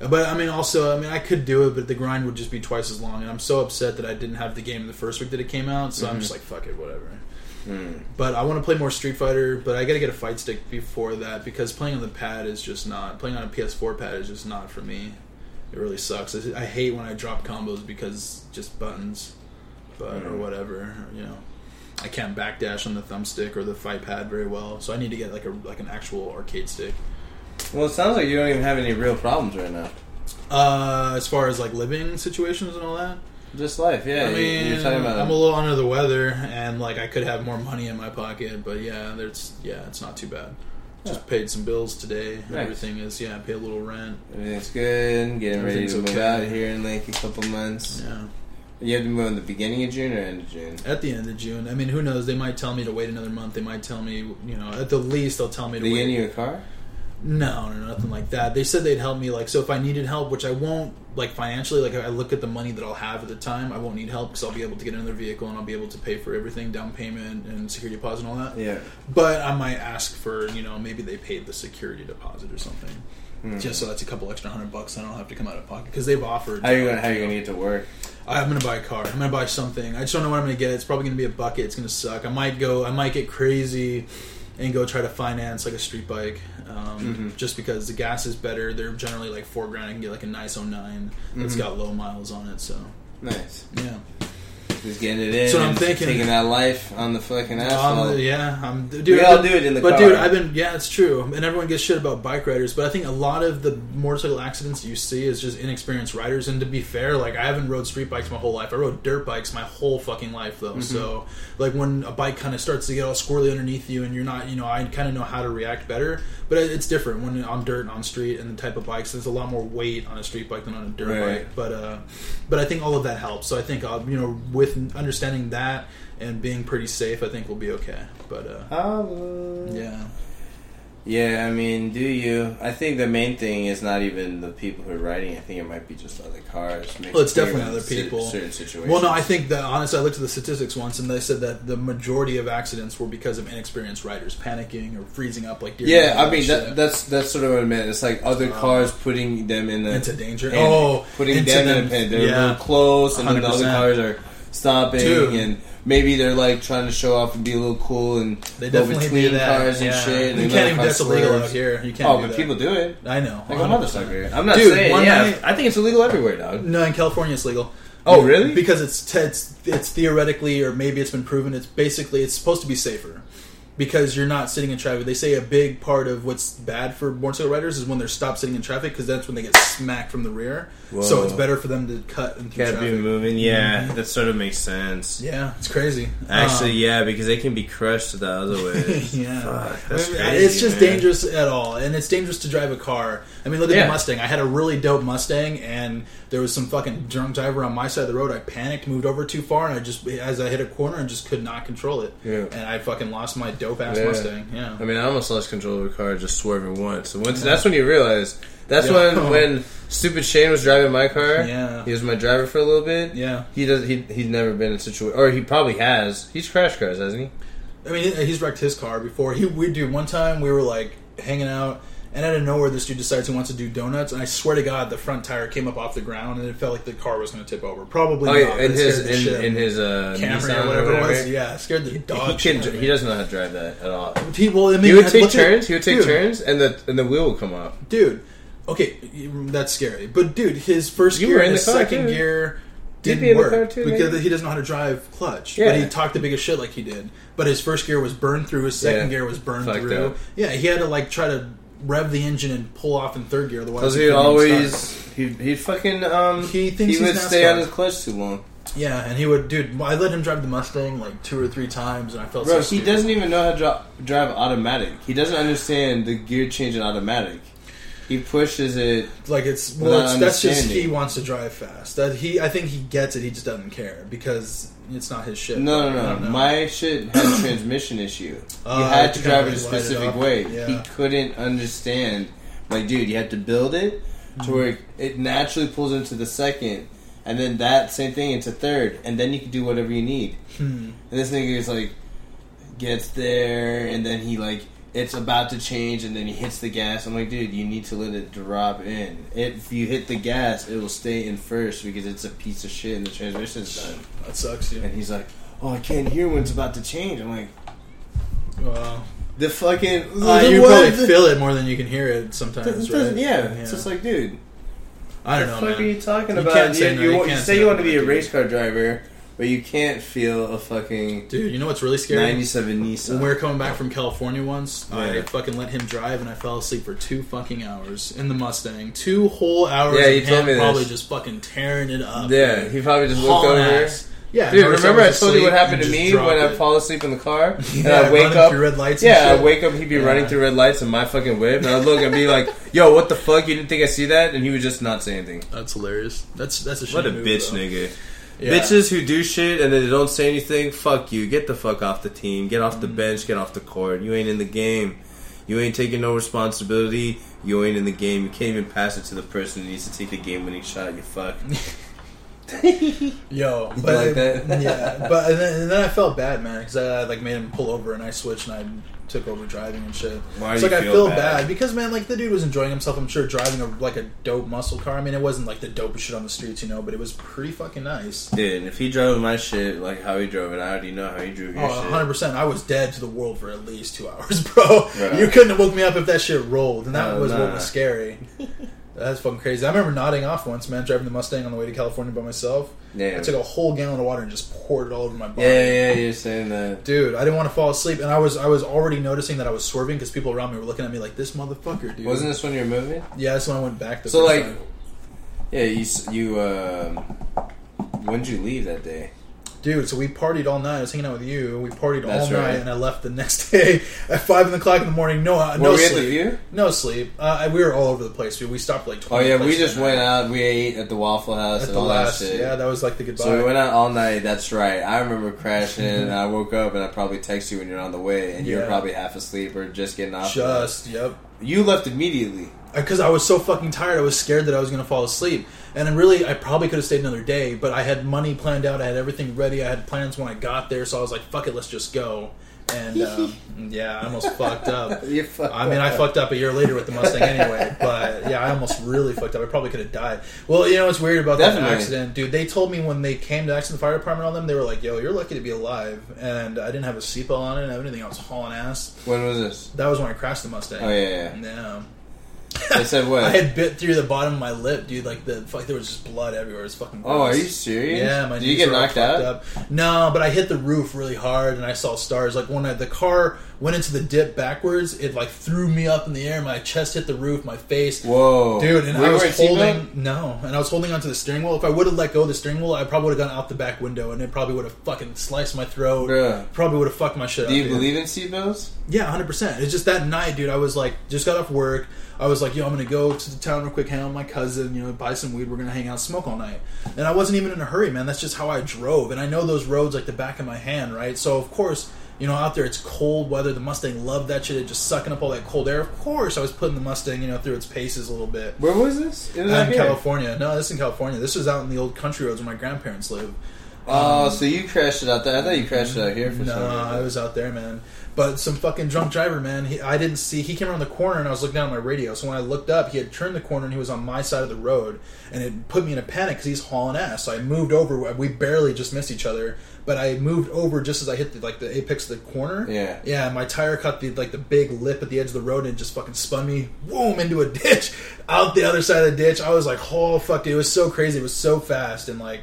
Speaker 2: But I mean, also, I mean, I could do it, but the grind would just be twice as long, and I'm so upset that I didn't have the game the first week that it came out. So I'm just like, fuck it, whatever. But I want to play more Street Fighter, but I got to get a fight stick before that because playing on the pad is just not playing on a PS4 pad is just not for me. It really sucks. I, I hate when I drop combos because just buttons, but or whatever, you know. I can't backdash on the thumbstick or the fight pad very well, so I need to get like a like an actual arcade stick.
Speaker 1: Well, it sounds like you don't even have any real problems right now.
Speaker 2: Uh, as far as like living situations and all that,
Speaker 1: Just life, yeah.
Speaker 2: I
Speaker 1: you-
Speaker 2: mean,
Speaker 1: you're talking about
Speaker 2: I'm a little under the weather, and like I could have more money in my pocket, but yeah, there's yeah, it's not too bad. Just paid some bills today.
Speaker 1: Nice.
Speaker 2: Everything is yeah, I paid a little rent.
Speaker 1: Everything's good. Getting ready
Speaker 2: Everything's
Speaker 1: to move
Speaker 2: okay.
Speaker 1: out here in like a couple months.
Speaker 2: Yeah,
Speaker 1: You have to move in the beginning of June or end of June.
Speaker 2: at the end of June. I mean, who knows? They might tell me to wait another month. They might tell me, you know, at the least they'll tell me to
Speaker 1: They
Speaker 2: wait.
Speaker 1: get you a car?
Speaker 2: No, no, nothing like that. They said they'd help me, like, so if I needed help, which I won't, like, financially, like, I look at the money that I'll have at the time, I won't need help because I'll be able to get another vehicle and I'll be able to pay for everything, down payment and security deposit and all that.
Speaker 1: Yeah.
Speaker 2: But I might ask for, you know, maybe they paid the security deposit or something.
Speaker 1: Hmm.
Speaker 2: Just so that's a couple extra hundred bucks I don't have to come out of pocket because they've offered.
Speaker 1: How are you gonna How you gonna get to work?
Speaker 2: I'm gonna buy a car. I'm gonna buy something. I just don't know what I'm gonna get. It's probably gonna be a bucket. It's gonna suck. I might go. I might get crazy and go try to finance like a street bike, um,
Speaker 1: Mm-hmm.
Speaker 2: just because the gas is better. They're generally like oh
Speaker 1: Mm-hmm.
Speaker 2: four grand. I can get like a nice 09 that's got low miles on it. So
Speaker 1: Nice.
Speaker 2: yeah.
Speaker 1: Just getting it in.
Speaker 2: That's what I'm
Speaker 1: and
Speaker 2: thinking.
Speaker 1: Taking that life on the fucking asphalt.
Speaker 2: Um, yeah, I'm, dude,
Speaker 1: We all do it in the
Speaker 2: but
Speaker 1: car.
Speaker 2: dude, I've been yeah, it's true, and everyone gets shit about bike riders. But I think a lot of the motorcycle accidents you see is just inexperienced riders. And to be fair, like I haven't rode street bikes my whole life. I rode dirt bikes my whole fucking life though. So like when a bike kind of starts to get all squirrely underneath you, and you're not, you know, I kind of know how to react better. But it- it's different when on dirt and on street and the type of bikes. There's a lot more weight on a street bike than on a dirt
Speaker 1: Right.
Speaker 2: bike but uh, but I think all of that helps. So I think uh, you know, with understanding that and being pretty safe, I think we'll be okay. But uh, yeah,
Speaker 1: Yeah, I mean, do you? I think the main thing is not even the people who are riding. I think it might be just other cars.
Speaker 2: Well, it's definitely
Speaker 1: Maybe
Speaker 2: other
Speaker 1: cer-
Speaker 2: people.
Speaker 1: Certain situations.
Speaker 2: well, no, I think that honestly, I looked at the statistics once, and they said that the majority of accidents were because of inexperienced riders panicking or freezing up like deer
Speaker 1: Yeah, I
Speaker 2: and
Speaker 1: mean that,
Speaker 2: shit. Uh,
Speaker 1: that's that's sort of what I meant. It's like other cars putting them in a,
Speaker 2: Into danger.
Speaker 1: panic,
Speaker 2: Oh,
Speaker 1: putting
Speaker 2: into
Speaker 1: them, in
Speaker 2: them.
Speaker 1: a panic. They're
Speaker 2: Yeah.
Speaker 1: real close, and then the other
Speaker 2: 100%.
Speaker 1: cars are stopping,
Speaker 2: Dude.
Speaker 1: and maybe they're like trying to show off and be a little cool, and
Speaker 2: they
Speaker 1: go
Speaker 2: definitely
Speaker 1: between
Speaker 2: do that.
Speaker 1: cars and
Speaker 2: yeah.
Speaker 1: shit. and
Speaker 2: You
Speaker 1: another
Speaker 2: can't even.
Speaker 1: car
Speaker 2: That's illegal
Speaker 1: swerves.
Speaker 2: out here. You can't.
Speaker 1: Oh,
Speaker 2: do
Speaker 1: but
Speaker 2: that.
Speaker 1: people do it.
Speaker 2: I know.
Speaker 1: Like a
Speaker 2: 100%.
Speaker 1: motherfucker. I'm not
Speaker 2: Dude,
Speaker 1: saying.
Speaker 2: one
Speaker 1: Yeah,
Speaker 2: night-
Speaker 1: I think it's illegal everywhere, dog.
Speaker 2: No, in California it's legal.
Speaker 1: Oh, really?
Speaker 2: Because it's te- it's it's theoretically, or maybe it's been proven. It's basically it's supposed to be safer because you're not sitting in traffic. They say a big part of what's bad for motorcycle riders is when they're stopped sitting in traffic because that's when they get smacked from the rear. So
Speaker 3: Whoa.
Speaker 2: it's better for them to cut and through
Speaker 3: Gotta be
Speaker 2: traffic.
Speaker 3: moving. Yeah,
Speaker 1: Mm-hmm.
Speaker 3: that sort of makes sense.
Speaker 2: Yeah, it's crazy.
Speaker 3: Actually,
Speaker 1: Uh.
Speaker 2: Um,
Speaker 3: yeah, because they can be crushed the other
Speaker 1: *laughs*
Speaker 3: way.
Speaker 2: *laughs* yeah,
Speaker 3: Fuck, that's
Speaker 2: I
Speaker 1: uh,
Speaker 2: mean,
Speaker 3: crazy,
Speaker 2: it's just
Speaker 3: man.
Speaker 2: dangerous at all, and it's dangerous to drive a car. I mean, look at
Speaker 1: Yeah.
Speaker 2: the Mustang. I had a really dope Mustang, and there was some fucking drunk driver on my side of the road. I panicked, moved over too far, and I just as I hit a corner and just could not control it,
Speaker 1: Yeah.
Speaker 2: and I fucking lost my dope ass
Speaker 1: Yeah.
Speaker 2: Mustang. Yeah,
Speaker 3: I mean, I almost lost control of the car just swerving once. And once that's when you realize. That's
Speaker 2: Yeah. *laughs*
Speaker 3: when when stupid Shane was driving my car.
Speaker 2: Yeah.
Speaker 3: he was my driver for a little bit.
Speaker 2: yeah.
Speaker 3: He does. He he's never been in a situation, or he probably has. He's crashed cars, hasn't he?
Speaker 2: I mean, he- he's wrecked his car before. He we do one time we were like hanging out, and out of nowhere, this dude decides he wants to do donuts, and I swear to God, the front tire came up off the ground, and it felt like the car was going to tip over. Probably
Speaker 3: Oh,
Speaker 2: not.
Speaker 3: yeah,
Speaker 2: but
Speaker 3: in
Speaker 2: it scared
Speaker 3: his
Speaker 2: the shit out
Speaker 3: in,
Speaker 2: of
Speaker 3: in
Speaker 2: me.
Speaker 3: his uh,
Speaker 2: Camry
Speaker 3: Nissan
Speaker 2: or whatever it was. Yeah, scared the
Speaker 3: He,
Speaker 2: dog.
Speaker 3: can,
Speaker 2: shit out of
Speaker 3: he
Speaker 2: me.
Speaker 3: doesn't know how to drive that at all.
Speaker 2: He well, I mean,
Speaker 3: He would
Speaker 2: I
Speaker 3: take
Speaker 2: looked at-
Speaker 3: turns. He would take
Speaker 2: dude,
Speaker 3: turns, and the and the wheel would come off.
Speaker 2: Dude, okay, that's scary. But dude, his first
Speaker 3: You
Speaker 2: gear
Speaker 3: were
Speaker 2: and
Speaker 3: in
Speaker 2: his
Speaker 3: the car,
Speaker 2: second
Speaker 3: too.
Speaker 2: gear
Speaker 3: You'd
Speaker 2: didn't
Speaker 3: be in the
Speaker 2: work
Speaker 3: car, too,
Speaker 2: because
Speaker 3: maybe.
Speaker 2: he doesn't know how to drive clutch.
Speaker 3: Yeah.
Speaker 2: But he talked the biggest shit like he did. But his first gear was burned through. His second
Speaker 3: Yeah.
Speaker 2: gear was burned
Speaker 3: Fucked
Speaker 2: through.
Speaker 3: up.
Speaker 2: Yeah, he had to like try to rev the engine and pull off in third gear. Otherwise,
Speaker 1: Because
Speaker 2: he
Speaker 1: he
Speaker 2: couldn't even
Speaker 1: always he he fucking um
Speaker 2: He thinks
Speaker 1: he
Speaker 2: he's
Speaker 1: would stay
Speaker 2: NASCAR.
Speaker 1: on his clutch too long.
Speaker 2: start. Yeah, and he would, dude. I let him drive the Mustang like two or three times, and I felt
Speaker 1: Bro,
Speaker 2: so
Speaker 1: he
Speaker 2: stupid.
Speaker 1: doesn't even know how to dri- drive automatic. He doesn't understand the gear change in automatic. He pushes it.
Speaker 2: like it's
Speaker 1: Without
Speaker 2: well it's, that's just
Speaker 1: understanding.
Speaker 2: he wants to drive fast that he i think he gets it he just doesn't care because it's not his shit
Speaker 1: No,
Speaker 2: Like, I
Speaker 1: no,
Speaker 2: don't
Speaker 1: no.
Speaker 2: know.
Speaker 1: My shit had a transmission
Speaker 2: *clears throat*
Speaker 1: issue.
Speaker 2: Oh,
Speaker 1: you had
Speaker 2: to
Speaker 1: to drive it
Speaker 2: kinda
Speaker 1: a
Speaker 2: light it
Speaker 1: specific
Speaker 2: up.
Speaker 1: way.
Speaker 2: Yeah.
Speaker 1: He couldn't understand. Like, dude, you have to build it to where it naturally pulls into the second, and then that same thing into third, and then you can do whatever you need.
Speaker 2: Hmm.
Speaker 1: And this nigga is like, gets there, and then he like, it's about to change, and then he hits the gas. I'm like, dude, you need to let it drop in. If you hit the gas, it will stay in first because it's a piece of shit, and the transmission's done.
Speaker 2: that sucks dude
Speaker 1: And he's like, oh, I can't hear when it's about to change. I'm like,
Speaker 2: wow
Speaker 1: the fucking.
Speaker 2: uh,
Speaker 1: the
Speaker 2: you
Speaker 1: what-
Speaker 2: probably
Speaker 1: the-
Speaker 2: feel it more than you can hear it
Speaker 1: the-
Speaker 2: sometimes
Speaker 1: the-
Speaker 2: right?
Speaker 1: yeah. it's just like, dude,
Speaker 2: i don't
Speaker 1: the
Speaker 2: know
Speaker 1: fuck
Speaker 2: man.
Speaker 1: are you talking
Speaker 2: You
Speaker 1: about?
Speaker 2: can't say no,
Speaker 1: you,
Speaker 2: you
Speaker 1: want- you
Speaker 2: can't
Speaker 1: say
Speaker 2: say
Speaker 1: you
Speaker 2: no,
Speaker 1: want to be a
Speaker 2: dude.
Speaker 1: race car driver, but you can't feel a fucking
Speaker 2: dude you know what's really scary
Speaker 1: '97
Speaker 2: When we
Speaker 1: Nissan.
Speaker 2: were coming back from California once, I
Speaker 1: Yeah.
Speaker 2: fucking let him drive and I fell asleep for two fucking hours in the Mustang. Two whole hours
Speaker 3: Yeah,
Speaker 2: of
Speaker 3: you told
Speaker 2: him
Speaker 3: me this.
Speaker 2: probably just fucking tearing it up.
Speaker 3: Yeah, he probably just looked
Speaker 2: Hauling
Speaker 3: over.
Speaker 2: ass. Yeah,
Speaker 3: Dude,
Speaker 2: noticed
Speaker 3: remember I
Speaker 2: was
Speaker 3: told you what
Speaker 2: asleep
Speaker 3: happened
Speaker 2: and
Speaker 3: to
Speaker 2: just
Speaker 3: me
Speaker 2: dropped
Speaker 3: when I
Speaker 2: it.
Speaker 3: fall asleep in the
Speaker 2: *laughs*
Speaker 3: car and
Speaker 2: Yeah,
Speaker 3: I wake
Speaker 2: running
Speaker 3: up
Speaker 2: through red lights and
Speaker 3: Yeah,
Speaker 2: shit.
Speaker 3: I wake up. He'd be
Speaker 2: Yeah.
Speaker 3: running through red lights in my fucking whip, and I'd look and be like, "Yo, what the fuck? You didn't think I see that?" And he would just not say anything.
Speaker 2: That's hilarious. That's that's a shitty
Speaker 3: What a
Speaker 2: move,
Speaker 3: bitch,
Speaker 2: though.
Speaker 3: nigga.
Speaker 2: Yeah.
Speaker 3: Bitches who do shit and then they don't say anything. Fuck you. Get the fuck off the team. Get
Speaker 2: Mm-hmm.
Speaker 3: off the bench. Get off the court. You ain't in the game. You ain't taking no responsibility. You ain't in the game. You can't even pass it to the person who needs to take the game-winning shot. You
Speaker 2: *laughs*
Speaker 3: fuck.
Speaker 2: Yo, but
Speaker 1: like
Speaker 2: *laughs*
Speaker 1: that?
Speaker 2: yeah, but and then, and then I felt bad, man, because I, I, like made him pull over and I switched and I took over driving and shit.
Speaker 3: Why
Speaker 2: it's
Speaker 3: do
Speaker 2: like
Speaker 3: you
Speaker 2: I
Speaker 3: feel
Speaker 2: feel bad?
Speaker 3: bad?
Speaker 2: because man, like the dude was enjoying himself. I'm sure driving a like a dope muscle car. I mean, it wasn't like the dopest shit on the streets, you know, but it was pretty fucking nice.
Speaker 3: Dude, and if he drove my shit like how he drove it, I already know how he drove your
Speaker 2: Oh,
Speaker 3: shit.
Speaker 2: 100%. I was dead to the world for at least two *laughs* hours, bro.
Speaker 1: Right.
Speaker 2: You couldn't have woke me up if that shit rolled, and that
Speaker 3: Oh,
Speaker 2: was what
Speaker 3: nah.
Speaker 2: was scary. That's fucking crazy. I remember nodding off once, man, driving the Mustang on the way to California by myself.
Speaker 1: Yeah.
Speaker 2: I took a whole gallon of water and just poured it all over my body.
Speaker 1: yeah, yeah, you're saying that.
Speaker 2: Dude, I didn't want to fall asleep, and I was I was already noticing that I was swerving because people around me were looking at me like this motherfucker, dude.
Speaker 1: Wasn't this when you were moving?
Speaker 2: Yeah, that's when I went back. The
Speaker 1: So
Speaker 2: first
Speaker 1: like,
Speaker 2: time.
Speaker 1: yeah, you s- you um, when did you leave that day?
Speaker 2: dude, so we partied all night. I was hanging out with you. We partied
Speaker 1: That's
Speaker 2: all night,
Speaker 1: right.
Speaker 2: and I left the next *laughs* day at five in the clock in the morning. No, uh,
Speaker 1: Were
Speaker 2: no
Speaker 1: we at the
Speaker 2: sleep.
Speaker 1: view?
Speaker 2: No sleep. Uh, I- we were all over the place. Dude. We stopped like.
Speaker 1: Oh
Speaker 2: 20
Speaker 1: yeah, we
Speaker 2: places
Speaker 1: just
Speaker 2: that
Speaker 1: went
Speaker 2: night.
Speaker 1: out. We ate at the Waffle House
Speaker 2: at
Speaker 1: and
Speaker 2: the
Speaker 1: all
Speaker 2: last.
Speaker 1: that shit.
Speaker 2: Yeah, that was like the goodbye.
Speaker 1: So we went out all night. That's right. I remember
Speaker 2: *laughs*
Speaker 1: crashing, and I woke up, and I probably texted you when you're on the way, and you were
Speaker 2: Yeah.
Speaker 1: probably half asleep or just getting off.
Speaker 2: just yep.
Speaker 1: you left immediately.
Speaker 2: because I was so fucking tired. I was scared that I was going to fall asleep. And I really, I probably could have stayed another day, but I had money planned out. I had everything ready. I had plans when I got there, so I was like, "Fuck it, let's just go." And um, *laughs* yeah, I almost fucked up.
Speaker 1: You fucked
Speaker 2: I mean, I
Speaker 1: up.
Speaker 2: fucked up a year later with the Mustang
Speaker 1: *laughs*
Speaker 2: anyway, but yeah, I almost really fucked up. I probably could have died. Well, you know what's weird about
Speaker 1: Definitely.
Speaker 2: that accident, dude? They told me when they came to accident the fire department on them, they were like, "Yo, you're lucky to be alive." And I didn't have a seatbelt on. I didn't have anything. I was hauling ass.
Speaker 1: When was this?
Speaker 2: That was when I crashed the Mustang.
Speaker 1: Oh yeah, yeah.
Speaker 2: Yeah.
Speaker 1: They said
Speaker 2: *laughs*
Speaker 1: what?
Speaker 2: I had bit through the bottom of my lip, dude. Like the fuck, there was just blood everywhere. It was fucking. Gross.
Speaker 1: oh, are you serious?
Speaker 2: Yeah, my.
Speaker 1: Did you
Speaker 2: knees
Speaker 1: get
Speaker 2: were all
Speaker 1: knocked
Speaker 2: fucked
Speaker 1: out?
Speaker 2: Up. No, but I hit the roof really hard, and I saw stars. Like when I, the car went into the dip backwards, it like threw me up in the air. My chest hit the roof. My face.
Speaker 1: Whoa,
Speaker 2: Dude, and
Speaker 1: We
Speaker 2: I
Speaker 1: weren't
Speaker 2: was
Speaker 1: seatbelt?
Speaker 2: holding no, and I was holding onto the steering wheel. If I would have let go of the steering wheel, I probably would have gone out the back window, and it probably would have fucking sliced my throat.
Speaker 1: Bruh.
Speaker 2: Probably would have fucked my shit
Speaker 1: Do
Speaker 2: up.
Speaker 1: you
Speaker 2: dude.
Speaker 1: believe in seatbelts?
Speaker 2: Yeah, hundred percent. It's just that night, dude. I was like, just got off work. I was like, yo, I'm gonna go to the town real quick, hang out with my cousin, you know, buy some weed. We're gonna hang out, smoke all night. And I wasn't even in a hurry, man. That's just how I drove, and I know those roads like the back of my hand, right? So of course, you know, out there it's cold weather. The Mustang loved that shit. It just sucking up all that cold air. Of course, I was putting the Mustang, you know, through its paces a little bit.
Speaker 1: Where was this? It was
Speaker 2: Out
Speaker 1: out
Speaker 2: in
Speaker 1: here.
Speaker 2: California. No, this is in California. This was out in the old country roads where my grandparents live.
Speaker 1: Oh, so you crashed it out there? I thought you crashed it out here for some
Speaker 2: No, I
Speaker 1: reason.
Speaker 2: was out there, man. But some fucking drunk driver, man. He, I didn't see. He came around the corner, and I was looking down at my radio. So when I looked up, he had turned the corner, and he was on my side of the road, and it put me in a panic because he's hauling ass. So I moved over. We barely just missed each other, but I moved over just as I hit the, like the apex of the corner.
Speaker 1: Yeah.
Speaker 2: yeah. and My tire cut the like the big lip at the edge of the road, and it just fucking spun me, boom, into a ditch, out the other side of the ditch. I was like, oh fuck, dude. it was so crazy. It was so fast, and like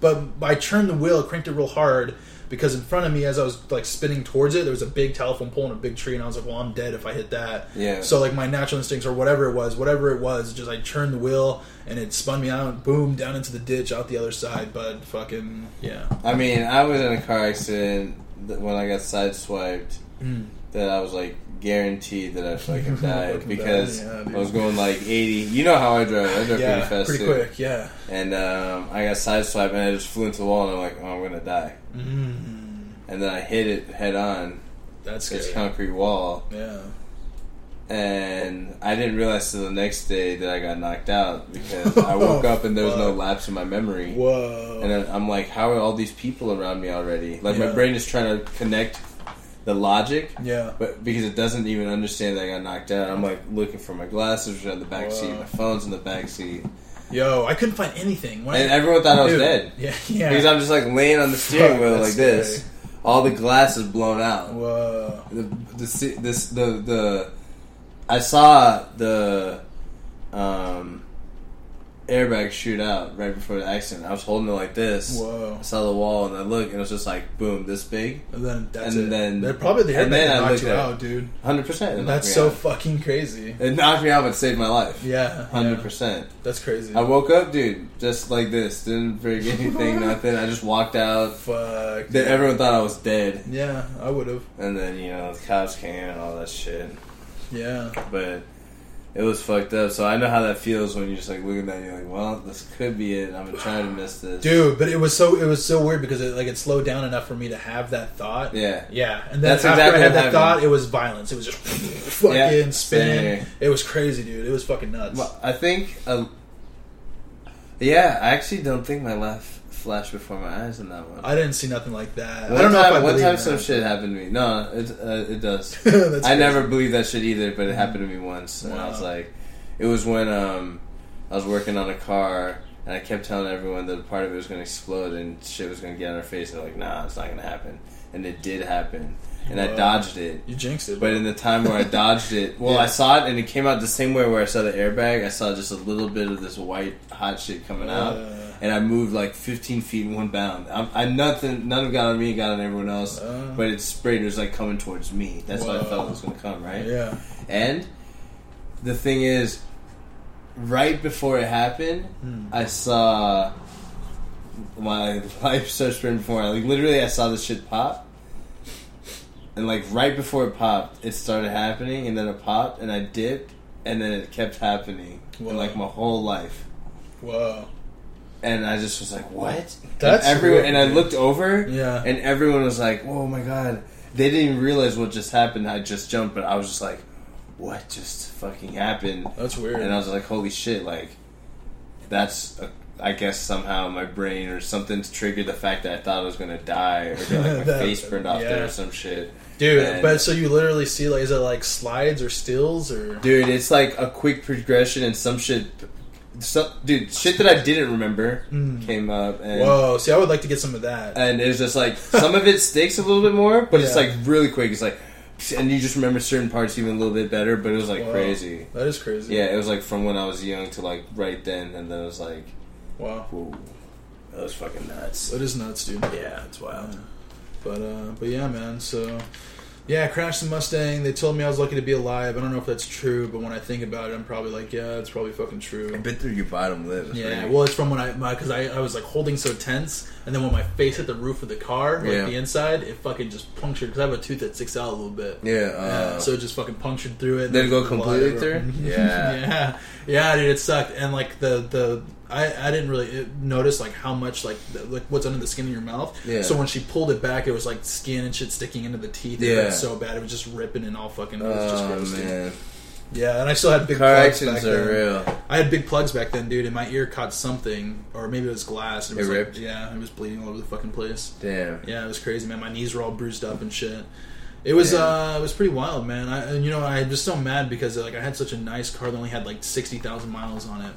Speaker 2: but I turned the wheel, cranked it real hard because in front of me, as I was like spinning towards it, there was a big telephone pole and a big tree, and I was like, "Well, I'm dead if I hit that."
Speaker 1: Yeah.
Speaker 2: So like my natural instincts or whatever it was, whatever it was, just I turned the wheel and it spun me out, boom, down into the ditch, out the other side. But fucking yeah,
Speaker 1: I mean, I was in a car accident th- when I got sideswiped.
Speaker 2: Mm,
Speaker 1: That I was like guaranteed that
Speaker 2: *laughs*
Speaker 1: I fucking died
Speaker 2: Fucking
Speaker 1: because
Speaker 2: died, yeah, dude.
Speaker 1: I was going like 80. You know how I drive? I drive
Speaker 2: yeah,
Speaker 1: pretty fast,
Speaker 2: pretty
Speaker 1: too.
Speaker 2: quick, yeah.
Speaker 1: And um, I got sideswiped and I just flew into the wall and I'm like, oh, I'm gonna die.
Speaker 2: Mm,
Speaker 1: And then I hit it head on
Speaker 2: that's
Speaker 1: this
Speaker 2: scary.
Speaker 1: concrete wall,
Speaker 2: Yeah,
Speaker 1: and I didn't realize till the next day that I got knocked out because
Speaker 2: *laughs*
Speaker 1: I woke up and there was no
Speaker 2: Fuck.
Speaker 1: lapse in my memory.
Speaker 2: whoa.
Speaker 1: And then I'm like, how are all these people around me already? Like my
Speaker 2: Yeah.
Speaker 1: brain is trying to connect the logic,
Speaker 2: yeah,
Speaker 1: but because it doesn't even understand that I got knocked out, I'm like looking for my glasses which are in the back seat,
Speaker 2: Wow.
Speaker 1: my phone's in the back seat,
Speaker 2: yo, I couldn't find anything. When
Speaker 1: and everyone thought I was
Speaker 2: dude,
Speaker 1: dead
Speaker 2: *laughs* Yeah, yeah.
Speaker 1: because I'm just like laying on the steering
Speaker 2: Fuck,
Speaker 1: wheel
Speaker 2: that's
Speaker 1: like this, all the glass is blown out.
Speaker 2: Whoa.
Speaker 1: The the se- this the the I saw the um airbag shoot out right before the accident. I was holding it like this.
Speaker 2: Whoa.
Speaker 1: I saw the wall and I looked and it was just like boom, this big,
Speaker 2: And then that's
Speaker 1: And
Speaker 2: it.
Speaker 1: then-
Speaker 2: They're probably the
Speaker 1: and
Speaker 2: airbag
Speaker 1: then
Speaker 2: that
Speaker 1: I
Speaker 2: knocked
Speaker 1: looked
Speaker 2: you
Speaker 1: at-
Speaker 2: out, dude.
Speaker 1: hundred percent.
Speaker 2: That's so fucking crazy.
Speaker 1: it knocked me out, but saved my life.
Speaker 2: Yeah,
Speaker 1: hundred
Speaker 2: yeah.
Speaker 1: percent.
Speaker 2: That's crazy.
Speaker 1: I woke up, dude, just like this. Didn't forget anything, nothing. I just walked out.
Speaker 2: Fuck.
Speaker 1: Then Everyone thought I was dead,
Speaker 2: yeah, I would have.
Speaker 1: and then you know the cops came and all that shit.
Speaker 2: Yeah,
Speaker 1: But it was fucked up. So I know how that feels when you're just like looking at that. And you're like, well, this could be it. I'm gonna try to miss this,
Speaker 2: dude. But it was so it was so weird because it like it slowed down enough for me to have that thought.
Speaker 1: Yeah.
Speaker 2: Yeah, and then
Speaker 1: That's
Speaker 2: after
Speaker 1: exactly
Speaker 2: I had
Speaker 1: what
Speaker 2: that
Speaker 1: happened.
Speaker 2: thought, it was violence. It was just *laughs* fucking spinning.
Speaker 1: Yeah, same.
Speaker 2: It was crazy, dude. It was fucking nuts.
Speaker 1: Well, I think. Uh, yeah, I actually don't think my laugh flashed before my eyes in that one.
Speaker 2: I didn't see nothing like that.
Speaker 1: One
Speaker 2: I don't know
Speaker 1: time,
Speaker 2: if I
Speaker 1: one
Speaker 2: believe
Speaker 1: time
Speaker 2: that.
Speaker 1: some shit happened to me. No, it uh, it does.
Speaker 2: *laughs* That's
Speaker 1: I
Speaker 2: crazy.
Speaker 1: never believed that shit either, but it happened to me once, and I was
Speaker 2: Wow.
Speaker 1: like, it was when um I was working on a car, and I kept telling everyone that a part of it was going to explode and shit was going to get on our face, and they're like, nah, it's not going to happen. and it did happen, and I
Speaker 2: Wow.
Speaker 1: dodged it.
Speaker 2: You jinxed it.
Speaker 1: But in the
Speaker 2: *laughs*
Speaker 1: time where I dodged it, well,
Speaker 2: Yeah.
Speaker 1: I saw it and it came out the same way where I saw the airbag. I saw just a little bit of this white hot shit coming out,
Speaker 2: Uh.
Speaker 1: and I moved like 15 feet in one bound. I'm, I nothing, none of it got on me, it got on everyone else.
Speaker 2: Uh.
Speaker 1: but it sprayed. It was like coming towards me. That's what I
Speaker 2: Whoa.
Speaker 1: felt was going to come, right?
Speaker 2: yeah.
Speaker 1: And the thing is, right before it happened,
Speaker 2: Hmm.
Speaker 1: I saw my *laughs* life start spinning before. I- Like literally, I saw the shit pop, and like right before it popped, it started happening, and then it popped, and I dipped, and then it kept happening,
Speaker 2: Wow.
Speaker 1: and like my whole life.
Speaker 2: Whoa.
Speaker 1: And I just was like, "What?"
Speaker 2: That's
Speaker 1: and everyone.
Speaker 2: weird,
Speaker 1: and I
Speaker 2: dude.
Speaker 1: looked over,
Speaker 2: Yeah.
Speaker 1: and everyone was like, "Oh my god!" They didn't even realize what just happened. I just jumped, but I was just like, "What just fucking happened?"
Speaker 2: That's weird.
Speaker 1: And I was like, "Holy shit!" Like, that's a, I guess somehow my brain or something triggered the fact that I thought I was gonna die or
Speaker 2: *laughs*
Speaker 1: get, like my
Speaker 2: That-
Speaker 1: face burned off
Speaker 2: yeah.
Speaker 1: there or some shit.
Speaker 2: Dude,
Speaker 1: And-
Speaker 2: but so you literally see like is it like slides or stills or
Speaker 1: Dude, it's like a quick progression and some shit. Some, dude, shit that I didn't remember came up and.
Speaker 2: Mm. Whoa, see I would like to get some of that.
Speaker 1: and it's just like some of it sticks a little bit more, but it's
Speaker 2: Yeah.
Speaker 1: like really quick. It's like, and you just remember certain parts even a little bit better, but it was like
Speaker 2: Wow.
Speaker 1: crazy.
Speaker 2: That is crazy.
Speaker 1: Yeah, it was like from when I was young to like right then, and then it was like,
Speaker 2: Wow.
Speaker 1: whoa, that was fucking nuts.
Speaker 2: That is nuts, dude.
Speaker 3: Yeah, it's wild.
Speaker 2: But uh but yeah, man, so yeah, I crashed the Mustang. They told me I was lucky to be alive. I don't know if that's true, but when I think about it, I'm probably like, yeah, it's probably fucking true.
Speaker 1: I bit through your bottom lip.
Speaker 2: Yeah, well, it's from when I my because I, I was like holding so tense, and then when my face hit the roof of the car, like
Speaker 1: Yeah.
Speaker 2: the inside, it fucking just punctured because I have a tooth that sticks out a little bit.
Speaker 1: yeah.
Speaker 2: Yeah,
Speaker 1: Uh,
Speaker 2: so it just fucking punctured through it.
Speaker 1: Did it go
Speaker 2: Blood
Speaker 1: completely
Speaker 2: everywhere. *laughs*
Speaker 1: through?
Speaker 2: yeah.
Speaker 1: Yeah.
Speaker 2: yeah, dude, it sucked. And like the the I, I didn't really it- notice like how much like the, like what's under the skin of your mouth.
Speaker 1: Yeah.
Speaker 2: So when she pulled it back, it was like skin and shit sticking into the teeth. It
Speaker 1: Yeah.
Speaker 2: hurt so bad, it was just ripping and all fucking. It was just
Speaker 1: oh
Speaker 2: gross, dude.
Speaker 1: man,
Speaker 2: Yeah, and I still had big
Speaker 1: car
Speaker 2: plugs back
Speaker 1: accidents are
Speaker 2: then.
Speaker 1: real.
Speaker 2: I had big plugs back then, dude, and my ear caught something, or maybe it was glass. And it,
Speaker 1: It
Speaker 2: was like-
Speaker 1: ripped?
Speaker 2: yeah, it was bleeding all over the fucking place.
Speaker 1: Damn.
Speaker 2: Yeah, it was crazy, man. My knees were all bruised up and shit. It was
Speaker 1: Yeah.
Speaker 2: uh, it was pretty wild, man. I and, you know I'm just so mad because like I had such a nice car that only had like sixty thousand miles on it,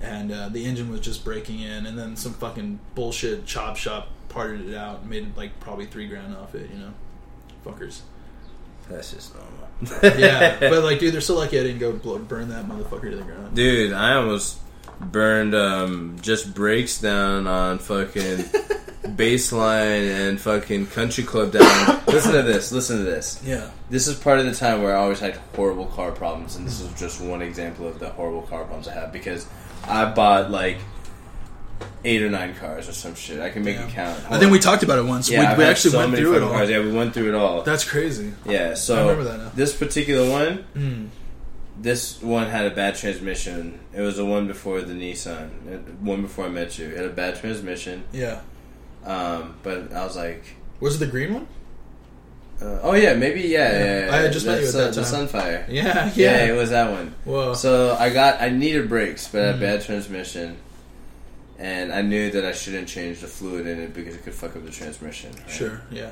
Speaker 2: and uh, the engine was just breaking in, and then some fucking bullshit chop shop parted it out and made like probably three grand off it, you know, fuckers.
Speaker 1: That's just normal. *laughs*
Speaker 2: Yeah, *laughs* but like, dude, they're so lucky I didn't go blow, burn that motherfucker to the ground.
Speaker 3: Dude, I almost burned um, just breaks down on fucking baseline and fucking country club down.
Speaker 1: listen to this. Listen to this.
Speaker 2: Yeah.
Speaker 1: This is part of the time where I always had horrible car problems, and this is just one example of the horrible car problems I had because I bought like eight or nine cars or some shit. I can make
Speaker 2: Yeah.
Speaker 1: it count.
Speaker 2: I think we talked about it once.
Speaker 1: Yeah, I've
Speaker 2: we we
Speaker 1: had
Speaker 2: actually
Speaker 1: so
Speaker 2: went
Speaker 1: many
Speaker 2: through it
Speaker 1: fucking
Speaker 2: all.
Speaker 1: Cars. Yeah, we went through it all.
Speaker 2: That's crazy.
Speaker 1: yeah, so
Speaker 2: I remember that now.
Speaker 1: this particular one,
Speaker 2: Mm.
Speaker 1: this one had a bad transmission. It was the one before the Nissan, the one before I met you. It had a bad transmission,
Speaker 2: Yeah.
Speaker 1: um, but I was like.
Speaker 2: Was it the green one?
Speaker 1: Uh, oh yeah, maybe yeah.
Speaker 2: Yeah.
Speaker 1: yeah, yeah
Speaker 2: I had just met you
Speaker 1: That's,
Speaker 2: at
Speaker 1: uh,
Speaker 2: that time.
Speaker 1: The Sunfire.
Speaker 2: Yeah. Oh.
Speaker 1: Yeah. it was that one.
Speaker 2: Whoa.
Speaker 1: So I got I needed brakes, but I
Speaker 2: Mhm.
Speaker 1: had bad transmission, and I knew that I shouldn't change the fluid in it because it could fuck up the transmission. right?
Speaker 2: Sure. Yeah.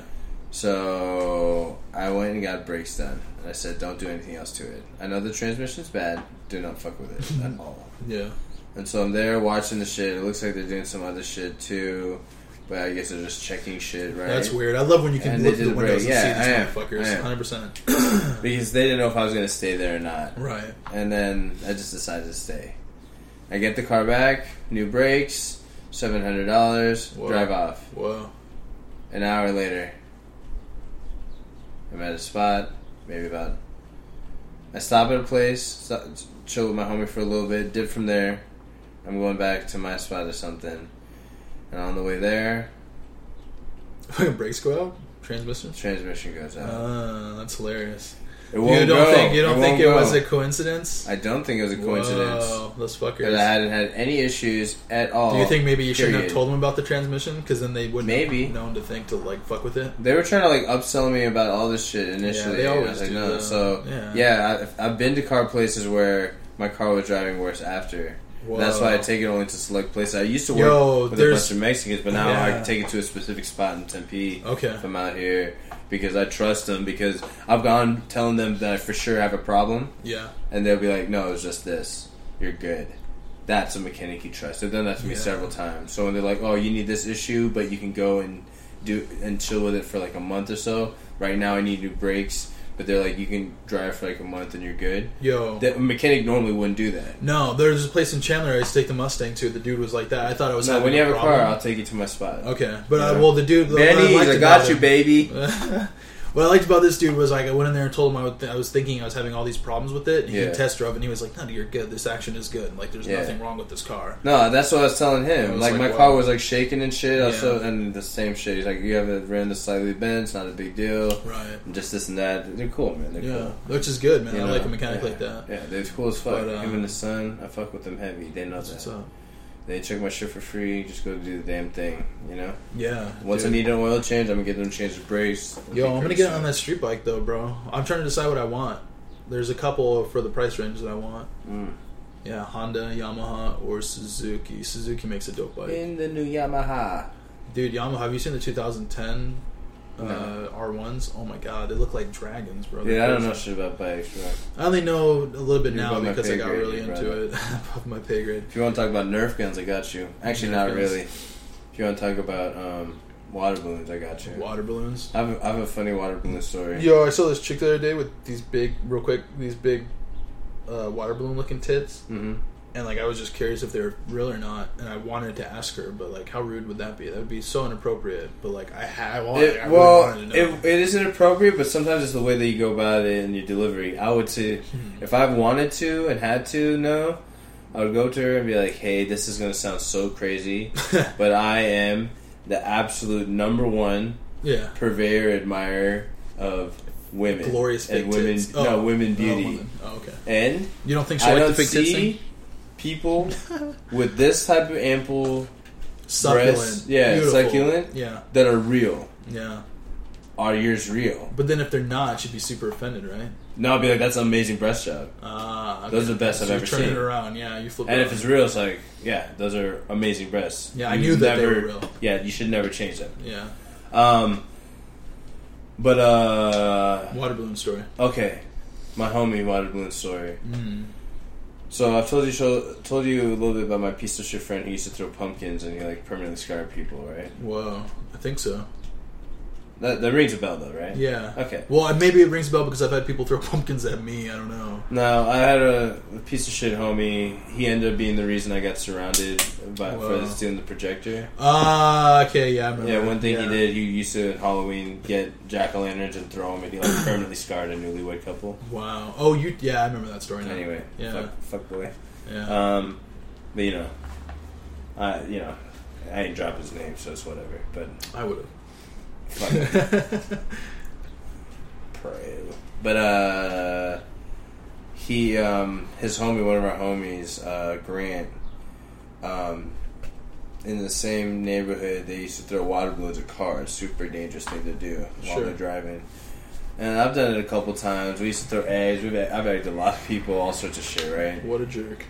Speaker 1: So I went and got brakes done, and I said, "Don't do anything else to it. I know the transmission's bad. Do not fuck with
Speaker 2: *laughs*
Speaker 1: it at all."
Speaker 2: Yeah.
Speaker 1: And so I'm there watching the shit. It looks like they're doing some other shit too, but I guess they're just checking shit, right?
Speaker 2: That's weird. I love when you can
Speaker 1: And
Speaker 2: look
Speaker 1: they
Speaker 2: through the
Speaker 1: did it
Speaker 2: windows
Speaker 1: right.
Speaker 2: and see
Speaker 1: Yeah,
Speaker 2: these
Speaker 1: I am. I
Speaker 2: motherfuckers.
Speaker 1: am.
Speaker 2: Hundred
Speaker 1: *laughs*
Speaker 2: percent.
Speaker 1: because they didn't know if I was gonna stay there or not.
Speaker 2: Right.
Speaker 1: and then I just decided to stay. I get the car back, new brakes, seven hundred dollars,
Speaker 2: Whoa.
Speaker 1: drive off.
Speaker 2: Whoa.
Speaker 1: An hour later, I'm at a spot, maybe about. I stop at a place, stop, chill with my homie for a little bit. Dip from there, I'm going back to my spot or something. And on the way there,
Speaker 2: Fucking brakes go out. Transmission.
Speaker 1: transmission goes out.
Speaker 2: Uh, that's hilarious.
Speaker 1: it
Speaker 2: You don't
Speaker 1: go.
Speaker 2: think you don't think
Speaker 1: won't
Speaker 2: it
Speaker 1: go.
Speaker 2: was a coincidence?
Speaker 1: I don't think it was a coincidence.
Speaker 2: Whoa, those
Speaker 1: Because I
Speaker 2: fuckers.
Speaker 1: hadn't had any issues at all.
Speaker 2: Do you think maybe you shouldn't have
Speaker 1: period.
Speaker 2: told them about the transmission? Because then they wouldn't
Speaker 1: Maybe.
Speaker 2: have known to think to like fuck with it.
Speaker 1: They were trying to like upsell me about all this shit initially.
Speaker 2: they
Speaker 1: and
Speaker 2: always
Speaker 1: I was like,
Speaker 2: do
Speaker 1: no.
Speaker 2: that.
Speaker 1: So
Speaker 2: Yeah.
Speaker 1: yeah, I, I've been to car places where my car was driving worse after.
Speaker 2: Whoa.
Speaker 1: That's why I take it only to select places. I used to work
Speaker 2: Yo,
Speaker 1: with a
Speaker 2: there's-
Speaker 1: bunch of Mexicans, but now
Speaker 2: Yeah.
Speaker 1: I take it to a specific spot in Tempe
Speaker 2: Okay.
Speaker 1: if I'm out here because I trust them. Because I've gone telling them that I for sure have a problem,
Speaker 2: Yeah.
Speaker 1: and they'll be like, "No, it's just this. You're good." That's a mechanic you trust. They've done that to me
Speaker 2: Yeah.
Speaker 1: several times. So when they're like, "Oh, you need this issue, but you can go and do and chill with it for like a month or so. Right now, I need to do breaks, but they're like, you can drive for like a month and you're good.
Speaker 2: Yo.
Speaker 1: That a mechanic normally wouldn't do that.
Speaker 2: no, there's a place in Chandler I used to take the Mustang to. The dude was like that. I thought I was
Speaker 1: So
Speaker 2: having
Speaker 1: when you have a car,
Speaker 2: problem.
Speaker 1: I'll take you to my spot.
Speaker 2: Okay, but
Speaker 1: Yeah.
Speaker 2: uh, well, the dude. what
Speaker 1: Benny,
Speaker 2: liked
Speaker 1: I
Speaker 2: about
Speaker 1: got you,
Speaker 2: him-
Speaker 1: baby.
Speaker 2: *laughs* what I liked about this dude was like I went in there and told him I, would I was thinking I was having all these problems with it. And He
Speaker 1: Yeah.
Speaker 2: test drove and he was like, "No, you're good. This action is good. Like there's
Speaker 1: Yeah.
Speaker 2: nothing wrong with this car."
Speaker 1: No, that's what I was telling
Speaker 2: I
Speaker 1: him.
Speaker 2: was
Speaker 1: like,
Speaker 2: like,
Speaker 1: my
Speaker 2: wow.
Speaker 1: car was like shaking and shit.
Speaker 2: Yeah.
Speaker 1: Also, and the same shit. He's like, you have a random slightly bent. It's not a big deal.
Speaker 2: Right.
Speaker 1: And just this and that. They're cool, man. They're
Speaker 2: Yeah,
Speaker 1: cool.
Speaker 2: which is good, man.
Speaker 1: You
Speaker 2: I
Speaker 1: know?
Speaker 2: like a mechanic
Speaker 1: Yeah.
Speaker 2: like that.
Speaker 1: Yeah, they're cool as fuck.
Speaker 2: But, um,
Speaker 1: him and his son, I fuck with them heavy. They know
Speaker 2: That's what's
Speaker 1: that.
Speaker 2: up.
Speaker 1: They check my shit for free. Just go do the damn thing. You know.
Speaker 2: Yeah.
Speaker 1: Once
Speaker 2: dude.
Speaker 1: I need an oil change, I'm gonna get them changed with brace.
Speaker 2: Yo, I'm gonna get on that street bike though, bro. I'm trying to decide what I want. There's a couple for the price range that I want.
Speaker 1: Mm.
Speaker 2: Yeah, Honda, Yamaha, or Suzuki. Suzuki makes a dope bike.
Speaker 1: In the new Yamaha.
Speaker 2: Dude, Yamaha, have you seen the 2010 uh,
Speaker 1: No.
Speaker 2: R1s? Oh my god, they look like dragons, bro. They're
Speaker 1: Yeah, I don't
Speaker 2: crazy.
Speaker 1: know shit about bikes, bro.
Speaker 2: I only know a little bit
Speaker 1: You're
Speaker 2: now
Speaker 1: above my
Speaker 2: because
Speaker 1: pay
Speaker 2: I got
Speaker 1: grade,
Speaker 2: really
Speaker 1: you're
Speaker 2: into it. *laughs* Above my pay grade.
Speaker 1: If you want to talk about Nerf guns, I got you. Actually,
Speaker 2: Nerf
Speaker 1: not
Speaker 2: guns.
Speaker 1: really. If you want to talk about um, water balloons, I got you.
Speaker 2: Water balloons.
Speaker 1: I have, a, I have a funny water balloon story.
Speaker 2: Yo, I saw this chick the other day with these big, real quick, these big uh, water balloon looking tits.
Speaker 1: hmm
Speaker 2: And like, I was just curious if they were real or not. And I wanted to ask her, but like, how rude would that be? That would be so inappropriate. But like, I, ha- I, wanted, I
Speaker 1: It,
Speaker 2: really
Speaker 1: well,
Speaker 2: wanted to know.
Speaker 1: it, it is inappropriate, but sometimes it's the way that you go about it and your delivery. I would say,
Speaker 2: Hmm.
Speaker 1: if I wanted to and had to, no, I would go to her and be like, "Hey, this is going to sound
Speaker 2: *laughs*
Speaker 1: so crazy, but I am the absolute number one
Speaker 2: yeah.
Speaker 1: purveyor admirer of women,
Speaker 2: Glorious big
Speaker 1: and women,
Speaker 2: tits.
Speaker 1: no, women beauty,
Speaker 2: Oh, women. Oh, okay.
Speaker 1: and."
Speaker 2: You don't think she
Speaker 1: I
Speaker 2: liked
Speaker 1: don't
Speaker 2: the big tits thing?
Speaker 1: see people with this type of ample
Speaker 2: Succulent.
Speaker 1: breasts- yeah,
Speaker 2: beautiful.
Speaker 1: succulent.
Speaker 2: Yeah,
Speaker 1: that are real.
Speaker 2: yeah.
Speaker 1: Are yours real?
Speaker 2: But then if they're not, she'd be super offended, right?
Speaker 1: No, I'll be like, that's an amazing breast job.
Speaker 2: Ah, okay.
Speaker 1: Those are the best
Speaker 2: So
Speaker 1: I've
Speaker 2: you
Speaker 1: ever
Speaker 2: turn
Speaker 1: seen.
Speaker 2: it around, yeah. You flip.
Speaker 1: And
Speaker 2: it
Speaker 1: if
Speaker 2: around.
Speaker 1: it's real, it's like, yeah, those are amazing breasts.
Speaker 2: Yeah, I
Speaker 1: You
Speaker 2: knew that they
Speaker 1: never,
Speaker 2: were real.
Speaker 1: Yeah, you should never change them.
Speaker 2: yeah,
Speaker 1: Um, but uh,
Speaker 2: water balloon story.
Speaker 1: okay, my homie wanted balloon story.
Speaker 2: Mm.
Speaker 1: So I've told you show, told you a little bit about my piece of shit friend who used to throw pumpkins and he like permanently scarred people, right?
Speaker 2: Whoa, I think so.
Speaker 1: That that rings a bell though, right?
Speaker 2: Yeah.
Speaker 1: Okay.
Speaker 2: Well, I- maybe it rings a bell because I've had people *laughs* throw pumpkins at me. I don't know.
Speaker 1: No, I had a, a piece of shit homie. He ended up being the reason I got surrounded by
Speaker 2: Wow.
Speaker 1: for stealing the projector.
Speaker 2: Ah, okay, yeah, I remember.
Speaker 1: Yeah, one thing
Speaker 2: Yeah.
Speaker 1: he did, he used to at Halloween get jack o' lanterns and throw them,
Speaker 2: *coughs*
Speaker 1: and he like permanently scarred a newlywed couple.
Speaker 2: Wow. Oh, you? Yeah, I remember that story. Now.
Speaker 1: Anyway,
Speaker 2: Yeah.
Speaker 1: fuck, fuck boy.
Speaker 2: Yeah.
Speaker 1: Um, but you know, I you know, I ain't drop his name, so it's whatever. But
Speaker 2: I would
Speaker 1: *laughs* fuck him.
Speaker 2: have.
Speaker 1: Pray. But uh, he um, his homie, one of our homies, uh, Grant, um, in the same neighborhood, they used to throw water balloons at cars. Super dangerous thing to do while
Speaker 2: Sure.
Speaker 1: they're driving. And I've done it a couple times. We used to throw eggs. We've I've egged a lot of people, all sorts of shit, right?
Speaker 2: what a jerk.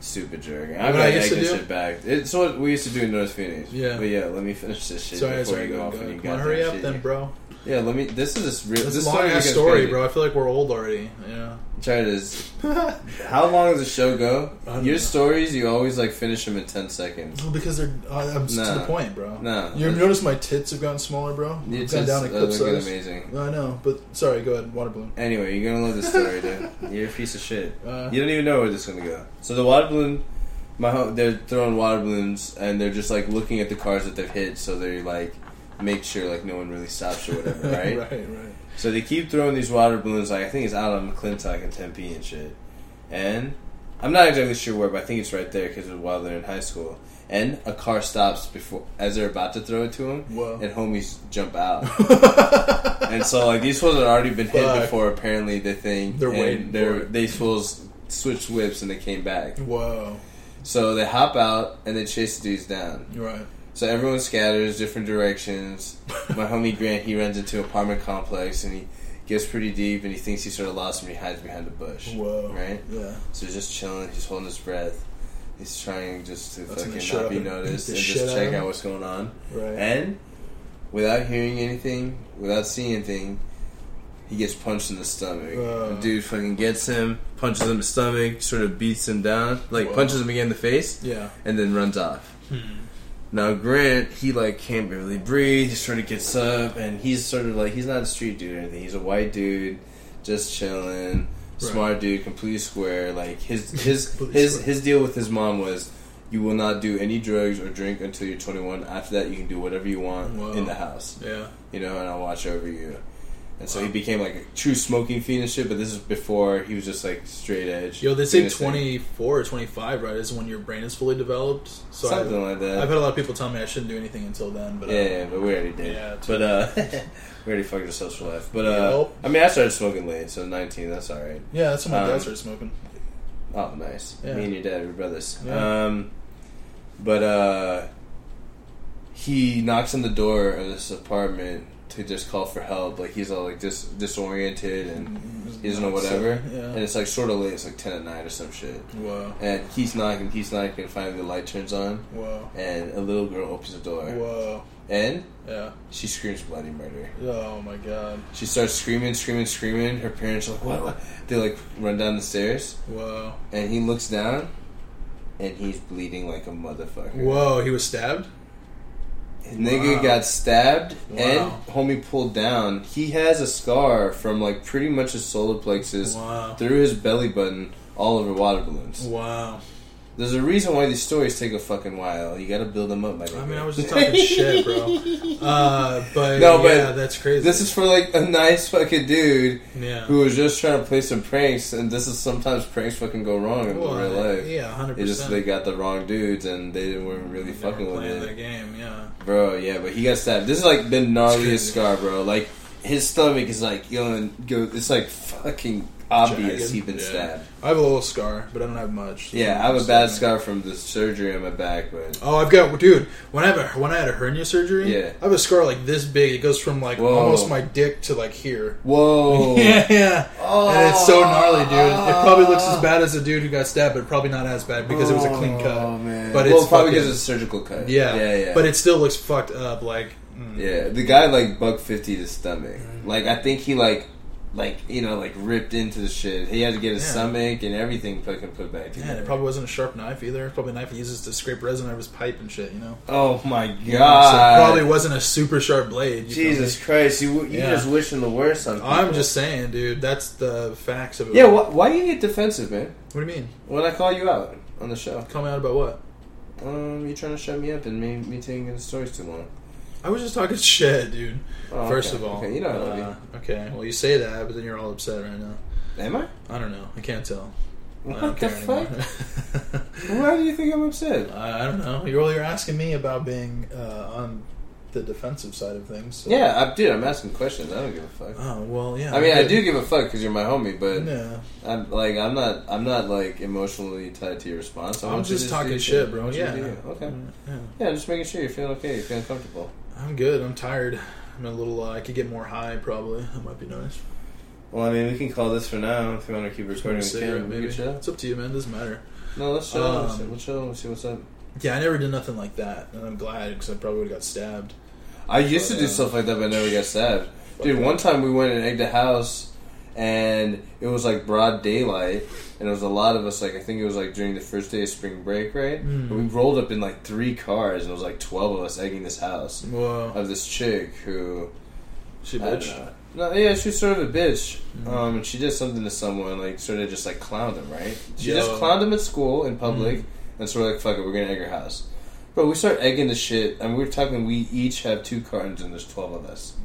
Speaker 1: Stupid jerk. I've
Speaker 2: what I
Speaker 1: got
Speaker 2: used
Speaker 1: egg
Speaker 2: to
Speaker 1: and
Speaker 2: do?
Speaker 1: shit back. It's what we used to do in North Phoenix.
Speaker 2: Yeah.
Speaker 1: But yeah, let me finish this shit
Speaker 2: Sorry,
Speaker 1: before
Speaker 2: sorry.
Speaker 1: you go
Speaker 2: Go,
Speaker 1: off
Speaker 2: go.
Speaker 1: on
Speaker 2: Come
Speaker 1: your
Speaker 2: on,
Speaker 1: goddamn
Speaker 2: hurry up,
Speaker 1: shit.
Speaker 2: then, bro.
Speaker 1: Yeah, let me. This is a real.
Speaker 2: This
Speaker 1: this
Speaker 2: is a long ass
Speaker 1: is
Speaker 2: story,
Speaker 1: crazy.
Speaker 2: bro. I feel like we're old already. Yeah.
Speaker 1: Try it is. How long does the show go?
Speaker 2: I don't
Speaker 1: Your
Speaker 2: know.
Speaker 1: stories, you always like finish them in ten seconds.
Speaker 2: Well, because they're uh, I'm s- to
Speaker 1: Nah.
Speaker 2: the point, bro.
Speaker 1: Nah.
Speaker 2: You ever notice my tits have gotten smaller, bro?
Speaker 1: Your
Speaker 2: I've gone
Speaker 1: tits-
Speaker 2: down a
Speaker 1: that
Speaker 2: clip
Speaker 1: would get
Speaker 2: size.
Speaker 1: amazing.
Speaker 2: I know, but sorry. Go ahead. Water balloon.
Speaker 1: Anyway, you're gonna love this
Speaker 2: *laughs*
Speaker 1: story, dude. You're a piece of shit.
Speaker 2: Uh,
Speaker 1: You don't even know where this is gonna go. So the water balloon, my ho- they're throwing water balloons and they're just like looking at the cars that they've hit, so they like make sure like no one really stops or
Speaker 2: *laughs*
Speaker 1: whatever, *laughs* right?
Speaker 2: right, right.
Speaker 1: So they keep throwing these water balloons. Like I think it's out on McClintock and Tempe and shit. And I'm not exactly sure where, but I think it's right there because while they're in high school. And a car stops before as they're about to throw it to him,
Speaker 2: Whoa.
Speaker 1: and homies jump out. and so like these fools had already been
Speaker 2: Fuck.
Speaker 1: hit before. Apparently they think
Speaker 2: They're
Speaker 1: and
Speaker 2: waiting
Speaker 1: They're
Speaker 2: for it.
Speaker 1: they fools switched whips and they came
Speaker 2: *laughs*
Speaker 1: back.
Speaker 2: Whoa.
Speaker 1: So they hop out and they chase the dudes down.
Speaker 2: You're right.
Speaker 1: So everyone scatters
Speaker 2: *laughs*
Speaker 1: different directions. My homie Grant, he runs into an apartment complex and he gets pretty deep and he thinks he sort of lost him. He hides behind a bush.
Speaker 2: Whoa.
Speaker 1: Right?
Speaker 2: Yeah.
Speaker 1: So he's just chilling. He's holding his breath. He's trying just to
Speaker 2: That's gonna
Speaker 1: fucking
Speaker 2: shut
Speaker 1: not
Speaker 2: up
Speaker 1: be
Speaker 2: and beat
Speaker 1: noticed
Speaker 2: the
Speaker 1: and
Speaker 2: shit out
Speaker 1: just
Speaker 2: of
Speaker 1: check
Speaker 2: him.
Speaker 1: out what's going on.
Speaker 2: Right.
Speaker 1: And without hearing anything, without seeing anything, he gets punched in the stomach.
Speaker 2: Whoa.
Speaker 1: The Dude fucking gets him, punches him in the stomach, sort of beats him down, like
Speaker 2: Whoa.
Speaker 1: punches him again in the face,
Speaker 2: yeah. Hmm.
Speaker 1: and then runs off. Now Grant, he like can't barely breathe. He sort of gets up, and he's sort of like he's not a street dude or anything. He's a white dude, just chilling, smart dude, completely square. Like
Speaker 2: *laughs*
Speaker 1: his his
Speaker 2: Completely
Speaker 1: his
Speaker 2: square.
Speaker 1: his deal with his mom was, you will not do any drugs or drink until you're 21. After that, you can do whatever you want
Speaker 2: Wow.
Speaker 1: in the house,
Speaker 2: Yeah.
Speaker 1: you know, and I'll watch over you. And so he became like a true smoking fiend and shit. But this is before he was just like straight edge.
Speaker 2: Yo, they say
Speaker 1: doing his thing.
Speaker 2: 24 or 25, right? Is when your brain is fully developed. So
Speaker 1: something like
Speaker 2: I,
Speaker 1: that.
Speaker 2: I've had a lot of people tell me I shouldn't do anything until then, but uh,
Speaker 1: Yeah, yeah, but we already did.
Speaker 2: Yeah,
Speaker 1: but uh, *laughs* we already fucked our social life. But uh,
Speaker 2: Yup.
Speaker 1: I mean, I started smoking late, so nineteen. That's all right.
Speaker 2: yeah, that's when my dad
Speaker 1: Um,
Speaker 2: started smoking.
Speaker 1: Oh, nice.
Speaker 2: Yeah.
Speaker 1: Me and your dad were brothers.
Speaker 2: Yeah.
Speaker 1: Um, but uh, he knocks on the door of this apartment to just call for help. Like he's all like dis- disoriented and he doesn't know whatever. And
Speaker 2: Yeah.
Speaker 1: it's like sort of late. It's like ten at night or some shit.
Speaker 2: Wow.
Speaker 1: And he's knocking, he's knocking. Finally, the light turns on,
Speaker 2: Wow.
Speaker 1: and a little girl opens the door,
Speaker 2: Wow.
Speaker 1: and
Speaker 2: Yeah.
Speaker 1: she screams bloody murder.
Speaker 2: Oh my god.
Speaker 1: She starts screaming, screaming, screaming. Her parents are like, what? what?" They like run down the stairs,
Speaker 2: Wow.
Speaker 1: and he looks down, and he's bleeding like a motherfucker.
Speaker 2: Whoa, he was stabbed?
Speaker 1: His nigga
Speaker 2: Wow.
Speaker 1: got stabbed,
Speaker 2: Wow.
Speaker 1: and homie pulled down. He has a scar from like pretty much his solar plexus
Speaker 2: Wow.
Speaker 1: through his belly button, all over water balloons.
Speaker 2: Wow.
Speaker 1: There's a reason why these stories take a fucking while. You got to build them up, my nigga.
Speaker 2: I mean, I was
Speaker 1: *laughs*
Speaker 2: just talking shit, bro. Uh, but
Speaker 1: No, but
Speaker 2: yeah, that's crazy.
Speaker 1: This is for like a nice fucking dude
Speaker 2: yeah.
Speaker 1: who was just trying to play some pranks, and this is sometimes pranks fucking go wrong in
Speaker 2: Well,
Speaker 1: real life.
Speaker 2: Yeah, hundred
Speaker 1: It
Speaker 2: percent.
Speaker 1: just they got the wrong dudes and they didn't weren't really fucking with
Speaker 2: playing
Speaker 1: it,
Speaker 2: the game. Yeah.
Speaker 1: bro. Yeah, but he got stabbed. This is like the gnarliest
Speaker 2: crazy.
Speaker 1: scar, bro. Like his stomach is like going, go. It's like fucking obvious
Speaker 2: Jagged.
Speaker 1: he been
Speaker 2: Yeah.
Speaker 1: stabbed.
Speaker 2: I have a little scar, but I don't have much.
Speaker 1: Yeah, I have a bad scar from the surgery on my back,
Speaker 2: *laughs*
Speaker 1: but
Speaker 2: Oh, I've got dude. When I have a, when I had a hernia surgery,
Speaker 1: Yeah.
Speaker 2: I have a scar like this big. It goes from like
Speaker 1: Whoa.
Speaker 2: almost my dick to like here.
Speaker 1: *laughs* whoa,
Speaker 2: Yeah, yeah.
Speaker 1: Oh.
Speaker 2: and it's so gnarly, dude. It probably looks
Speaker 1: Ah.
Speaker 2: as bad as a dude who got stabbed, but probably not as bad because it was a clean cut.
Speaker 1: Oh man,
Speaker 2: But
Speaker 1: but well,
Speaker 2: it's
Speaker 1: probably
Speaker 2: fucking-
Speaker 1: because it's a surgical cut.
Speaker 2: Yeah,
Speaker 1: yeah, yeah.
Speaker 2: But it still looks fucked up. Like, mm.
Speaker 1: Yeah, the guy like buck fifty to stomach.
Speaker 2: Mm-hmm.
Speaker 1: Like I think he like like you know like ripped into the shit. He had to get his
Speaker 2: Yeah.
Speaker 1: stomach and everything fucking put back.
Speaker 2: yeah, and
Speaker 1: together.
Speaker 2: it probably wasn't a sharp knife either. It's Probably a knife he uses to scrape resin out of his pipe and shit. You know.
Speaker 1: oh my god!
Speaker 2: So it probably wasn't a super sharp blade. you feel me?
Speaker 1: Jesus Christ! You you
Speaker 2: Yeah.
Speaker 1: just wishing the worst on. People.
Speaker 2: I'm just saying, dude. That's the facts of it.
Speaker 1: yeah. Why, why do you get defensive, man?
Speaker 2: What do you mean?
Speaker 1: When I call you out on the show,
Speaker 2: Call me out about what?
Speaker 1: um, you trying to shut me up and me me taking the stories too long.
Speaker 2: I was just talking *laughs* shit, dude.
Speaker 1: Oh,
Speaker 2: First
Speaker 1: okay.
Speaker 2: of all,
Speaker 1: okay, you know I love
Speaker 2: uh, okay. Well, you say that, but then you're all upset right now.
Speaker 1: you. Am I?
Speaker 2: I don't know. I can't tell. I
Speaker 1: What
Speaker 2: don't care
Speaker 1: the fuck?
Speaker 2: *laughs* anymore.
Speaker 1: Why do you think I'm upset?
Speaker 2: *laughs* I I don't know. You're, well, you're asking me about being uh, on the defensive side of things. so-
Speaker 1: Yeah, I, dude, I'm asking questions. I don't give a fuck.
Speaker 2: Oh well, yeah.
Speaker 1: I mean, I
Speaker 2: good.
Speaker 1: do give a fuck because you're my homie, but
Speaker 2: Yeah.
Speaker 1: I'm like I'm not I'm not like emotionally tied to your response. I
Speaker 2: I'm
Speaker 1: want you
Speaker 2: just
Speaker 1: to
Speaker 2: talking
Speaker 1: do
Speaker 2: shit,
Speaker 1: things. I
Speaker 2: bro.
Speaker 1: want you to
Speaker 2: Yeah. Mm-hmm. Mm,
Speaker 1: do you. Okay.
Speaker 2: Yeah.
Speaker 1: Yeah, just making sure you're feeling okay. You're feeling comfortable.
Speaker 2: I'm good. I'm tired. I'm a little. Uh, I could get more high, probably. That might be nice.
Speaker 1: Well, I mean, we can call this for now if you want to keep recording.
Speaker 2: Just wanna say it, maybe. It's up to you, man. Doesn't matter.
Speaker 1: No, let's
Speaker 2: chill.
Speaker 1: chill.
Speaker 2: Um, Let's-
Speaker 1: let's,
Speaker 2: let's
Speaker 1: chill. Let's see what's up.
Speaker 2: Yeah, I never did nothing like that, and I'm glad because I probably would have got stabbed.
Speaker 1: I used to
Speaker 2: Yeah.
Speaker 1: do stuff like that, but I never got stabbed. Dude, one time we went and egged a house, and it was like broad daylight, and it was a lot of us. Like I think it was like during the first day of spring break, right?
Speaker 2: Mm.
Speaker 1: And we rolled up in like three cars, and it was like twelve of us egging this house
Speaker 2: Whoa,
Speaker 1: of this chick who
Speaker 2: she
Speaker 1: I don't
Speaker 2: bitch.
Speaker 1: know. No, yeah, she was sort of a bitch.
Speaker 2: Mm-hmm.
Speaker 1: Um, and she did something to someone, like sort of just like clowned him, right? She just
Speaker 2: Yo. Mm-hmm.
Speaker 1: clowned him at school in public, and sort of like, "Fuck it, we're gonna egg her house." Bro, we start egging the shit, and we're talking. We each have two cartons, and there's twelve of us,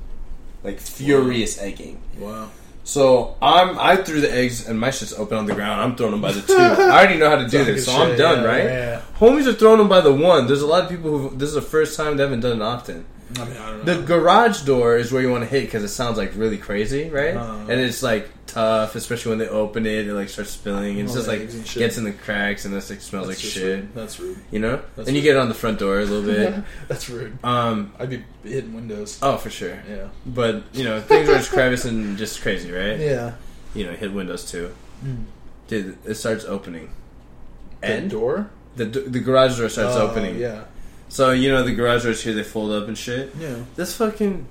Speaker 1: like furious egging.
Speaker 2: Wow.
Speaker 1: So I'm I threw the eggs, and my shit's open on the ground. I'm throwing them by
Speaker 2: *laughs*
Speaker 1: the two. I already know how to do this, so I'm
Speaker 2: Shit,
Speaker 1: done,
Speaker 2: yeah,
Speaker 1: right?
Speaker 2: Yeah,
Speaker 1: Homies are throwing them by the one. There's a lot of people who this is the first time they haven't done it often.
Speaker 2: yeah. I mean, I don't
Speaker 1: The
Speaker 2: know.
Speaker 1: garage door is where you want to hit because it sounds like really crazy, right?
Speaker 2: Uh-huh.
Speaker 1: and it's like tough, especially when they open it. It like starts spilling. and It's
Speaker 2: All
Speaker 1: just
Speaker 2: the
Speaker 1: like
Speaker 2: eggs and Oh, shit.
Speaker 1: gets in the cracks, and this like smells
Speaker 2: That's
Speaker 1: like
Speaker 2: just
Speaker 1: shit.
Speaker 2: Rude. That's rude.
Speaker 1: You know,
Speaker 2: That's
Speaker 1: and you
Speaker 2: rude.
Speaker 1: get it on the front door a little
Speaker 2: *laughs*
Speaker 1: bit.
Speaker 2: That's rude.
Speaker 1: um,
Speaker 2: I'd be hitting
Speaker 1: *laughs*
Speaker 2: windows.
Speaker 1: oh for sure.
Speaker 2: Yeah.
Speaker 1: But you know, things are just crevice and just crazy, right?
Speaker 2: Yeah.
Speaker 1: You know, hit windows too.
Speaker 2: Mm.
Speaker 1: Dude, it starts opening,
Speaker 2: the
Speaker 1: and
Speaker 2: door.
Speaker 1: the d- the garage door starts
Speaker 2: Oh,
Speaker 1: opening.
Speaker 2: Yeah.
Speaker 1: So you know the garage doors here they fold up and shit.
Speaker 2: Yeah.
Speaker 1: this fucking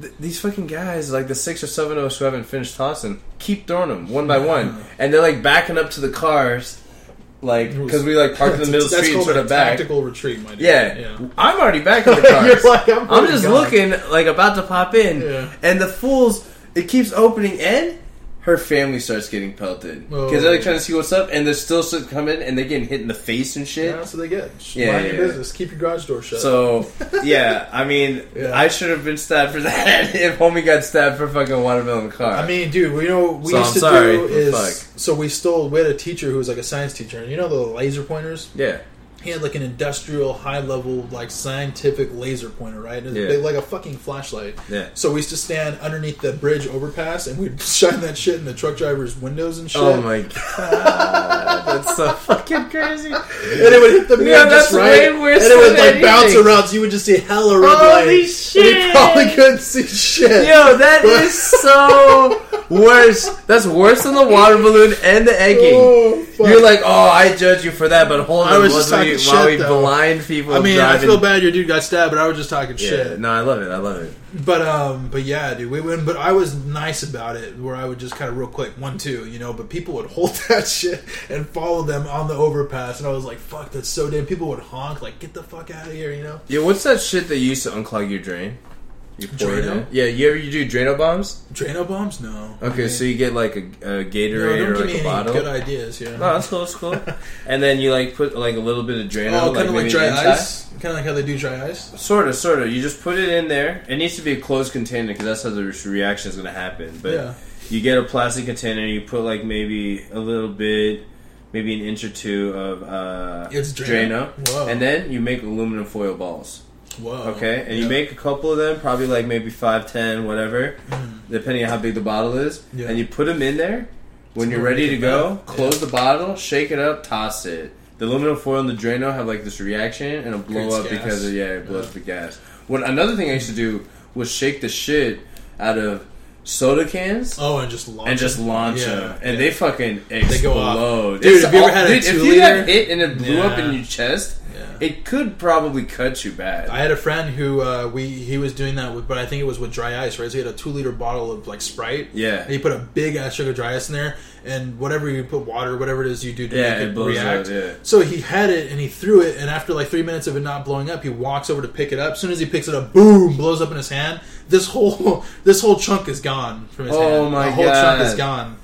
Speaker 1: th- these fucking guys like the six or seven of us who haven't finished tossing keep throwing them one by one and they're like backing up to the cars like because we
Speaker 2: *laughs*
Speaker 1: like parked in the middle of the
Speaker 2: That's
Speaker 1: street and
Speaker 2: called
Speaker 1: sort
Speaker 2: a
Speaker 1: of back.
Speaker 2: tactical retreat, my dude.
Speaker 1: Yeah.
Speaker 2: yeah.
Speaker 1: I'm already back
Speaker 2: *laughs*
Speaker 1: in the car.
Speaker 2: You're like, I'm
Speaker 1: I'm
Speaker 2: already
Speaker 1: just
Speaker 2: gone.
Speaker 1: looking like about to pop in,
Speaker 2: Yeah.
Speaker 1: and the fools it keeps opening and. Her family starts getting pelted because they're like
Speaker 2: Oh.
Speaker 1: trying to see what's up, and they're still sort of coming and they're getting hit in the face and shit.
Speaker 2: Yeah, that's what they get. Just
Speaker 1: Yeah,
Speaker 2: mind
Speaker 1: yeah,
Speaker 2: your
Speaker 1: yeah.
Speaker 2: business. Keep your garage door shut.
Speaker 1: So yeah, I mean,
Speaker 2: Yeah.
Speaker 1: I should have been stabbed for that. *laughs* if homie got stabbed for fucking watermelon car,
Speaker 2: I mean, dude, we know what we
Speaker 1: So
Speaker 2: used
Speaker 1: I'm
Speaker 2: to
Speaker 1: sorry,
Speaker 2: do
Speaker 1: but
Speaker 2: is
Speaker 1: fuck.
Speaker 2: so we stole. We had a teacher who was like a science teacher, and you know the laser pointers.
Speaker 1: yeah,
Speaker 2: He had like an industrial, high level, like scientific laser pointer, right? And it was
Speaker 1: Yeah.
Speaker 2: big, like a fucking flashlight.
Speaker 1: yeah.
Speaker 2: So we used to stand underneath the bridge overpass, and we'd *laughs* shine that shit in the truck driver's windows and shit.
Speaker 1: Oh my
Speaker 2: *laughs*
Speaker 1: god, that's so fucking crazy.
Speaker 2: and it would hit the mirror
Speaker 1: Yeah,
Speaker 2: just
Speaker 1: that's
Speaker 2: right,
Speaker 1: way worse
Speaker 2: and it would
Speaker 1: than
Speaker 2: like bounce
Speaker 1: anything.
Speaker 2: around, so you would just see hella red light.
Speaker 1: Holy
Speaker 2: We probably
Speaker 1: shit!
Speaker 2: couldn't see shit.
Speaker 1: Yo, that is so worse. That's worse than the water balloon and the egging.
Speaker 2: Oh, fuck.
Speaker 1: You're like, oh, I judge you for that, but hold
Speaker 2: I
Speaker 1: on,
Speaker 2: was
Speaker 1: was
Speaker 2: just
Speaker 1: while we,
Speaker 2: talking
Speaker 1: while we
Speaker 2: shit, though.
Speaker 1: blind people
Speaker 2: I mean, I
Speaker 1: driving.
Speaker 2: feel bad your dude got stabbed, but I was just talking
Speaker 1: yeah,
Speaker 2: shit.
Speaker 1: no, I love it. I love it.
Speaker 2: But um, but yeah, dude, we went. But I was nice about it, where I would just kind of real quick one two, you know. But people would *laughs* hold that shit and follow them on the overpass, and I was like, "Fuck, that's so damn." People would honk, like, "Get the fuck out of here," you know.
Speaker 1: Yeah, what's that shit that you used to unclog your drain? You pour it
Speaker 2: Drano?
Speaker 1: in? Yeah, you ever you do Drano bombs?
Speaker 2: Drano bombs? No.
Speaker 1: Okay,
Speaker 2: I mean,
Speaker 1: so you get like a, a
Speaker 2: no,
Speaker 1: Gatorade
Speaker 2: don't
Speaker 1: or
Speaker 2: give
Speaker 1: like
Speaker 2: me
Speaker 1: a
Speaker 2: any
Speaker 1: bottle.
Speaker 2: good ideas. Yeah.
Speaker 1: No, Oh, that's cool. That's
Speaker 2: *laughs*
Speaker 1: cool. and then you like put like a little bit of Drano,
Speaker 2: oh,
Speaker 1: like,
Speaker 2: kind of like
Speaker 1: maybe
Speaker 2: dry
Speaker 1: inside.
Speaker 2: ice, kind of like how they do dry ice.
Speaker 1: Sort of, sort of. You just put it in there. It needs to be a closed container because that's how the re- reaction is going to happen. But
Speaker 2: Yeah.
Speaker 1: you get a plastic container. You put like maybe a little bit, maybe an inch or two of uh,
Speaker 2: It's Drano? Whoa.
Speaker 1: and then you make aluminum foil balls.
Speaker 2: Whoa.
Speaker 1: Okay, and
Speaker 2: Yeah.
Speaker 1: you make a couple of them, probably like maybe five, ten, whatever, depending on how big the bottle is.
Speaker 2: Mm. Yeah.
Speaker 1: And you put them in there. When you're
Speaker 2: more
Speaker 1: ready to
Speaker 2: liquid
Speaker 1: go,
Speaker 2: mouth.
Speaker 1: close the bottle, shake it up, toss it. The aluminum foil and the Drano have like this reaction and it'll blow
Speaker 2: Creates
Speaker 1: up
Speaker 2: gas.
Speaker 1: because of yeah, it blows up the gas. What another thing I used to do was shake the shit out of soda cans.
Speaker 2: Oh, and just launch
Speaker 1: And just
Speaker 2: it.
Speaker 1: launch
Speaker 2: Yeah,
Speaker 1: them, and
Speaker 2: yeah.
Speaker 1: they fucking explode.
Speaker 2: They go off.
Speaker 1: It's
Speaker 2: Dude, have you ever
Speaker 1: all-
Speaker 2: had a
Speaker 1: dude, if
Speaker 2: two
Speaker 1: you
Speaker 2: liter?
Speaker 1: got hit and it blew up
Speaker 2: Yeah.
Speaker 1: in your chest,
Speaker 2: Yeah.
Speaker 1: it could probably cut you bad.
Speaker 2: I had a friend who uh, we he was doing that with, but I think it was with dry ice, right? So he had a two liter bottle of like Sprite.
Speaker 1: Yeah.
Speaker 2: And he put a big ass sugar dry ice in there, and whatever you put water, whatever it is you do to
Speaker 1: Yeah,
Speaker 2: make it,
Speaker 1: it blows
Speaker 2: react.
Speaker 1: up, yeah.
Speaker 2: So he had it and he threw it, and after like three minutes of it not blowing up, he walks over to pick it up. As soon as he picks it up, boom, blows up in his hand. This whole *laughs* this whole chunk is gone from his hand.
Speaker 1: Oh my
Speaker 2: the whole chunk
Speaker 1: God.
Speaker 2: is gone.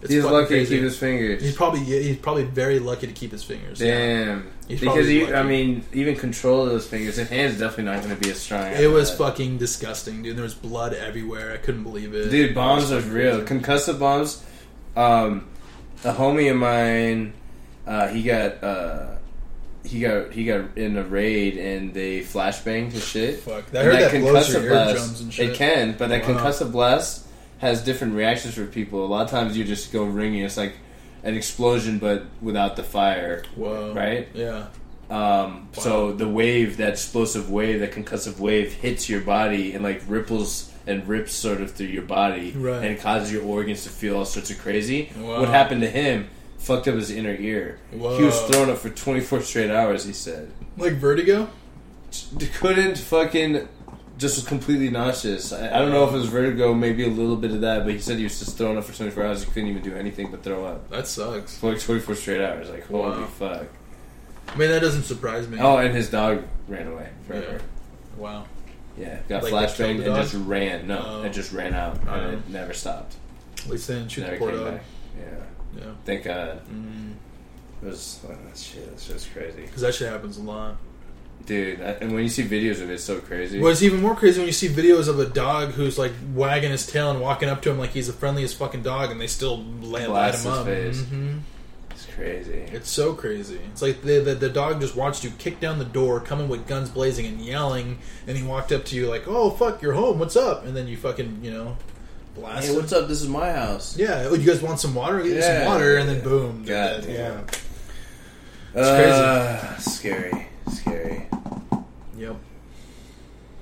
Speaker 2: It's
Speaker 1: He's
Speaker 2: fucking
Speaker 1: lucky
Speaker 2: crazy.
Speaker 1: to keep his fingers.
Speaker 2: He's probably yeah, he's probably very lucky to keep his fingers.
Speaker 1: Damn.
Speaker 2: He's
Speaker 1: because
Speaker 2: probably
Speaker 1: you, I
Speaker 2: lucky.
Speaker 1: mean, even control of those fingers, his hand's definitely not going to be as strong.
Speaker 2: It
Speaker 1: after
Speaker 2: was
Speaker 1: that.
Speaker 2: fucking disgusting, dude. There was blood everywhere. I couldn't believe it.
Speaker 1: Dude, bombs are real. Concussive bombs. Um, a homie of mine, uh, he got uh, he got he got in a raid and they flashbanged his shit.
Speaker 2: Fuck, I heard that blows your eardrums
Speaker 1: blast,
Speaker 2: and shit.
Speaker 1: it can, but that
Speaker 2: Wow.
Speaker 1: concussive blast has different reactions for people. A lot of times you just go ringing. It's like an explosion, but without the fire.
Speaker 2: Whoa.
Speaker 1: Right?
Speaker 2: Yeah.
Speaker 1: Um, So the wave, that explosive wave, that concussive wave, hits your body and like ripples and rips sort of through your body
Speaker 2: Right.
Speaker 1: and causes your organs to feel all sorts of crazy.
Speaker 2: Wow.
Speaker 1: What happened to him? Fucked up his inner ear. He was
Speaker 2: Whoa.
Speaker 1: thrown up for 24 straight hours. He said,
Speaker 2: Like vertigo?
Speaker 1: couldn't fucking. Just was completely nauseous. I, I don't know if it was vertigo, maybe a little bit of that, but he said he was just thrown up for 24 hours. He couldn't even do anything but throw up.
Speaker 2: That sucks.
Speaker 1: For like 24 straight hours. Like, holy
Speaker 2: Wow.
Speaker 1: fuck.
Speaker 2: I mean, that doesn't surprise me.
Speaker 1: Oh, and his dog ran away forever.
Speaker 2: Yeah. Wow.
Speaker 1: Yeah,
Speaker 2: Like
Speaker 1: got
Speaker 2: they killed
Speaker 1: flashbanged
Speaker 2: the
Speaker 1: and
Speaker 2: dog?
Speaker 1: just ran. No,
Speaker 2: Oh.
Speaker 1: it just ran out and
Speaker 2: Oh.
Speaker 1: it never stopped.
Speaker 2: At least they didn't shoot
Speaker 1: never
Speaker 2: the poor
Speaker 1: came
Speaker 2: dog.
Speaker 1: back. Yeah,
Speaker 2: Yeah.
Speaker 1: thank God.
Speaker 2: Mm.
Speaker 1: It was oh, that shit. It's just crazy,
Speaker 2: Because that shit happens a lot.
Speaker 1: dude. I, and when you see videos of it, it's so crazy.
Speaker 2: What's even more crazy when you see videos of a dog who's like wagging his tail and walking up to him like he's the friendliest fucking dog, and they still lay, light
Speaker 1: Blast
Speaker 2: him
Speaker 1: his
Speaker 2: up.
Speaker 1: face.
Speaker 2: Mhm.
Speaker 1: It's crazy.
Speaker 2: It's so crazy. It's like the, the the dog just watched you kick down the door, coming with guns blazing and yelling, and he walked up to you like, "Oh fuck, you're home. What's up?" And then you fucking you know, blast. him.
Speaker 1: up? This is my house.
Speaker 2: Yeah. Oh, you guys want some water? I'll Get you some
Speaker 1: Yeah.
Speaker 2: water, and then boom. they're
Speaker 1: God
Speaker 2: dead.
Speaker 1: damn.
Speaker 2: It's
Speaker 1: Uh, Scary, scary.
Speaker 2: Yeah. Yep.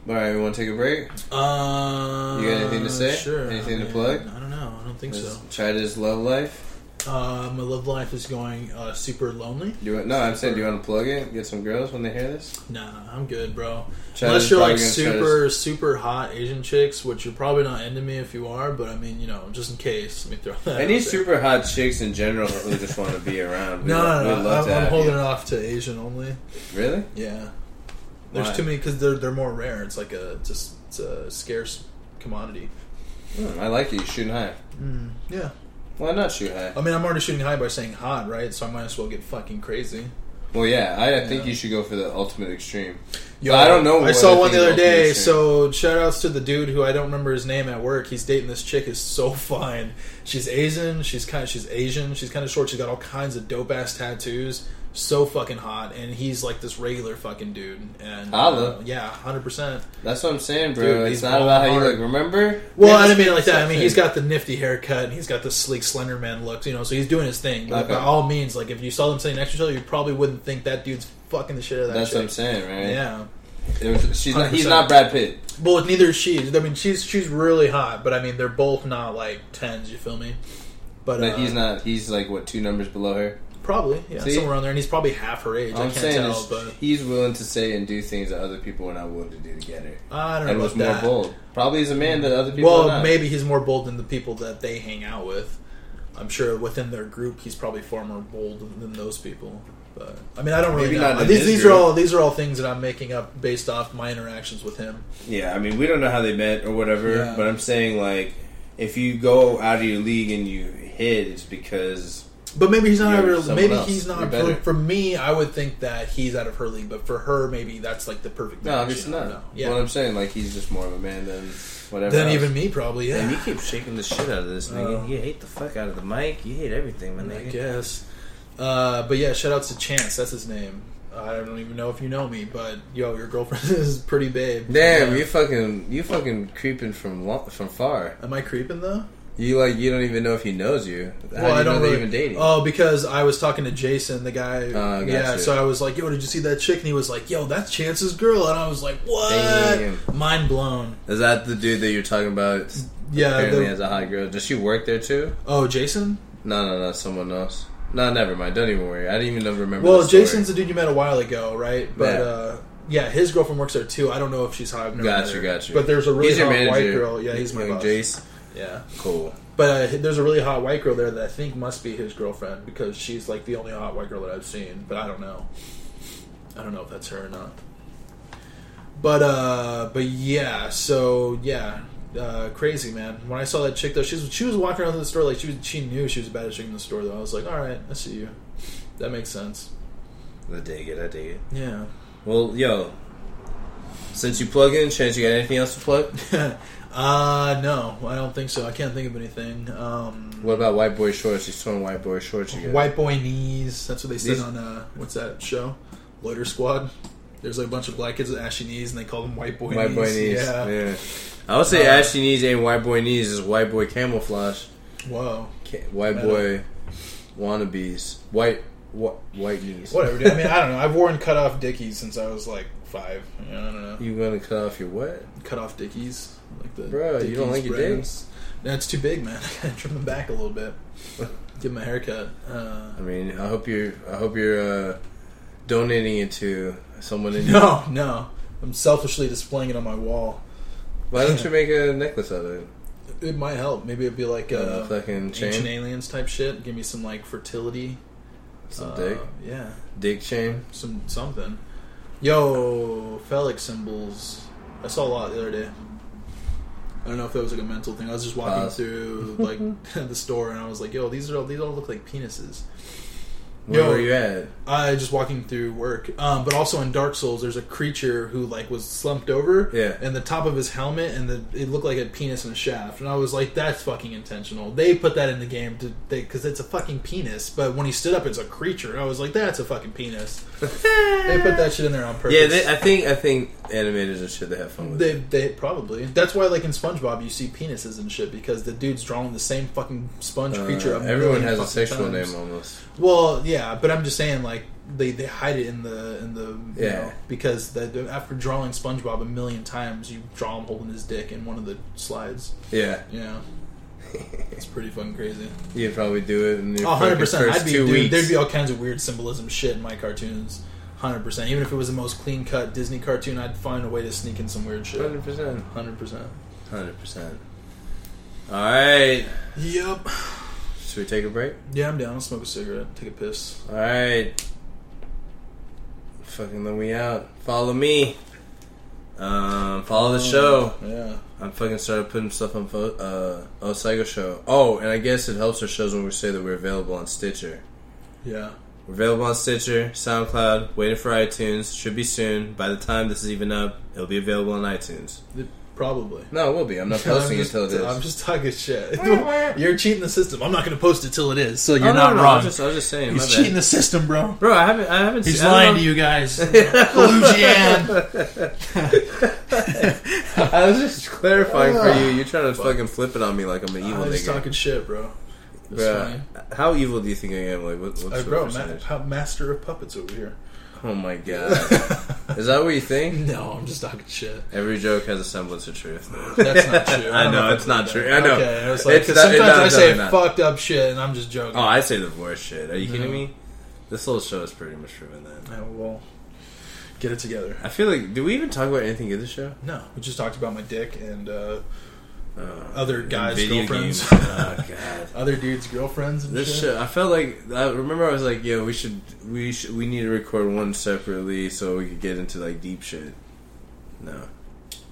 Speaker 1: All right, we want to take a break.
Speaker 2: Uh,
Speaker 1: You got anything to say?
Speaker 2: Sure.
Speaker 1: Anything
Speaker 2: I
Speaker 1: to
Speaker 2: mean,
Speaker 1: plug?
Speaker 2: I don't know. I don't think
Speaker 1: Let's
Speaker 2: so.
Speaker 1: Try this love life.
Speaker 2: Uh, my love life is going uh, super lonely.
Speaker 1: Do you want, no, I'm saying, do you want to plug it? Get some girls when they hear this.
Speaker 2: Nah, I'm good, bro.
Speaker 1: China's
Speaker 2: Unless you're
Speaker 1: probably
Speaker 2: like
Speaker 1: gonna try
Speaker 2: super, super hot Asian chicks, which you're probably not into me if you are, but I mean, you know, just in case, let me throw that.
Speaker 1: Any
Speaker 2: out there.
Speaker 1: super hot chicks in general who just want to
Speaker 2: *laughs*
Speaker 1: be around. We
Speaker 2: No,
Speaker 1: lo-
Speaker 2: no,
Speaker 1: we'd
Speaker 2: no.
Speaker 1: love
Speaker 2: I'm,
Speaker 1: to
Speaker 2: I'm
Speaker 1: have
Speaker 2: holding
Speaker 1: you.
Speaker 2: it off to Asian only.
Speaker 1: Really?
Speaker 2: Yeah, there's
Speaker 1: Why?
Speaker 2: too many because they're they're more rare. It's like a just it's a scarce commodity.
Speaker 1: Hmm, I like it. You're shooting high.
Speaker 2: Yeah,
Speaker 1: Why not shoot high?
Speaker 2: I mean, I'm already shooting high by saying hot, right? So I might as well get fucking crazy.
Speaker 1: Well, yeah, I, I think
Speaker 2: Yeah.
Speaker 1: you should go for the ultimate extreme.
Speaker 2: Yo,
Speaker 1: I don't know
Speaker 2: I
Speaker 1: what
Speaker 2: saw
Speaker 1: I
Speaker 2: one the
Speaker 1: think
Speaker 2: other
Speaker 1: about
Speaker 2: day.
Speaker 1: Peter Singer.
Speaker 2: So shout outs to the dude who I don't remember his name at work. He's dating this chick is so *laughs* fine. She's Asian. She's kind. She's Asian. She's kind of short. She's got all kinds of dope ass tattoos. So fucking hot. And he's like this regular fucking dude. And
Speaker 1: Holla.
Speaker 2: uh, yeah, hundred percent.
Speaker 1: That's what I'm saying, bro.
Speaker 2: Dude,
Speaker 1: it's
Speaker 2: he's
Speaker 1: not about how you
Speaker 2: balling
Speaker 1: look.
Speaker 2: hard.
Speaker 1: Remember?
Speaker 2: Well, I
Speaker 1: Man,
Speaker 2: didn't mean it like that. I mean,
Speaker 1: something.
Speaker 2: he's got the nifty haircut and he's got the sleek slender man look, you know, so he's doing his thing. But
Speaker 1: Okay.
Speaker 2: by all means, like, if you saw them sitting next to each other, you probably wouldn't think that dude's fucking the shit out of that
Speaker 1: That's what I'm
Speaker 2: chick.
Speaker 1: saying, right?
Speaker 2: Yeah.
Speaker 1: It was, she's not, he's
Speaker 2: 100%.
Speaker 1: not Brad Pitt.
Speaker 2: Well, neither is she. I mean, she's she's really hot, but I mean, they're both not like tens. You feel me? But
Speaker 1: Like
Speaker 2: uh,
Speaker 1: he's not. He's like what two numbers below her.
Speaker 2: probably yeah
Speaker 1: See?
Speaker 2: somewhere around there, and he's probably half her age.
Speaker 1: All
Speaker 2: I
Speaker 1: I'm
Speaker 2: can't
Speaker 1: saying
Speaker 2: tell,
Speaker 1: is
Speaker 2: but
Speaker 1: he's willing to say and do things that other people are not willing to do to get her.
Speaker 2: I don't know
Speaker 1: And was
Speaker 2: about
Speaker 1: more
Speaker 2: that.
Speaker 1: bold. Probably he's a man that other people. are
Speaker 2: Well,
Speaker 1: not.
Speaker 2: maybe he's more bold than the people that they hang out with. I'm sure within their group, he's probably far more bold than those people. But I mean, I don't really
Speaker 1: Maybe
Speaker 2: know.
Speaker 1: not in
Speaker 2: these
Speaker 1: his
Speaker 2: these
Speaker 1: group.
Speaker 2: are all these are all things that I'm making up based off my interactions with him.
Speaker 1: Yeah, I mean, we don't know how they met or whatever,
Speaker 2: Yeah.
Speaker 1: but I'm saying like, if you go out of your league and you hit, it's because
Speaker 2: But maybe he's not.
Speaker 1: You're
Speaker 2: ever-
Speaker 1: someone
Speaker 2: maybe
Speaker 1: else.
Speaker 2: he's
Speaker 1: You're
Speaker 2: not.
Speaker 1: better.
Speaker 2: For, for me, I would think that he's out of her league. But for her, maybe that's like the perfect.
Speaker 1: no,
Speaker 2: match,
Speaker 1: obviously
Speaker 2: you know?
Speaker 1: not.
Speaker 2: Yeah.
Speaker 1: What I'm saying, like, he's just more of a man than whatever.
Speaker 2: Then
Speaker 1: else.
Speaker 2: even me, probably. Yeah.
Speaker 3: And you keep shaking the shit out of this nigga.
Speaker 2: Oh.
Speaker 3: you hate the fuck out of the mic. You hate everything, man.
Speaker 2: I
Speaker 3: Nigga.
Speaker 2: guess. Uh, but yeah, shout out to Chance. That's his name. I don't even know if you know me, but yo, your girlfriend *laughs* is pretty babe.
Speaker 1: Damn,
Speaker 2: Yeah.
Speaker 1: you fucking, you fucking creeping from lo- from far.
Speaker 2: Am I creeping though?
Speaker 1: You like, you don't even know if he knows you. How do you know
Speaker 2: really-
Speaker 1: they even dating?
Speaker 2: Oh, because I was talking to Jason, the guy.
Speaker 1: Oh, gotcha.
Speaker 2: yeah, so I was like, "Yo, did you see that chick?" And he was like, "Yo, that's Chance's girl," and I was like, "What?"
Speaker 1: Damn.
Speaker 2: Mind blown.
Speaker 1: Is that the dude that you're talking about?
Speaker 2: Yeah.
Speaker 1: Apparently,
Speaker 2: Uh, the-
Speaker 1: has a hot girl. Does she work there too?
Speaker 2: oh, Jason.
Speaker 1: No, no, no. Someone else. No, never mind. Don't even worry. I didn't even remember.
Speaker 2: Well,
Speaker 1: the story.
Speaker 2: Jason's the dude you met a while ago, right? But
Speaker 1: Yeah.
Speaker 2: uh, yeah, his girlfriend works there too. I don't know if she's hot. I've never met
Speaker 1: Gotcha,
Speaker 2: her.
Speaker 1: gotcha.
Speaker 2: But there's a really
Speaker 1: He's your
Speaker 2: hot
Speaker 1: manager.
Speaker 2: white girl. Yeah, he's my
Speaker 1: Young
Speaker 2: boss.
Speaker 1: Jace.
Speaker 2: Yeah.
Speaker 1: Cool.
Speaker 2: But uh, there's a really hot white girl there that I think must be his girlfriend because she's like the only hot white girl that I've seen. But I don't know. I don't know if that's her or not. But uh, but yeah. So yeah, uh, crazy man. When I saw that chick though, she was she was walking around the store like she was, she knew she was a baddest chick in the store though. I was like, all right, I see you. That makes sense.
Speaker 3: I dig it. I dig it.
Speaker 2: Yeah.
Speaker 3: Well, yo. Since you plug in, chance you got anything else to plug?
Speaker 2: *laughs* uh, no, I don't think so. I can't think of anything. Um,
Speaker 1: What about white boy shorts? He's throwing white boy shorts again.
Speaker 2: White boy knees. That's what they said
Speaker 1: These-
Speaker 2: on uh, what's that show? Loiter Squad. There's like a bunch of black kids with ashy knees, and they call them white boy
Speaker 1: white
Speaker 2: knees.
Speaker 1: boy knees.
Speaker 2: Yeah.
Speaker 1: Yeah. I would say
Speaker 2: Uh,
Speaker 1: ashy knees ain't white boy knees. Is white boy camouflage.
Speaker 2: Whoa.
Speaker 1: Ca- white
Speaker 2: Metal.
Speaker 1: boy wannabes. White wh- white knees.
Speaker 2: Whatever, dude. I mean, I don't know. I've worn cut off dickies since I was like five. You know, I don't know.
Speaker 1: You gonna cut off your what?
Speaker 2: Cut off dickies, like the
Speaker 1: Bro, you don't like your
Speaker 2: brands. No, it's too big, man. *laughs* I gotta trim them back a little
Speaker 1: *laughs*
Speaker 2: bit. Give them a haircut. Uh,
Speaker 1: I mean, I hope you're. I hope you're uh, donating it to
Speaker 2: *laughs*
Speaker 1: someone in. your
Speaker 2: no, no. I'm selfishly displaying it on my wall.
Speaker 1: Why don't you make a necklace out of it?
Speaker 2: It might help. Maybe it'd be like
Speaker 1: Uh,
Speaker 2: a
Speaker 1: fucking
Speaker 2: ancient
Speaker 1: chain,
Speaker 2: aliens type shit. Give me some like fertility.
Speaker 1: some
Speaker 2: uh,
Speaker 1: dick,
Speaker 2: Yeah,
Speaker 1: dick chain.
Speaker 2: some something. Yo, phallic symbols. I saw a lot the other day. I don't know if that was like a mental thing. I was just walking
Speaker 1: Pause.
Speaker 2: through like *laughs* the store and I was like, "Yo, these are all these all look like penises."
Speaker 1: Where
Speaker 2: Yo.
Speaker 1: were you
Speaker 2: *laughs*
Speaker 1: at?
Speaker 2: I uh, just walking through work, um, but also in Dark Souls, there's a creature who like was slumped over,
Speaker 1: Yeah.
Speaker 2: and the top of his helmet and the it looked like a penis and a shaft, and I was like, that's fucking intentional. They put that in the game to because it's a fucking penis, but when he stood up, it's a creature. I was like, that's a fucking penis. they put that shit in there on purpose.
Speaker 3: Yeah,
Speaker 1: I think I think animators and shit they have fun with.
Speaker 2: They, they probably that's why like in SpongeBob you see penises and shit because the dude's drawing the same fucking sponge
Speaker 1: Uh,
Speaker 2: creature. a
Speaker 1: everyone
Speaker 2: million
Speaker 1: has a
Speaker 2: fucking
Speaker 1: sexual
Speaker 2: times.
Speaker 1: name almost.
Speaker 2: Well, yeah, but I'm just saying, like they, they hide it in the in the you
Speaker 1: Yeah.
Speaker 2: know, because the, after drawing SpongeBob a million times, you draw him holding his dick in one of the slides.
Speaker 1: *laughs* Yeah.
Speaker 2: Yeah, It's pretty fucking crazy.
Speaker 1: You'd probably do it in your
Speaker 2: Oh, 100
Speaker 1: fucking
Speaker 2: percent.
Speaker 1: first
Speaker 2: I'd be
Speaker 1: two
Speaker 2: dude,
Speaker 1: weeks.
Speaker 2: there'd be all kinds of weird symbolism shit in my cartoons. Hundred percent. Even if it was the most clean cut Disney cartoon, I'd find a way to sneak in some weird shit.
Speaker 1: 100%.
Speaker 2: Hundred percent.
Speaker 1: 100%. All right.
Speaker 2: Yep.
Speaker 1: Should we take a break?
Speaker 2: Yeah, I'm down. I'll smoke a cigarette, take a piss.
Speaker 1: All right. Fucking then we out. Follow me. Um, follow the show.
Speaker 2: Yeah.
Speaker 1: I'm fucking started putting stuff on fo- uh Oh Psycho Show. Oh, and I guess it helps our shows when we say that we're available on Stitcher.
Speaker 2: Yeah.
Speaker 1: We're available on Stitcher, SoundCloud, waiting for iTunes. Should be soon. By the time this is even up, it'll be available on iTunes.
Speaker 2: It- probably.
Speaker 1: No, it will be. I'm not posting
Speaker 2: *laughs* I'm just,
Speaker 1: until it is.
Speaker 2: I'm just talking shit. you're cheating the system. I'm not going to post it till it is. So you're
Speaker 1: Oh, no,
Speaker 2: not
Speaker 1: no, no, I
Speaker 2: wrong.
Speaker 1: was just, I was just saying.
Speaker 2: He's
Speaker 1: my
Speaker 2: cheating
Speaker 1: bad.
Speaker 2: the system, bro.
Speaker 1: Bro, I haven't. I haven't.
Speaker 2: He's
Speaker 1: seen, I
Speaker 2: lying to
Speaker 1: don't know-
Speaker 2: you *laughs* guys. *laughs* Collusion.
Speaker 1: I was just clarifying for
Speaker 2: Ugh.
Speaker 1: you. You're trying to fucking flip it on me like I'm an evil
Speaker 2: I'm just
Speaker 1: nigga.
Speaker 2: talking shit, bro. It's
Speaker 1: Bruh,
Speaker 2: funny.
Speaker 1: how evil do you think I am? Like, what, what's
Speaker 2: Hey,
Speaker 1: the
Speaker 2: bro, ma-
Speaker 1: percentage?
Speaker 2: pa- master of puppets over here.
Speaker 1: Oh my *laughs* god, is that what you think?
Speaker 2: No, I'm just talking shit.
Speaker 1: Every joke has a semblance of truth.
Speaker 2: That's *laughs* not true.
Speaker 1: *laughs* I know
Speaker 2: if
Speaker 1: it's
Speaker 2: did
Speaker 1: not
Speaker 2: that.
Speaker 1: true. I know.
Speaker 2: Okay, I was like,
Speaker 1: It's
Speaker 2: 'cause
Speaker 1: not- it-
Speaker 2: sometimes
Speaker 1: no,
Speaker 2: I
Speaker 1: it's
Speaker 2: say
Speaker 1: definitely not.
Speaker 2: fucked up shit, and I'm just joking.
Speaker 1: Oh, I say the worst shit. Are you kidding
Speaker 2: No.
Speaker 1: me? This whole show is pretty much proven that.
Speaker 2: Yeah, well, get it together.
Speaker 1: I feel like, do we even talk about anything in the show?
Speaker 2: No, we just talked about my dick and uh,
Speaker 1: Uh,
Speaker 2: Other guys'
Speaker 1: video
Speaker 2: girlfriends.
Speaker 1: games. *laughs* oh god.
Speaker 2: *laughs* other dudes' girlfriends and
Speaker 1: This
Speaker 2: shit.
Speaker 1: shit, I felt like I remember I was like, "Yo, we should, we should, we need to record one separately so we could get into like deep shit." No,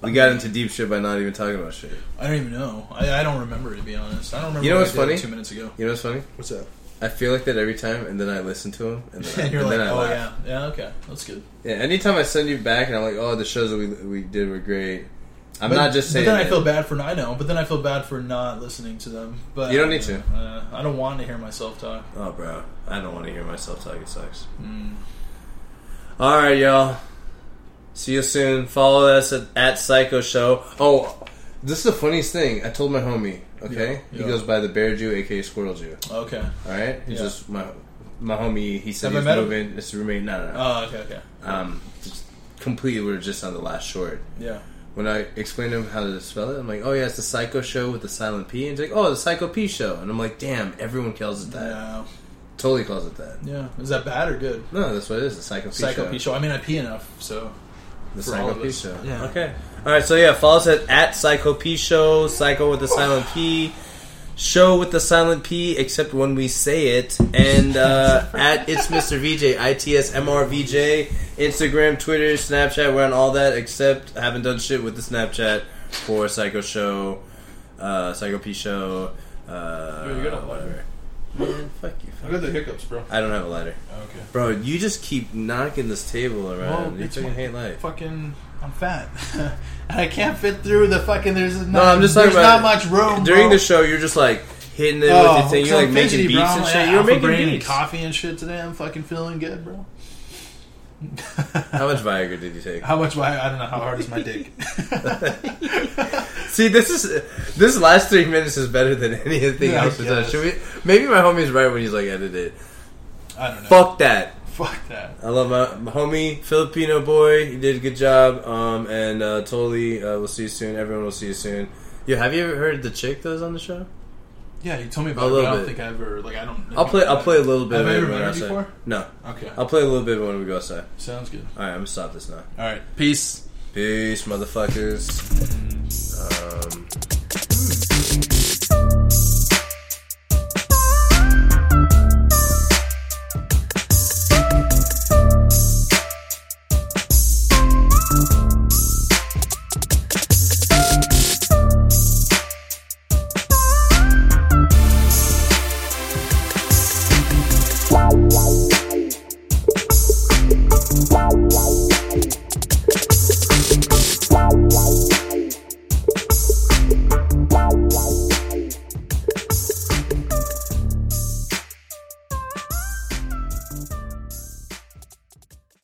Speaker 1: we got into deep shit by not even talking about shit.
Speaker 2: I don't even know. I, I don't remember to be honest. I don't remember.
Speaker 1: You know
Speaker 2: what
Speaker 1: what's
Speaker 2: I did
Speaker 1: funny?
Speaker 2: Two minutes ago.
Speaker 1: You know what's funny?
Speaker 2: What's that?
Speaker 1: I feel like that every time, and then I listen to them, and then, I,
Speaker 2: *laughs* and you're
Speaker 1: and
Speaker 2: like,
Speaker 1: then I
Speaker 2: oh
Speaker 1: laugh.
Speaker 2: yeah, yeah, okay, that's good.
Speaker 1: Yeah. Anytime I send you back, and I'm like, "Oh, the shows that we we did were great." I'm
Speaker 2: But-
Speaker 1: not just saying.
Speaker 2: But then I
Speaker 1: that.
Speaker 2: feel bad for I know. But then I feel bad for not listening to them. But
Speaker 1: You don't need to.
Speaker 2: Uh, I don't want to hear myself talk.
Speaker 1: Oh, bro, I don't want to hear myself talk. It sucks.
Speaker 2: Mm.
Speaker 1: All right, y'all. See you soon. Follow us at, at Psycho Show. Oh, this is the funniest thing. I told my homie. Okay,
Speaker 2: Yeah,
Speaker 1: he
Speaker 2: yeah.
Speaker 1: goes by the Bear Jew, aka Squirrel Jew.
Speaker 2: Okay.
Speaker 1: All right, he's
Speaker 2: Yeah.
Speaker 1: just my my homie. He said
Speaker 2: Have I
Speaker 1: he's
Speaker 2: met him?
Speaker 1: moving. It's roommate. No, no, no.
Speaker 2: Oh, okay, okay.
Speaker 1: um, just completely. We are just on the last short.
Speaker 2: Yeah.
Speaker 1: When I explained to him how to spell it, I'm like, "Oh yeah, it's the Psycho Show with the silent P." And he's like, "Oh, the Psycho P Show." And I'm like, "Damn, everyone calls it that.
Speaker 2: Yeah.
Speaker 1: Totally calls it that."
Speaker 2: Yeah. Is that bad or good?
Speaker 1: No, that's what it is. The Psycho P
Speaker 2: Psycho
Speaker 1: Show.
Speaker 2: P show. I mean, I pee enough, so
Speaker 1: The
Speaker 2: for
Speaker 1: Psycho
Speaker 2: all of
Speaker 1: P
Speaker 2: us.
Speaker 1: Show.
Speaker 2: Yeah.
Speaker 1: Okay. All right. So yeah, follow us at, at Psycho P Show. Psycho with the silent P. Show with the silent P, except when we say it. And uh, at it's Mr. VJ. I T S M R V J. Instagram, Twitter, Snapchat. We're on all that except I haven't done shit with the Snapchat for Psycho Show, uh, Psycho P Show. Uh,
Speaker 2: Dude, you got a lighter?
Speaker 1: whatever. Man, fuck you. Fuck.
Speaker 2: got the hiccups, bro.
Speaker 1: I don't have a lighter.
Speaker 2: Okay.
Speaker 1: Bro, you just keep knocking this table around. you
Speaker 2: it's
Speaker 1: fucking
Speaker 2: my-
Speaker 1: hate life.
Speaker 2: Fucking, I'm fat, *laughs* and I can't fit through the fucking. There's not,
Speaker 1: No, I'm just talking
Speaker 2: there's
Speaker 1: about
Speaker 2: not much room
Speaker 1: during
Speaker 2: bro.
Speaker 1: the show. You're just like hitting it with your thing. You're
Speaker 2: Oh, so
Speaker 1: like making
Speaker 2: fidgety,
Speaker 1: beats
Speaker 2: bro.
Speaker 1: and
Speaker 2: I'm
Speaker 1: shit.
Speaker 2: like,
Speaker 1: You're
Speaker 2: alpha
Speaker 1: making
Speaker 2: brain and
Speaker 1: beats.
Speaker 2: coffee and shit today. I'm fucking feeling good, bro.
Speaker 1: How much Viagra did you take?
Speaker 2: How much? Why? I don't know. How hard is my
Speaker 1: *laughs*
Speaker 2: dick? *laughs*
Speaker 1: See, this is this last three minutes is better than *laughs* anything
Speaker 2: Yeah, I
Speaker 1: else we've done.
Speaker 2: guess.
Speaker 1: Should we? Maybe my homie's right when he's like, edit it.
Speaker 2: I don't know.
Speaker 1: Fuck that.
Speaker 2: Fuck that.
Speaker 1: I love my, my homie, Filipino boy. You did a good job. Um, and uh, totally, uh, we'll see you soon. Everyone will see you soon. Yo, have you ever heard the chick that was on the show?
Speaker 2: Yeah, you told me
Speaker 1: A
Speaker 2: about. it,
Speaker 1: little
Speaker 2: but I don't
Speaker 1: bit.
Speaker 2: think I ever like. I don't.
Speaker 1: I'll play. I'll play a little bit.
Speaker 2: Have
Speaker 1: of
Speaker 2: I
Speaker 1: it
Speaker 2: ever
Speaker 1: when
Speaker 2: met
Speaker 1: we're
Speaker 2: her
Speaker 1: outside.
Speaker 2: before?
Speaker 1: No.
Speaker 2: Okay.
Speaker 1: I'll play a little bit when we go outside.
Speaker 2: Sounds good.
Speaker 1: All right, I'm gonna stop this now.
Speaker 2: All right. Peace.
Speaker 1: Peace, motherfuckers. Um,